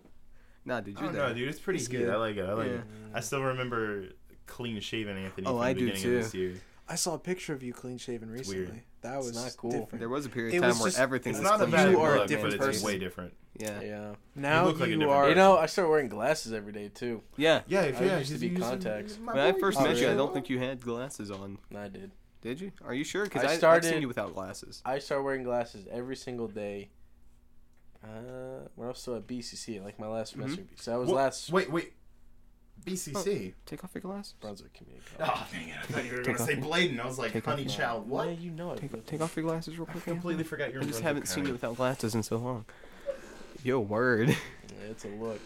S4: nah, did
S1: I
S4: you
S1: don't
S4: there?
S1: know, dude. It's pretty
S4: It's
S1: good.
S4: good.
S1: I like it. I like
S4: Yeah.
S1: it. I still remember clean shaven Anthony
S4: Oh,
S1: from
S4: I
S1: the
S4: do
S1: beginning
S4: too.
S1: of this year.
S5: I saw a picture of you clean shaven recently.
S1: weird.
S5: That was
S3: not cool.
S5: Different.
S4: There was a period
S5: It
S4: of time
S5: was
S4: where
S5: just-
S4: everything
S1: It's
S4: was
S1: not a
S4: clean.
S1: bad
S5: You are a
S1: look,
S5: different
S1: but it's
S5: person.
S1: way different.
S4: Yeah,
S3: Yeah.
S5: Now
S1: look like a
S5: you
S1: different
S5: are.
S1: person.
S3: You know, I started wearing glasses every day too.
S4: yeah.
S1: Yeah,
S3: if- I yeah, used to he's be using- contacts.
S4: When I first
S5: Oh,
S4: met you, I
S5: really?
S4: don't think you had glasses on.
S3: And I did.
S4: Did you? Are you sure? Because
S3: I
S4: I started I've
S3: started-
S4: seen you without glasses.
S3: I started wearing glasses every single day. Uh, when I was still at BCC, like my last semester. So I was
S1: Wha-
S3: last
S1: Wait, wait. BCC.
S4: Take off your glasses.
S3: Brunswick Community College.
S1: Oh, dang it. I thought you were going
S4: Take
S1: to say
S4: off-
S1: Bladen. I was like,
S4: take off
S1: honey
S4: my-
S1: child, what?
S3: Yeah, you know it.
S4: Take, take off your glasses real
S1: I
S4: quick. Anthony.
S1: completely forgot you're
S4: I
S1: in
S4: just
S1: Brunswick
S4: haven't seen you
S1: County.
S4: without glasses in so long. Yo, word.
S3: Yeah, it's a look.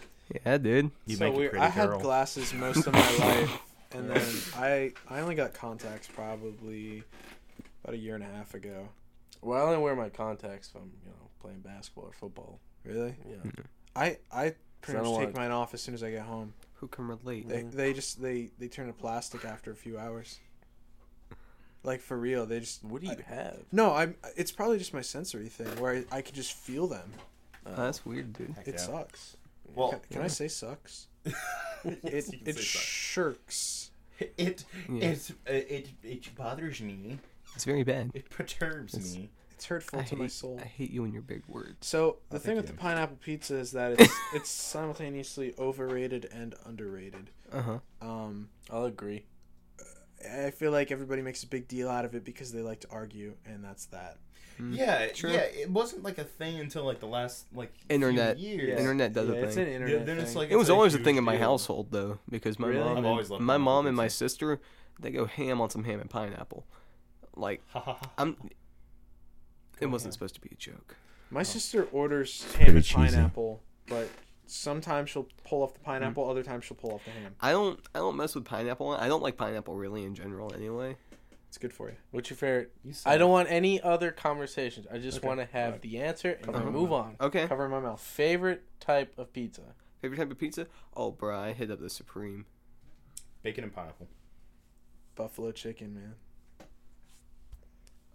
S4: yeah, dude.
S1: You
S5: so
S1: make a
S5: weird.
S1: pretty
S5: I had
S1: girl.
S5: glasses most of my life, and then I I only got contacts probably about a year and a half ago.
S3: Well, I only wear my contacts if I'm, you know, playing basketball or football.
S5: Really?
S3: Yeah.
S5: I I
S3: I
S5: pretty
S3: don't
S5: much take
S3: want-
S5: mine off as soon as I get home.
S4: Who can relate?
S5: They they just they they turn to plastic after a few hours. Like for real, they just
S3: What do you have?
S5: no. I'm. It's probably just my sensory thing where I, I can just feel them.
S4: Oh, that's weird, dude.
S1: Heck
S5: It
S1: yeah.
S5: sucks.
S1: Well,
S3: Oh,
S5: Can, can I say sucks? It
S1: you can
S5: it
S1: say sucks.
S5: shirks.
S1: it,
S4: Yeah.
S1: it's, uh, it, it bothers me.
S4: It's very bad.
S1: It perturbs
S4: It's-
S1: me.
S5: It's hurtful
S4: I
S5: to my
S4: hate,
S5: soul.
S4: I hate you and your big words.
S5: So the
S1: Oh,
S5: thing
S1: thank
S5: with the
S1: you.
S5: pineapple pizza is that it's it's simultaneously overrated and underrated.
S4: Uh huh.
S5: Um,
S3: I'll agree.
S5: I feel like everybody makes a big deal out of it because they like to argue, and that's that.
S4: Mm,
S1: yeah, it-
S4: true.
S1: yeah. It wasn't like a thing until like the last like few
S4: Internet.
S1: years.
S4: Internet does a
S6: It's
S4: thing.
S6: an
S1: Yeah,
S6: internet
S1: then it's
S6: thing.
S1: like
S4: It was
S1: it's
S4: always a
S1: huge
S4: thing in my
S1: deal.
S4: household though, because my
S6: Really?
S4: mom,
S1: I've
S4: and,
S1: always loved
S4: my
S1: pineapple
S4: mom and my
S1: pizza.
S4: sister, they go ham on some ham and pineapple. Like
S1: Ha, ha, ha.
S4: I'm, It wasn't supposed to be a joke.
S6: My
S3: Oh.
S6: sister orders ham
S11: pretty
S6: and
S11: cheesy.
S6: pineapple, but sometimes she'll pull off the
S3: Hmm.
S6: pineapple, other times she'll pull off the ham.
S4: I don't I don't mess with pineapple. I don't like pineapple really in general anyway.
S6: It's good for you.
S3: What's your favorite? I don't want any other conversations. I just want to have the answer and then move on.
S4: Okay.
S6: Cover my mouth.
S3: Favorite type of pizza?
S4: Favorite type of pizza? Oh, bruh, I hit up the Supreme.
S1: Bacon and pineapple.
S6: Buffalo chicken, man.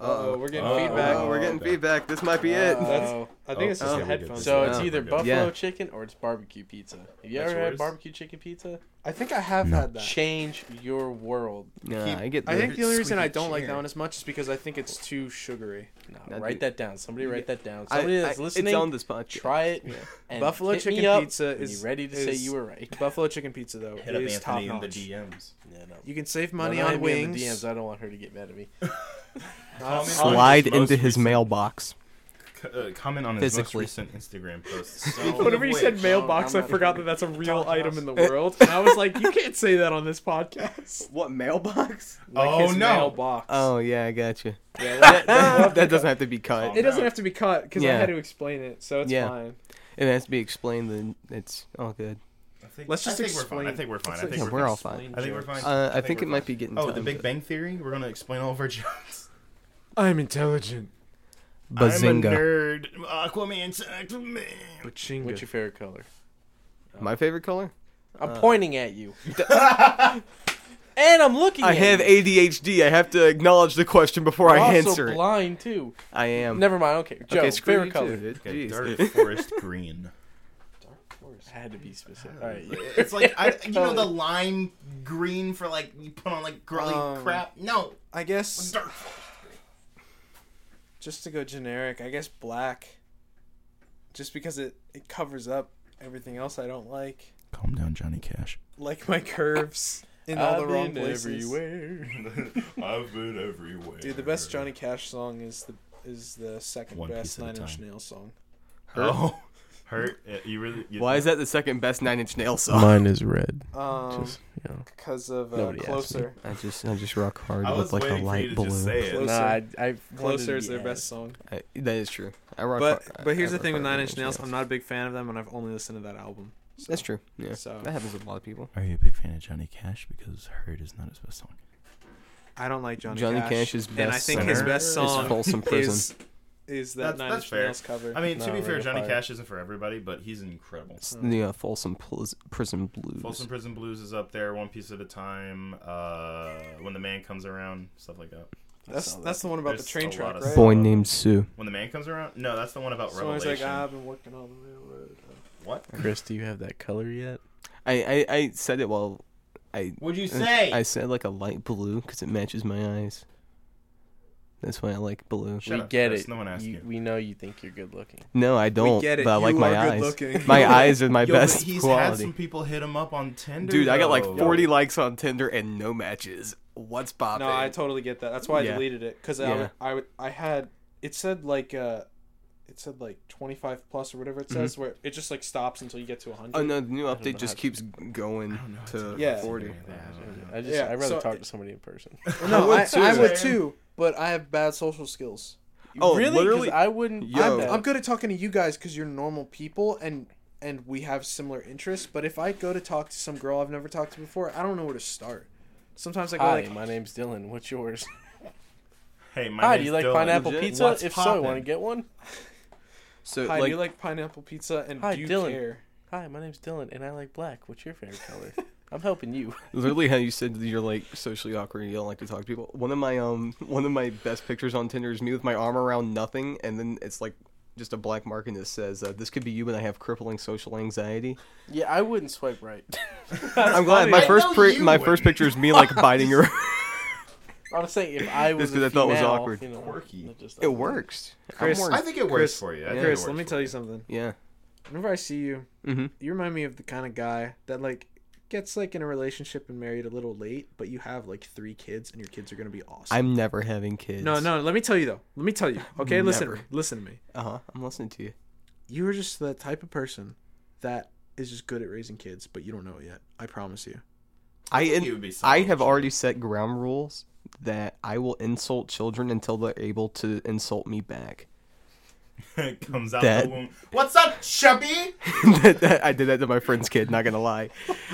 S4: Uh-oh.
S6: we're getting
S1: Uh-oh.
S6: feedback.
S4: Oh, we're getting
S1: okay.
S4: feedback. This might be it.
S6: Uh-oh.
S2: I think it's just
S4: Oh.
S2: the headphones.
S3: So it's
S4: Yeah.
S3: either
S1: We're
S3: buffalo
S1: good.
S4: Yeah.
S3: chicken or it's barbecue pizza. Have you
S1: That's
S3: ever
S1: yours?
S3: had barbecue chicken pizza?
S6: I think I have
S11: No.
S6: had that.
S3: Change your world.
S4: Nah, I get.
S6: I
S4: the-
S6: think the only reason I
S1: Squeaky
S6: don't like
S1: chair.
S6: that one as much is because I think it's too sugary.
S3: No,
S4: That'd
S3: write
S4: be-
S3: that down. Somebody write that down.
S4: I-
S3: Somebody
S4: I-
S3: that's listening,
S4: It's on this podcast.
S3: try it. And
S6: Buffalo
S3: hit me
S6: chicken
S3: up
S6: pizza
S3: when you're
S6: is-
S3: ready to say
S6: is-
S3: you were right.
S6: Buffalo chicken pizza though
S1: Hit up
S6: is top
S1: Anthony in the
S6: notch.
S1: DMs.
S3: Yeah, no.
S6: You can save money
S3: No, no,
S6: on
S3: hit me in
S6: wings.
S3: the DMs. I don't want her to get mad at me.
S1: Comment on his
S4: Slide
S1: most
S4: into his
S1: recent-
S4: mailbox.
S1: c- uh, Comment on his most
S4: Physically.
S1: recent Instagram post. So
S2: Whenever you said
S1: which-
S2: mailbox, I forgot that that's a real item in the world. And I was like, you can't say that on this podcast.
S4: What mailbox?
S1: oh
S2: His
S1: no,
S2: Mailbox.
S4: Oh yeah, I gotcha.
S2: Yeah, that, that-
S4: that doesn't have to be cut.
S2: it doesn't have to be cut because I
S4: Yeah.
S2: had to explain it, so it's
S4: Yeah.
S2: fine.
S4: It has to be explained. Then it's all good.
S1: I think-
S2: Let's just
S1: I think we're fine. I
S2: explain-
S1: think we're fine. I
S4: Yeah,
S1: think
S4: we're
S1: we're
S4: all
S1: fine.
S4: fine.
S1: I think we're fine.
S4: Uh, I think
S1: we're
S4: it might
S1: fine.
S4: be getting.
S1: Oh, the
S4: time,
S1: Big
S4: but-
S1: Bang Theory. We're gonna explain all of our jokes.
S2: I'm intelligent.
S1: I'm a
S4: Bazinga.
S1: nerd. Aquaman's Aquaman.
S2: Bachinga.
S3: What's your favorite color?
S4: My favorite color?
S3: I'm pointing at you. and I'm looking
S4: I
S3: at
S4: have
S3: you.
S4: ADHD. I have to acknowledge the question before I
S3: You're
S4: answer
S3: also
S4: it.
S3: blind, too.
S4: I am.
S3: Never mind. Um, Okay, Joe,
S4: okay, screw
S3: favorite
S4: you
S3: color.
S4: Too, dude.
S1: Okay,
S4: Jeez.
S1: dark forest green.
S3: I had to be specific. All right.
S1: It's like I, you know the lime green for like you put on like girly
S6: Um,
S1: crap. No,
S6: I guess
S1: dark.
S6: just to go generic, I guess black. Just because it it covers up everything else I don't like,
S11: Calm down, Johnny Cash.
S6: like my curves in all the wrong places.
S1: I've been everywhere.
S6: Dude, the best Johnny Cash song is the is the second
S1: One piece
S6: best
S1: at a
S6: Nine Inch
S1: time.
S6: Nails song.
S1: Oh, hurt. Uh, You really. You,
S4: Why is that the second best Nine Inch Nail song?
S2: Mine is red.
S6: Um,
S2: Just, you know.
S6: because of uh,
S2: Nobody asked me.
S6: closer.
S4: I just, I just rock hard
S1: I was
S4: with like a
S1: waiting for you
S4: light
S1: to just
S4: balloon.
S1: say it.
S6: Closer.
S3: Nah, I, I
S6: Closer is their best song.
S4: I- that is true. I rock.
S2: But
S4: hard,
S2: but here's the
S4: uh, I rock
S2: thing with
S4: hard with
S2: Nine Inch Nails, I'm not a big fan of them, and I've only listened to that album.
S4: That's true. Yeah,
S6: So
S4: that happens with a lot of people.
S11: Are you a big fan of Johnny Cash? Because Hurt is not his best song.
S2: I don't like Johnny,
S4: Johnny
S2: Cash.
S4: Cash's
S2: and I
S4: best
S2: think
S1: song
S2: his
S1: is
S2: best
S4: It's
S2: song
S4: Folsom
S2: is
S4: Prison.
S2: is that
S1: That's-
S2: Nine
S1: that's
S2: Inch
S1: fair.
S2: Nails cover.
S1: I mean, to
S2: No,
S1: be fair,
S2: Ring of
S1: Johnny
S2: Fire.
S1: Cash isn't for everybody, but he's incredible.
S4: It's the uh, Folsom Plis- Prison Blues.
S1: Folsom Prison Blues is up there. One Piece at a Time. Uh, when the man comes around, stuff like that.
S6: that's that's the one about the
S1: There's
S6: train
S1: a
S6: track,
S1: lot of
S6: right?
S1: stuff.
S4: Boy named Sue.
S1: When the man comes around. No, that's the one about
S6: Someone's like,
S1: Revelation.
S6: "Ah, I've been working on the railroad.
S1: what?
S3: Chris, do you have that color yet?
S4: I, I, I said it while I
S1: What'd you
S4: I said like a light blue because it matches my eyes. That's why I like blue.
S1: Shut
S3: we
S1: up,
S3: get
S1: Chris.
S3: it.
S1: No one asked you.
S3: We know you think you're good looking.
S4: No, I don't.
S2: get it.
S4: But I like
S2: You
S4: my
S2: are
S4: eyes.
S2: good-looking.
S4: My eyes are my
S1: Yo, but
S4: best
S1: he's had
S4: quality.
S1: some people hit him up on Tinder.
S4: Dude, I got like
S1: though.
S4: 40 likes on Tinder and no matches. What's poppin'?
S6: No, I totally get that. That's why I
S4: Yeah.
S6: deleted it because
S4: Yeah.
S6: I, I I had it said like uh, it said like twenty five plus or whatever it says where it just like stops until you get to hundred.
S4: Mm-hmm. Oh no, the new update
S3: know
S4: just
S3: how to-
S4: keeps going to
S6: Yeah.
S4: 40.
S3: I just
S6: Yeah,
S3: I'd rather
S6: so-
S3: talk to somebody in person.
S6: No, I
S4: would
S6: would, I,
S4: too.
S6: too, I would too, but I have bad social skills.
S4: Oh,
S3: really? 'Cause
S4: literally-
S3: I wouldn't.
S4: Yo.
S3: I'm-
S6: I'm,
S3: I'm-
S6: I'm good at talking to you guys because you're normal people and and we have similar interests. But if I go to talk to some girl I've never talked to before, I don't know where to start. Sometimes I go
S3: Hi,
S6: like,
S3: my name's Dylan. What's yours?
S1: Hey, my
S3: Hi,
S1: name's
S3: do you like
S1: Dylan.
S3: pineapple
S4: Legit?
S3: pizza?
S1: What's
S3: if so, want to
S1: poppin'?
S3: get one?
S4: So
S6: "Hi, do
S4: like,
S6: you like pineapple pizza?" And
S3: Hi,
S6: do you
S3: Dylan.
S6: care?
S3: Hi, my name's Dylan, and I like black. What's your favorite color? I'm helping you.
S4: literally how you said that you're like socially awkward and you don't like to talk to people. One of my um one of my best pictures on Tinder is me with my arm around nothing and then it's like just a black mark and it says uh, this could be you but I have crippling social anxiety.
S3: Yeah, I wouldn't swipe right.
S4: I'm glad my
S1: I
S4: first
S1: know
S4: pri-
S1: you
S4: my
S1: wouldn't.
S4: first picture is me like biting your
S3: I'm saying if I was.
S4: This dude
S3: a
S4: I thought was
S3: female,
S4: awkward.
S3: You know,
S1: Quirky.
S3: that just-
S4: It works.
S2: Chris,
S4: I'm
S1: I
S4: worried.
S1: think it works
S2: Chris-
S1: for you. I
S4: Yeah.
S1: think it
S2: Chris, let
S1: works
S2: me
S1: for
S2: tell you something.
S4: Yeah.
S6: Whenever I see you,
S4: Mhm.
S6: you remind me of the kind of guy that like gets like in a relationship and married a little late, but you have like three kids and your kids are gonna be awesome.
S4: I'm never having kids.
S2: No, no. Let me tell you though. Let me tell you. Okay, listen, to
S4: Never.
S2: me. listen to me.
S4: Uh-huh. I'm listening to you.
S6: You are just the type of person that is just good at raising kids, but you don't know it yet. I promise you.
S4: I in-
S1: He would be so
S4: I have
S1: much-
S4: already set ground rules that I will insult children until they're able to insult me back.
S1: comes out
S4: That-
S1: the womb. What's up, chubby?
S4: that, that- I did that to my friend's kid. Not gonna lie,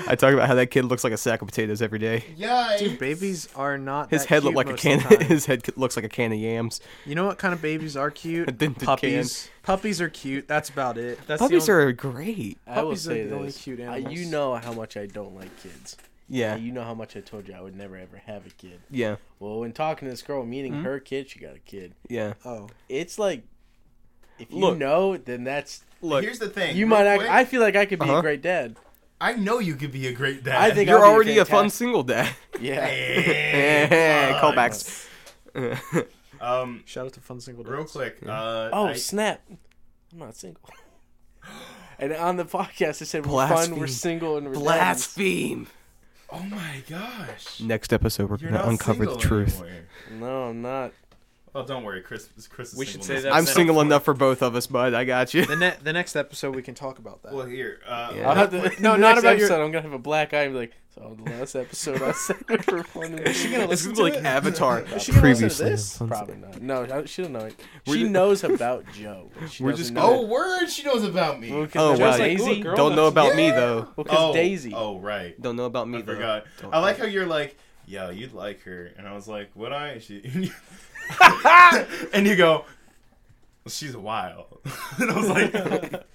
S4: I talk about how that kid looks like a sack of potatoes every day.
S1: Yay.
S6: Dude, babies are not.
S4: His
S6: that
S4: head
S6: cute
S4: looked like a
S6: most
S4: can.
S6: of the time.
S4: His head looks like a can of yams.
S6: You know what kind of babies are
S4: A
S6: cute?
S4: dented
S6: Puppies. Puppies are cute. That's about it. That's
S4: Puppies
S6: the only,
S4: are great.
S3: I will
S6: Puppies are
S3: say
S6: the only
S3: this.
S6: cute
S3: I- you
S6: animals.
S3: know how much I don't like kids.
S4: Yeah,
S3: You know how much I told you I would never ever have a kid.
S4: yeah,
S3: Well, when talking to this girl, meeting
S4: Mm-hmm.
S3: her kid, she got a kid.
S4: yeah.
S6: Oh,
S3: It's like, if you
S4: Look.
S3: know, then that's
S4: Look,
S1: Here's the thing.
S3: you
S1: real
S3: might. Act,
S1: quick,
S3: I feel like I could be
S4: Uh-huh.
S3: a great dad.
S1: I know you could be a great dad.
S3: I think
S4: you're
S3: I'll be
S4: already a fun
S3: fantastic-
S4: single dad.
S3: Yeah.
S4: Eh, Callbacks.
S1: Um,
S6: shout out to Fun Single Dads.
S1: real quick. Uh,
S3: Oh
S1: I-
S3: snap! I'm not single. and on the podcast, I said we're fun, we're
S4: Blaspheme.
S3: single, and we're dads.
S4: Blaspheme.
S1: oh my gosh.
S4: Next episode, we're
S1: You're
S4: gonna
S1: not
S4: uncover Mm,
S1: single
S4: the truth.
S1: anymore.
S3: No, I'm not.
S1: Well, don't worry, Chris. Chris is
S6: We should
S1: single
S6: say
S1: now.
S6: that-
S4: I'm
S6: That's
S4: single enough for both of us, bud. I got you.
S6: The, ne- the next episode we can talk about that.
S1: Well, here. Uh,
S4: Yeah.
S3: I'll have to,
S6: no,
S3: no,
S6: not
S3: not
S6: about
S3: about
S6: your-
S3: episode, I'm gonna have a black eye and be like, so the last episode I said we were fun. And she gonna
S4: It's gonna be like Avatar.
S6: she gonna listen to
S4: Previously,
S6: this?
S3: Probably not. No, I- she don't know it.
S4: We're
S3: she
S4: ju-
S3: knows about Joe. but she
S4: We're
S3: doesn't
S4: just
S3: know
S1: oh, word! She knows about me.
S3: Well, 'cause
S4: Oh,
S3: Joe's
S4: wow.
S3: like,
S8: Daisy?
S3: "Ooh, a girl
S4: Don't know
S3: knows-"
S4: about me though.
S3: Well, 'cause
S1: oh,
S3: Daisy.
S1: Oh, right.
S4: Don't know about me
S1: I
S4: though.
S1: forgot.
S4: Don't-
S1: I like how you're like, yo, you'd like her, and I was like, would I? She, and, you, and you go, well, she's wild. and I was like,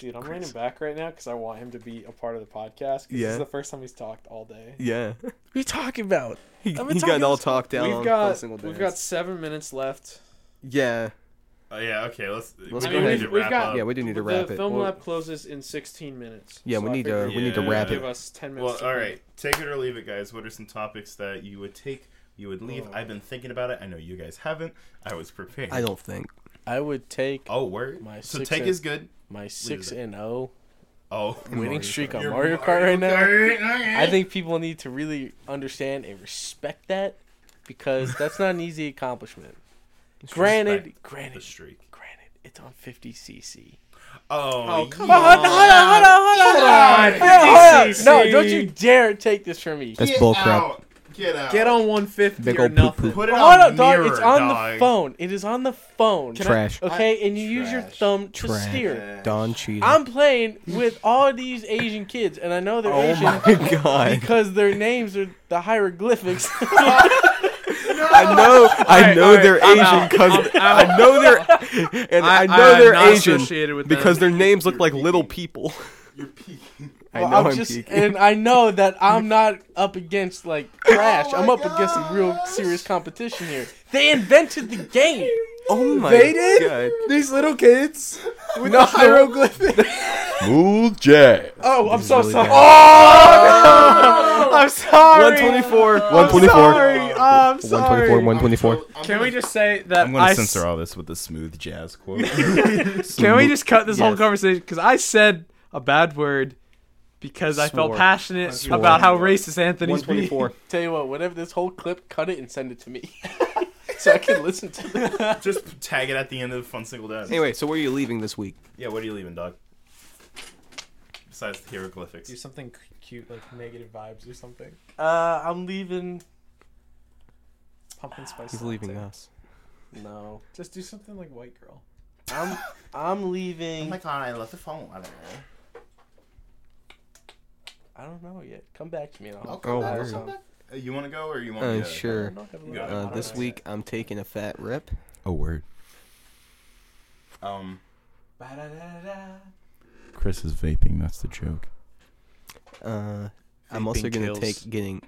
S8: Dude, I'm running back right now because I want him to be a part of the podcast. 'cause This
S4: Yeah.
S8: is the first time he's talked all day.
S4: Yeah.
S3: What are you talking about?
S4: He,
S8: been
S4: he got
S8: talking
S4: all
S8: this-
S4: talked down.
S8: we've
S4: on
S8: got
S4: single
S8: we've got
S4: dads.
S8: seven minutes left.
S4: Yeah.
S1: oh, yeah, okay, let's.
S4: Let's
S1: we
S4: go
S1: need
S4: ahead.
S1: to
S8: We've
S1: wrap
S8: got-
S1: up.
S4: Yeah, we do need to
S8: the
S4: wrap it.
S8: film
S4: Well,
S8: lab closes in 16 minutes.
S4: Yeah, we
S8: I
S4: need
S8: figure
S4: to-
S1: we need to
S8: you
S1: wrap
S8: give
S1: it.
S8: us 10 minutes.
S1: Uh, Well,
S8: to
S1: all
S8: clean.
S1: right, take it or leave it, guys. What are some topics that you would take? You would leave.
S4: Oh.
S1: I've been thinking about it. I know you guys haven't. I was prepared.
S4: I don't think.
S3: I would take
S1: Oh, word.
S3: My
S1: so
S3: six
S1: take
S3: and-
S1: is good.
S3: my six and O
S1: Oh,
S3: winning streak on
S1: You're
S3: Mario Kart right now.
S1: Kart.
S3: I think people need to really understand and respect that because that's not an easy accomplishment. granted,
S1: respect the
S3: granted,
S1: streak.
S3: granted, it's on 50cc.
S1: Oh,
S3: Hold on, hold on, hold on, hold on, hold on. No, don't you dare take this from me.
S4: That's bull crap.
S1: Out. Get out.
S6: Get on 150
S4: Big
S6: or
S4: old poop
S6: nothing.
S4: poop.
S1: Put it
S3: Hold
S1: on
S3: on, dog.
S1: mirror,
S3: It's on
S1: dog.
S3: the phone. It is on the phone.
S4: Trash.
S3: Okay, and you use your
S1: Trash.
S3: thumb to
S4: Trash.
S3: steer.
S4: Don cheating.
S3: I'm playing with all these Asian kids, and I know they're
S4: oh
S3: Asian
S4: my god.
S3: because their names are the hieroglyphics.
S4: I know. I
S6: right,
S4: know
S6: all right,
S4: they're
S6: I'm
S4: Asian
S6: out.
S4: because I know they're and I, know
S6: am
S4: they're
S6: not
S4: Asian
S6: associated with them.
S4: because their names look like little people.
S1: You're peeking.
S4: I know
S3: Well, I'm,
S4: I'm
S3: just,
S4: peeking.
S3: and I know that I'm not up against like trash.
S1: Oh
S3: I'm
S1: my
S3: up against some real
S1: gosh.
S3: serious competition here. They invented the game.
S4: oh my
S6: They did?
S4: god.
S6: These little kids with
S3: No.
S6: the hieroglyphic.
S2: Smooth jazz.
S6: Oh, I'm so
S4: really
S6: sorry.
S4: bad.
S6: Oh, I'm sorry.
S4: 124.
S6: I'm
S4: 124.
S6: sorry.
S4: Uh,
S6: Oh, I'm sorry.
S4: 124. 124.
S6: Can we just say that
S1: I'm gonna
S6: I
S1: censor
S6: s-
S1: all this with the smooth jazz quote.
S6: Can we just cut this whole
S4: Yes.
S6: conversation? Because I said a bad word because I felt
S4: Swore.
S6: passionate
S1: Swore.
S6: about how racist Anthony's being.
S4: 124.
S3: Tell you what, whatever this whole clip, cut it and send it to me, so I can listen to it.
S1: just tag it at the end of Fun Single Dad.
S4: Anyway, so where are you leaving this week?
S1: Yeah, what are you leaving, dog? Besides the hieroglyphics.
S8: Do something c- cute like negative vibes or something.
S3: Uh, I'm leaving.
S8: Pumpkin spice.
S4: He's
S8: latte.
S4: leaving us.
S3: No,
S8: Just do something like white girl.
S3: I'm I'm leaving.
S1: Oh god, I left the phone. I don't know.
S3: I don't know yet. Come back to me. And I'll
S4: Oh,
S3: I'll-
S4: word.
S3: I'll-
S1: Uh, You want to go or you want?
S4: Uh,
S1: to
S4: sure.
S3: I'll have a
S1: Yeah.
S3: look.
S4: Uh,
S1: Uh,
S4: this week I'm taking a fat rip.
S1: A word. Um.
S9: Chris is vaping. That's the joke.
S4: Uh, I'm
S6: Vaping
S4: also gonna
S6: kills.
S4: take getting.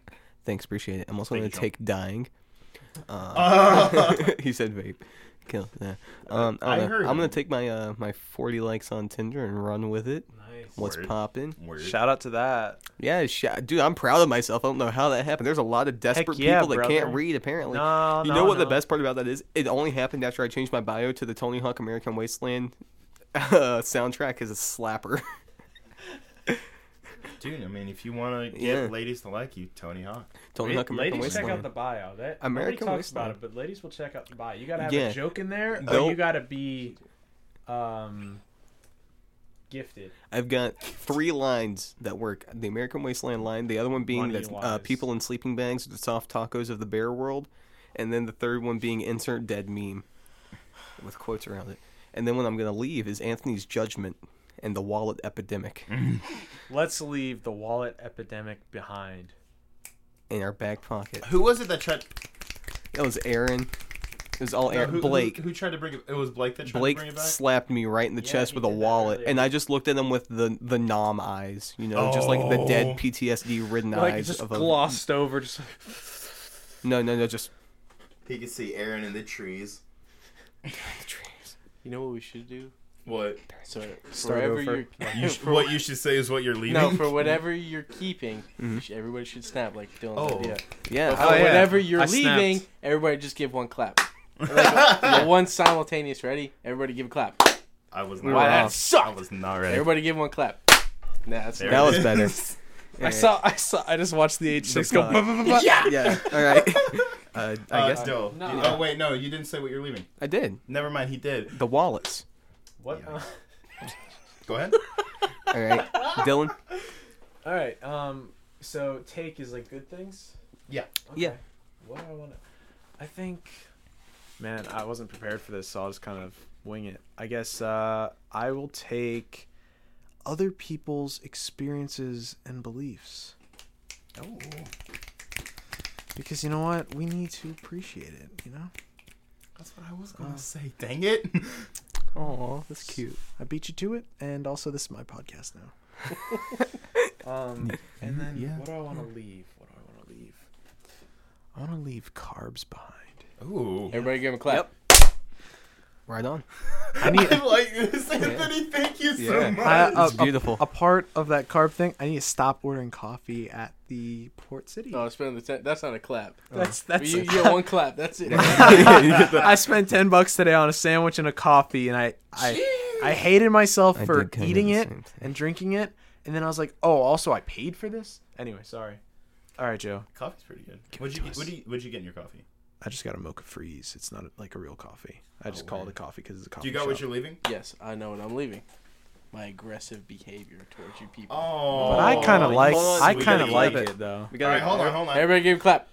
S4: Thanks, appreciate it. I'm also
S1: Thank
S4: gonna
S1: you, John.
S4: take dying. Uh,
S1: Uh,
S4: he said vape. Kill. Yeah. Um, I
S1: I
S4: don't know.
S1: heard
S4: I'm gonna
S1: him.
S4: take my uh my 40 likes on Tinder and run with it.
S8: Nice.
S4: What's
S1: Word.
S4: poppin'?
S1: word.
S6: Shout out to that.
S4: Yeah, sh- dude, I'm proud of myself. I don't know how that happened. There's a lot of desperate
S6: yeah,
S4: people that can't
S6: brother.
S4: read apparently.
S6: No,
S4: you know what the best part about that is? It only happened after I changed my bio to the Tony Hawk American Wasteland uh, soundtrack is a slapper.
S1: Dude, I mean, if you want to get
S4: Yeah.
S1: ladies to like you, Tony Hawk.
S4: Tony Hawk American
S8: ladies check
S4: Wasteland.
S8: out the bio. That
S4: American
S8: American talks about
S4: Wasteland.
S8: it, but ladies will check out the bio. You gotta have
S4: Yeah.
S8: a joke in there, or
S4: Nope.
S8: you gotta be um, gifted.
S4: I've got three lines that work: the American Wasteland line, the other one being that uh,
S8: Money-wise.
S4: people in sleeping bags are the soft tacos of the bear world, and then the third one being insert dead meme with quotes around it. And then when I'm gonna leave is Anthony's judgment and the wallet epidemic
S6: Let's leave the wallet epidemic behind.
S4: in our back pocket.
S1: Who was it that tried?
S4: That was Aaron. It was all
S1: no,
S4: Aaron.
S1: who, who-
S4: Blake.
S1: Who, tried to bring it? It was Blake that tried
S4: Blake
S1: to bring it back.
S4: slapped me right in the chest
S6: he
S4: with a
S6: did that
S4: wallet,
S6: earlier.
S4: and I just looked at him with the the nom eyes, you know, just like the
S1: Oh.
S4: dead PTSD ridden eyes of a
S6: glossed over. Just like,
S4: no, no, no, just
S1: he could see Aaron in the trees.
S3: You know what we should do?
S1: What?
S3: So wherever you're,
S1: You sh- what you should say is what you're leaving.
S3: no, for whatever you're keeping, you should- everybody should snap like Dylan.
S1: Oh.
S3: did, Yeah.
S4: yeah.
S3: For
S6: Oh, yeah.
S3: whatever you're
S6: I snapped.
S3: leaving, everybody just give one clap. Like, uh, one simultaneous. Ready? Everybody give a clap.
S1: I was
S3: Wow,
S1: not.
S3: that
S1: Ready. I
S3: sucked.
S1: was not ready.
S3: Everybody give one clap. Nah, that's
S1: There
S4: that
S1: it
S4: was
S1: is.
S4: better.
S6: I saw. I saw. I just watched the H six go.
S4: The
S6: "Buh, buh, buh, buh."
S4: yeah, yeah. All right. Uh, I
S1: Uh,
S4: guess
S1: no.
S3: No.
S1: You- Oh wait, no, you didn't say what you're leaving.
S4: I did
S1: Never mind, he did.
S4: the wallets.
S6: What?
S1: Yeah.
S8: uh,
S1: Go ahead.
S4: All right, Dylan.
S6: All right. Um. So take is like good things.
S1: Yeah.
S4: Yeah.
S6: What do I want to? I think. Man, I wasn't prepared for this, so I'll just kind of wing it. I guess uh, I will take other people's experiences and beliefs
S1: Oh.
S6: because you know what we need to appreciate it. You know,
S1: That's what I was gonna say. Dang it.
S4: Oh, that's cute.
S6: I beat you to it, and also this is my podcast now. um, and then
S1: yeah.
S6: what do I want to leave? What do I want to leave? I want to leave carbs behind.
S1: Ooh.
S3: Everybody give him a clap.
S4: Right on.
S6: I need
S1: I like this, Anthony. Thank you so
S4: Yeah.
S1: much.
S6: I- uh,
S4: It's beautiful.
S6: a part of that carb thing. I need to stop ordering coffee at the Port City.
S3: No, I spent the ten. That's not a clap.
S6: That's that's.
S3: Uh, you, you get one clap. That's it.
S6: I spent ten bucks today on a sandwich and a coffee, and I I, I hated myself
S4: I
S6: for
S4: did kinda
S6: eating
S4: the
S6: it
S4: same thing.
S6: and drinking it, and then I was like, oh, also I paid for this. Anyway, sorry. All right, Joe.
S1: Coffee's pretty good. What'd you, what'd you What'd you get in your coffee?
S6: I just got a mocha freeze. It's not like a real coffee. I just call it a coffee because it's a coffee.
S1: Do you got what you're leaving?
S3: yes, I know what I'm leaving. My aggressive behavior towards you people.
S1: Oh.
S6: But I kind of like.
S4: hold on,
S6: I
S1: we
S6: kind of
S1: gotta
S6: like
S1: keep
S6: it though.
S4: We
S1: All
S4: got
S1: right, hold on, hold on.
S3: Everybody give a clap.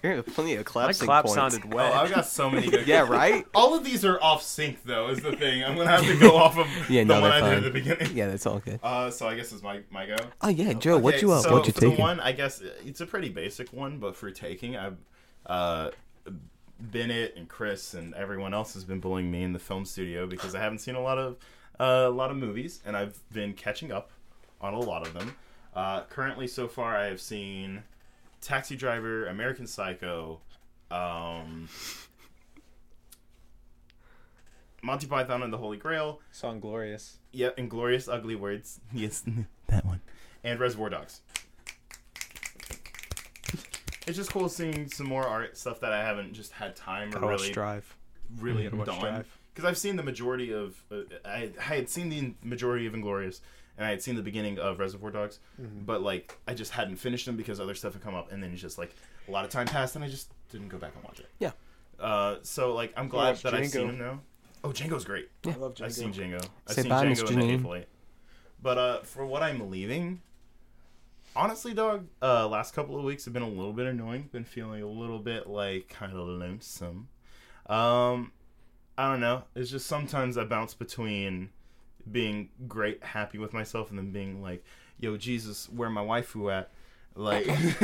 S4: plenty of
S6: My
S4: claps.
S6: clap
S4: points.
S6: sounded
S1: Oh,
S6: wet.
S1: I've got so many good.
S4: Yeah. Right.
S1: All of these are off sync though. Is the thing. I'm gonna have to go off of
S4: Yeah.
S1: the
S4: No,
S1: one
S4: they're
S1: I
S4: fine.
S1: did at the beginning.
S4: Yeah, that's all good.
S1: Uh, so I guess it's my my go.
S4: Oh yeah, Joe. what
S1: Okay,
S4: you up?
S1: So
S4: what you
S1: for
S4: taking?
S1: the one, I guess it's a pretty basic one, but for taking, I've uh, Bennett and Chris and everyone else has been bullying me in the film studio because I haven't seen a lot of uh, a lot of movies, and I've been catching up on a lot of them. Uh, currently, so far, I have seen Taxi Driver, American Psycho, um, Monty Python and the Holy Grail.
S6: Song glorious.
S1: Yep, Inglorious Ugly Words. Yes,
S9: That one.
S1: and Reservoir Dogs. It's just cool seeing some more art stuff that I haven't just had time or
S6: Gotta watch
S1: really,
S6: Drive.
S1: really
S6: Gotta watch
S1: done.
S6: Drive.
S1: Because I've seen the majority of, uh, I, I had seen the majority of Inglorious, and I had seen the beginning of Reservoir Dogs,
S6: Mm-hmm.
S1: but like I just hadn't finished them because other stuff had come up, and then it's just like a lot of time passed, and I just didn't go back and watch it.
S4: Yeah.
S1: Uh, so like I'm glad
S10: watched
S1: that I've seen
S10: Django.
S1: them now. Oh, Django's great.
S10: I love Django.
S1: I've seen Django. I've
S4: Say
S1: seen
S4: bye,
S1: Django
S4: Mr.
S1: and the
S4: Janine.
S1: Hateful Eight. But uh, for what I'm leaving, honestly, dog, uh, last couple of weeks have been a little bit annoying. Been feeling a little bit like kind of lonesome. Um, I don't know. It's just sometimes I bounce between being great, happy with myself, and then being like, "Yo, Jesus, where my waifu at?" Like,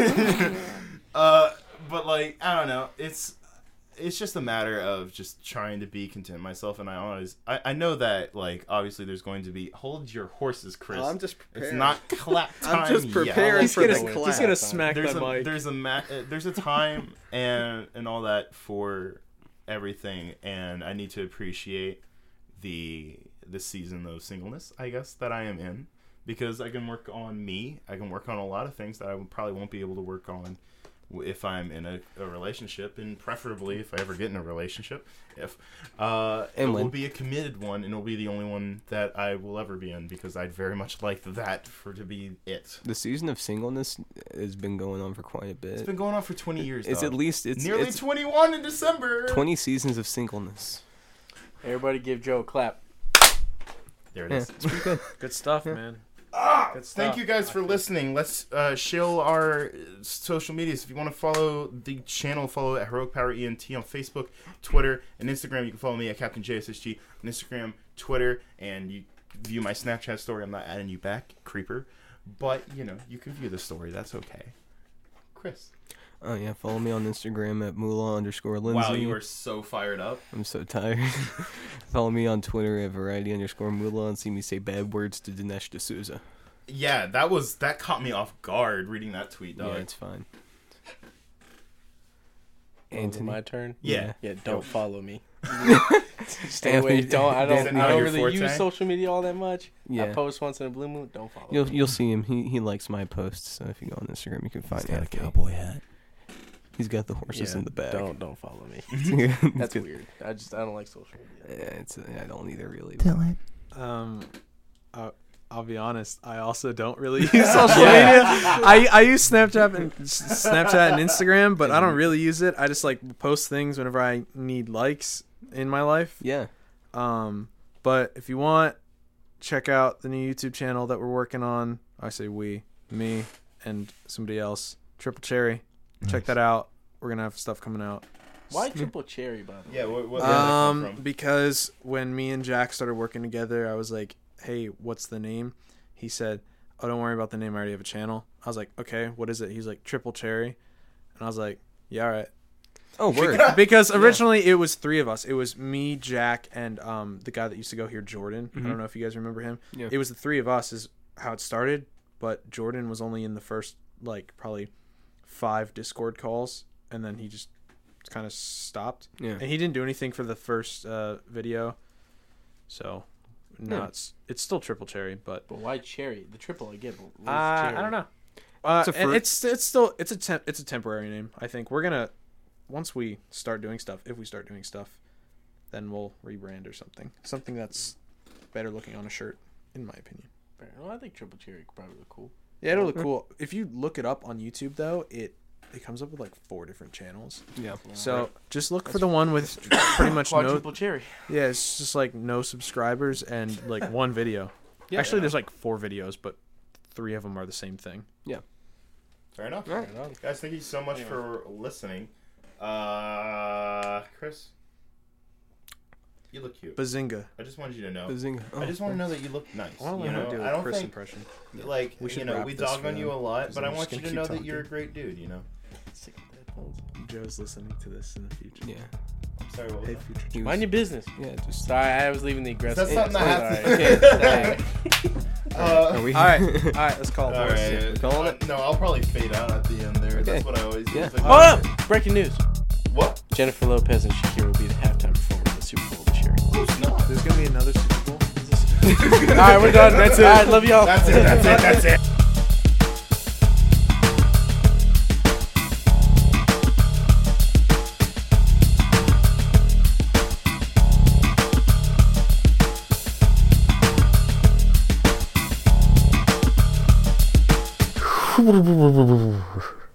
S1: uh, but like I don't know. It's it's just a matter of just trying to be content myself and i always I, I know that like obviously there's going to be hold your horses chris
S10: Oh, I'm just
S1: it's
S10: prepared.
S1: not clap time
S10: I'm just
S1: yet.
S10: prepared
S6: He's
S10: for
S6: gonna,
S10: the clap.
S6: he's gonna smack
S1: there's
S6: that
S1: a
S6: mic.
S1: there's a ma- uh, there's a time and and all that for everything and i need to appreciate the the season of singleness i guess that i am in because i can work on me i can work on a lot of things that i probably won't be able to work on w- if i'm in a, a relationship and preferably if i ever get in a relationship if uh
S4: And
S1: it
S4: when.
S1: will be a committed one and it'll be the only one that i will ever be in because i'd very much like that for to be it
S4: The season of singleness has been going on for quite a
S1: it's
S4: bit.
S1: been going on for 20 years
S4: It's
S1: dog.
S4: at least it's
S1: Nearly
S4: it's
S1: 21 in December.
S4: 20 seasons of singleness.
S3: Everybody give Joe a clap.
S1: There it
S4: Yeah,
S1: is.
S4: it's pretty good.
S6: Good stuff, man.
S1: Ah,
S6: Good
S1: thank
S6: stuff.
S1: you guys for listening. Let's uh, shill our uh, social medias. If you want to follow the channel, follow at Heroic Power ENT on Facebook, Twitter, and Instagram. You can follow me at Captain JSSG on Instagram, Twitter, and you view my Snapchat story. I'm not adding you back, creeper. But you know, you can view the story. That's okay. Chris.
S4: Oh yeah, follow me on Instagram at Moolah underscore Lindsay.
S1: Wow, you are so fired up.
S4: I'm so tired. follow me on Twitter at variety underscore Moolah and see me say bad words to Dinesh D'Souza.
S1: Yeah, that was that caught me off guard reading that tweet,
S4: Yeah,
S1: dog.
S4: it's fine.
S3: Is it
S4: Anthony,
S3: my turn.
S1: Yeah.
S3: Yeah, don't follow me.
S4: Anthony,
S3: Anyway, don't I don't
S1: Anthony,
S3: I
S1: not
S3: don't
S1: your
S3: really
S1: forte?
S3: use social media all that much. I
S4: Yeah.
S3: post once in a blue moon. Don't follow.
S4: You'll
S3: me.
S4: you'll see him. He he likes my posts. So if you go on Instagram, you can find
S9: He's got a
S4: Anthony.
S9: cowboy hat.
S4: He's got the horses
S3: Yeah,
S4: in the back.
S3: Don't don't follow me. That's weird. I just I don't like social
S4: Yeah,
S3: media.
S4: it's, I don't either really.
S9: Dylan.
S6: Um, I, I'll be honest. I also don't really use social media. I, I use Snapchat and S- Snapchat and Instagram, but I don't really use it. I just like post things whenever I need likes in my life.
S4: Yeah.
S6: Um, but if you want, check out the new YouTube channel that we're working on. I say we, me, and somebody else. Triple Cherry. Check that out. We're gonna have stuff coming out.
S3: Why triple cherry by the way?
S1: Yeah, what, what where did that come
S6: Um,
S1: from?
S6: because when me and Jack started working together, I was like, "Hey, what's the name?" He said, "Oh, don't worry about the name. I already have a channel." I was like, "Okay, what is it?" He's like, "Triple Cherry," and I was like, "Yeah, all right."
S4: Oh word.
S6: Because originally it was three of us. It was me, Jack, and um the guy that used to go here, Jordan. I don't know if you guys remember him.
S4: Mm-hmm. Yeah.
S6: It was the three of us is how it started, but Jordan was only in the first like probably five Discord calls, and then he just kind of stopped.
S4: Yeah.
S6: And he didn't do anything for the first uh, video, so no, it's it's still triple cherry, but
S3: But why cherry? The triple I get. But where's
S6: uh,
S3: cherry?
S6: I don't know. Uh,
S4: It's a
S6: and
S4: fruit.
S6: it's it's still it's a temp, it's a temporary name. I think we're gonna once we start doing stuff, if we start doing stuff, then we'll rebrand or something, something that's better looking on a shirt, in my opinion.
S3: Fair. Well, I think triple cherry could probably look cool.
S6: Yeah, it'll look cool. If you look it up on YouTube though, it it comes up with like four different channels.
S4: Yeah.
S6: So just look for the one with pretty much no
S3: Quadruple cherry.
S6: Yeah, it's just like no subscribers and like one video. Actually, there's like four videos, but three of them are the same thing.
S1: Fair enough.
S4: Right.
S1: Guys, thank you so much for listening. Uh, Chris, you look cute.
S6: Bazinga.
S1: I just wanted you to know.
S4: Bazinga.
S1: I just want to
S6: oh.
S1: know that you look nice.
S6: I want to
S1: you
S6: let
S1: know,
S6: her do
S1: I
S6: a
S1: don't
S6: Chris
S1: think
S6: impression.
S1: like
S6: We
S1: you
S6: should
S1: know
S6: wrap
S1: we
S6: this
S1: dog
S6: for
S1: on you a
S6: them,
S1: lot,
S6: 'cause
S1: but
S6: I'm
S1: I want
S6: just
S1: you
S6: gonna
S1: to
S6: keep
S1: know that
S6: talking.
S1: you're a great dude. You know.
S3: Sick of that pose.
S6: Joe's listening to this in the future.
S4: oh, Yeah.
S1: I'm sorry. What was
S6: Hey,
S1: that?
S6: future.
S4: He was,
S3: Mind your business.
S4: yeah. Just.
S3: Sorry, I was leaving the aggressive.
S1: That's something that
S3: Sorry.
S1: happens.
S3: Okay, sorry.
S1: Uh,
S4: Are we?
S6: All right, all right, let's call it.
S1: all right.
S4: Calling
S1: Uh, no, I'll probably fade out at the end there.
S4: Okay.
S1: That's what I always do.
S4: Yeah.
S1: It's like,
S3: Hold up! Breaking news:
S1: What?
S3: Jennifer Lopez and Shakira will be the halftime performers of the Super Bowl this year.
S1: Who's not?
S6: There's gonna be another Super Bowl.
S3: All right, we're done. That's it. All right, love y'all.
S1: That's it. That's it. That's it.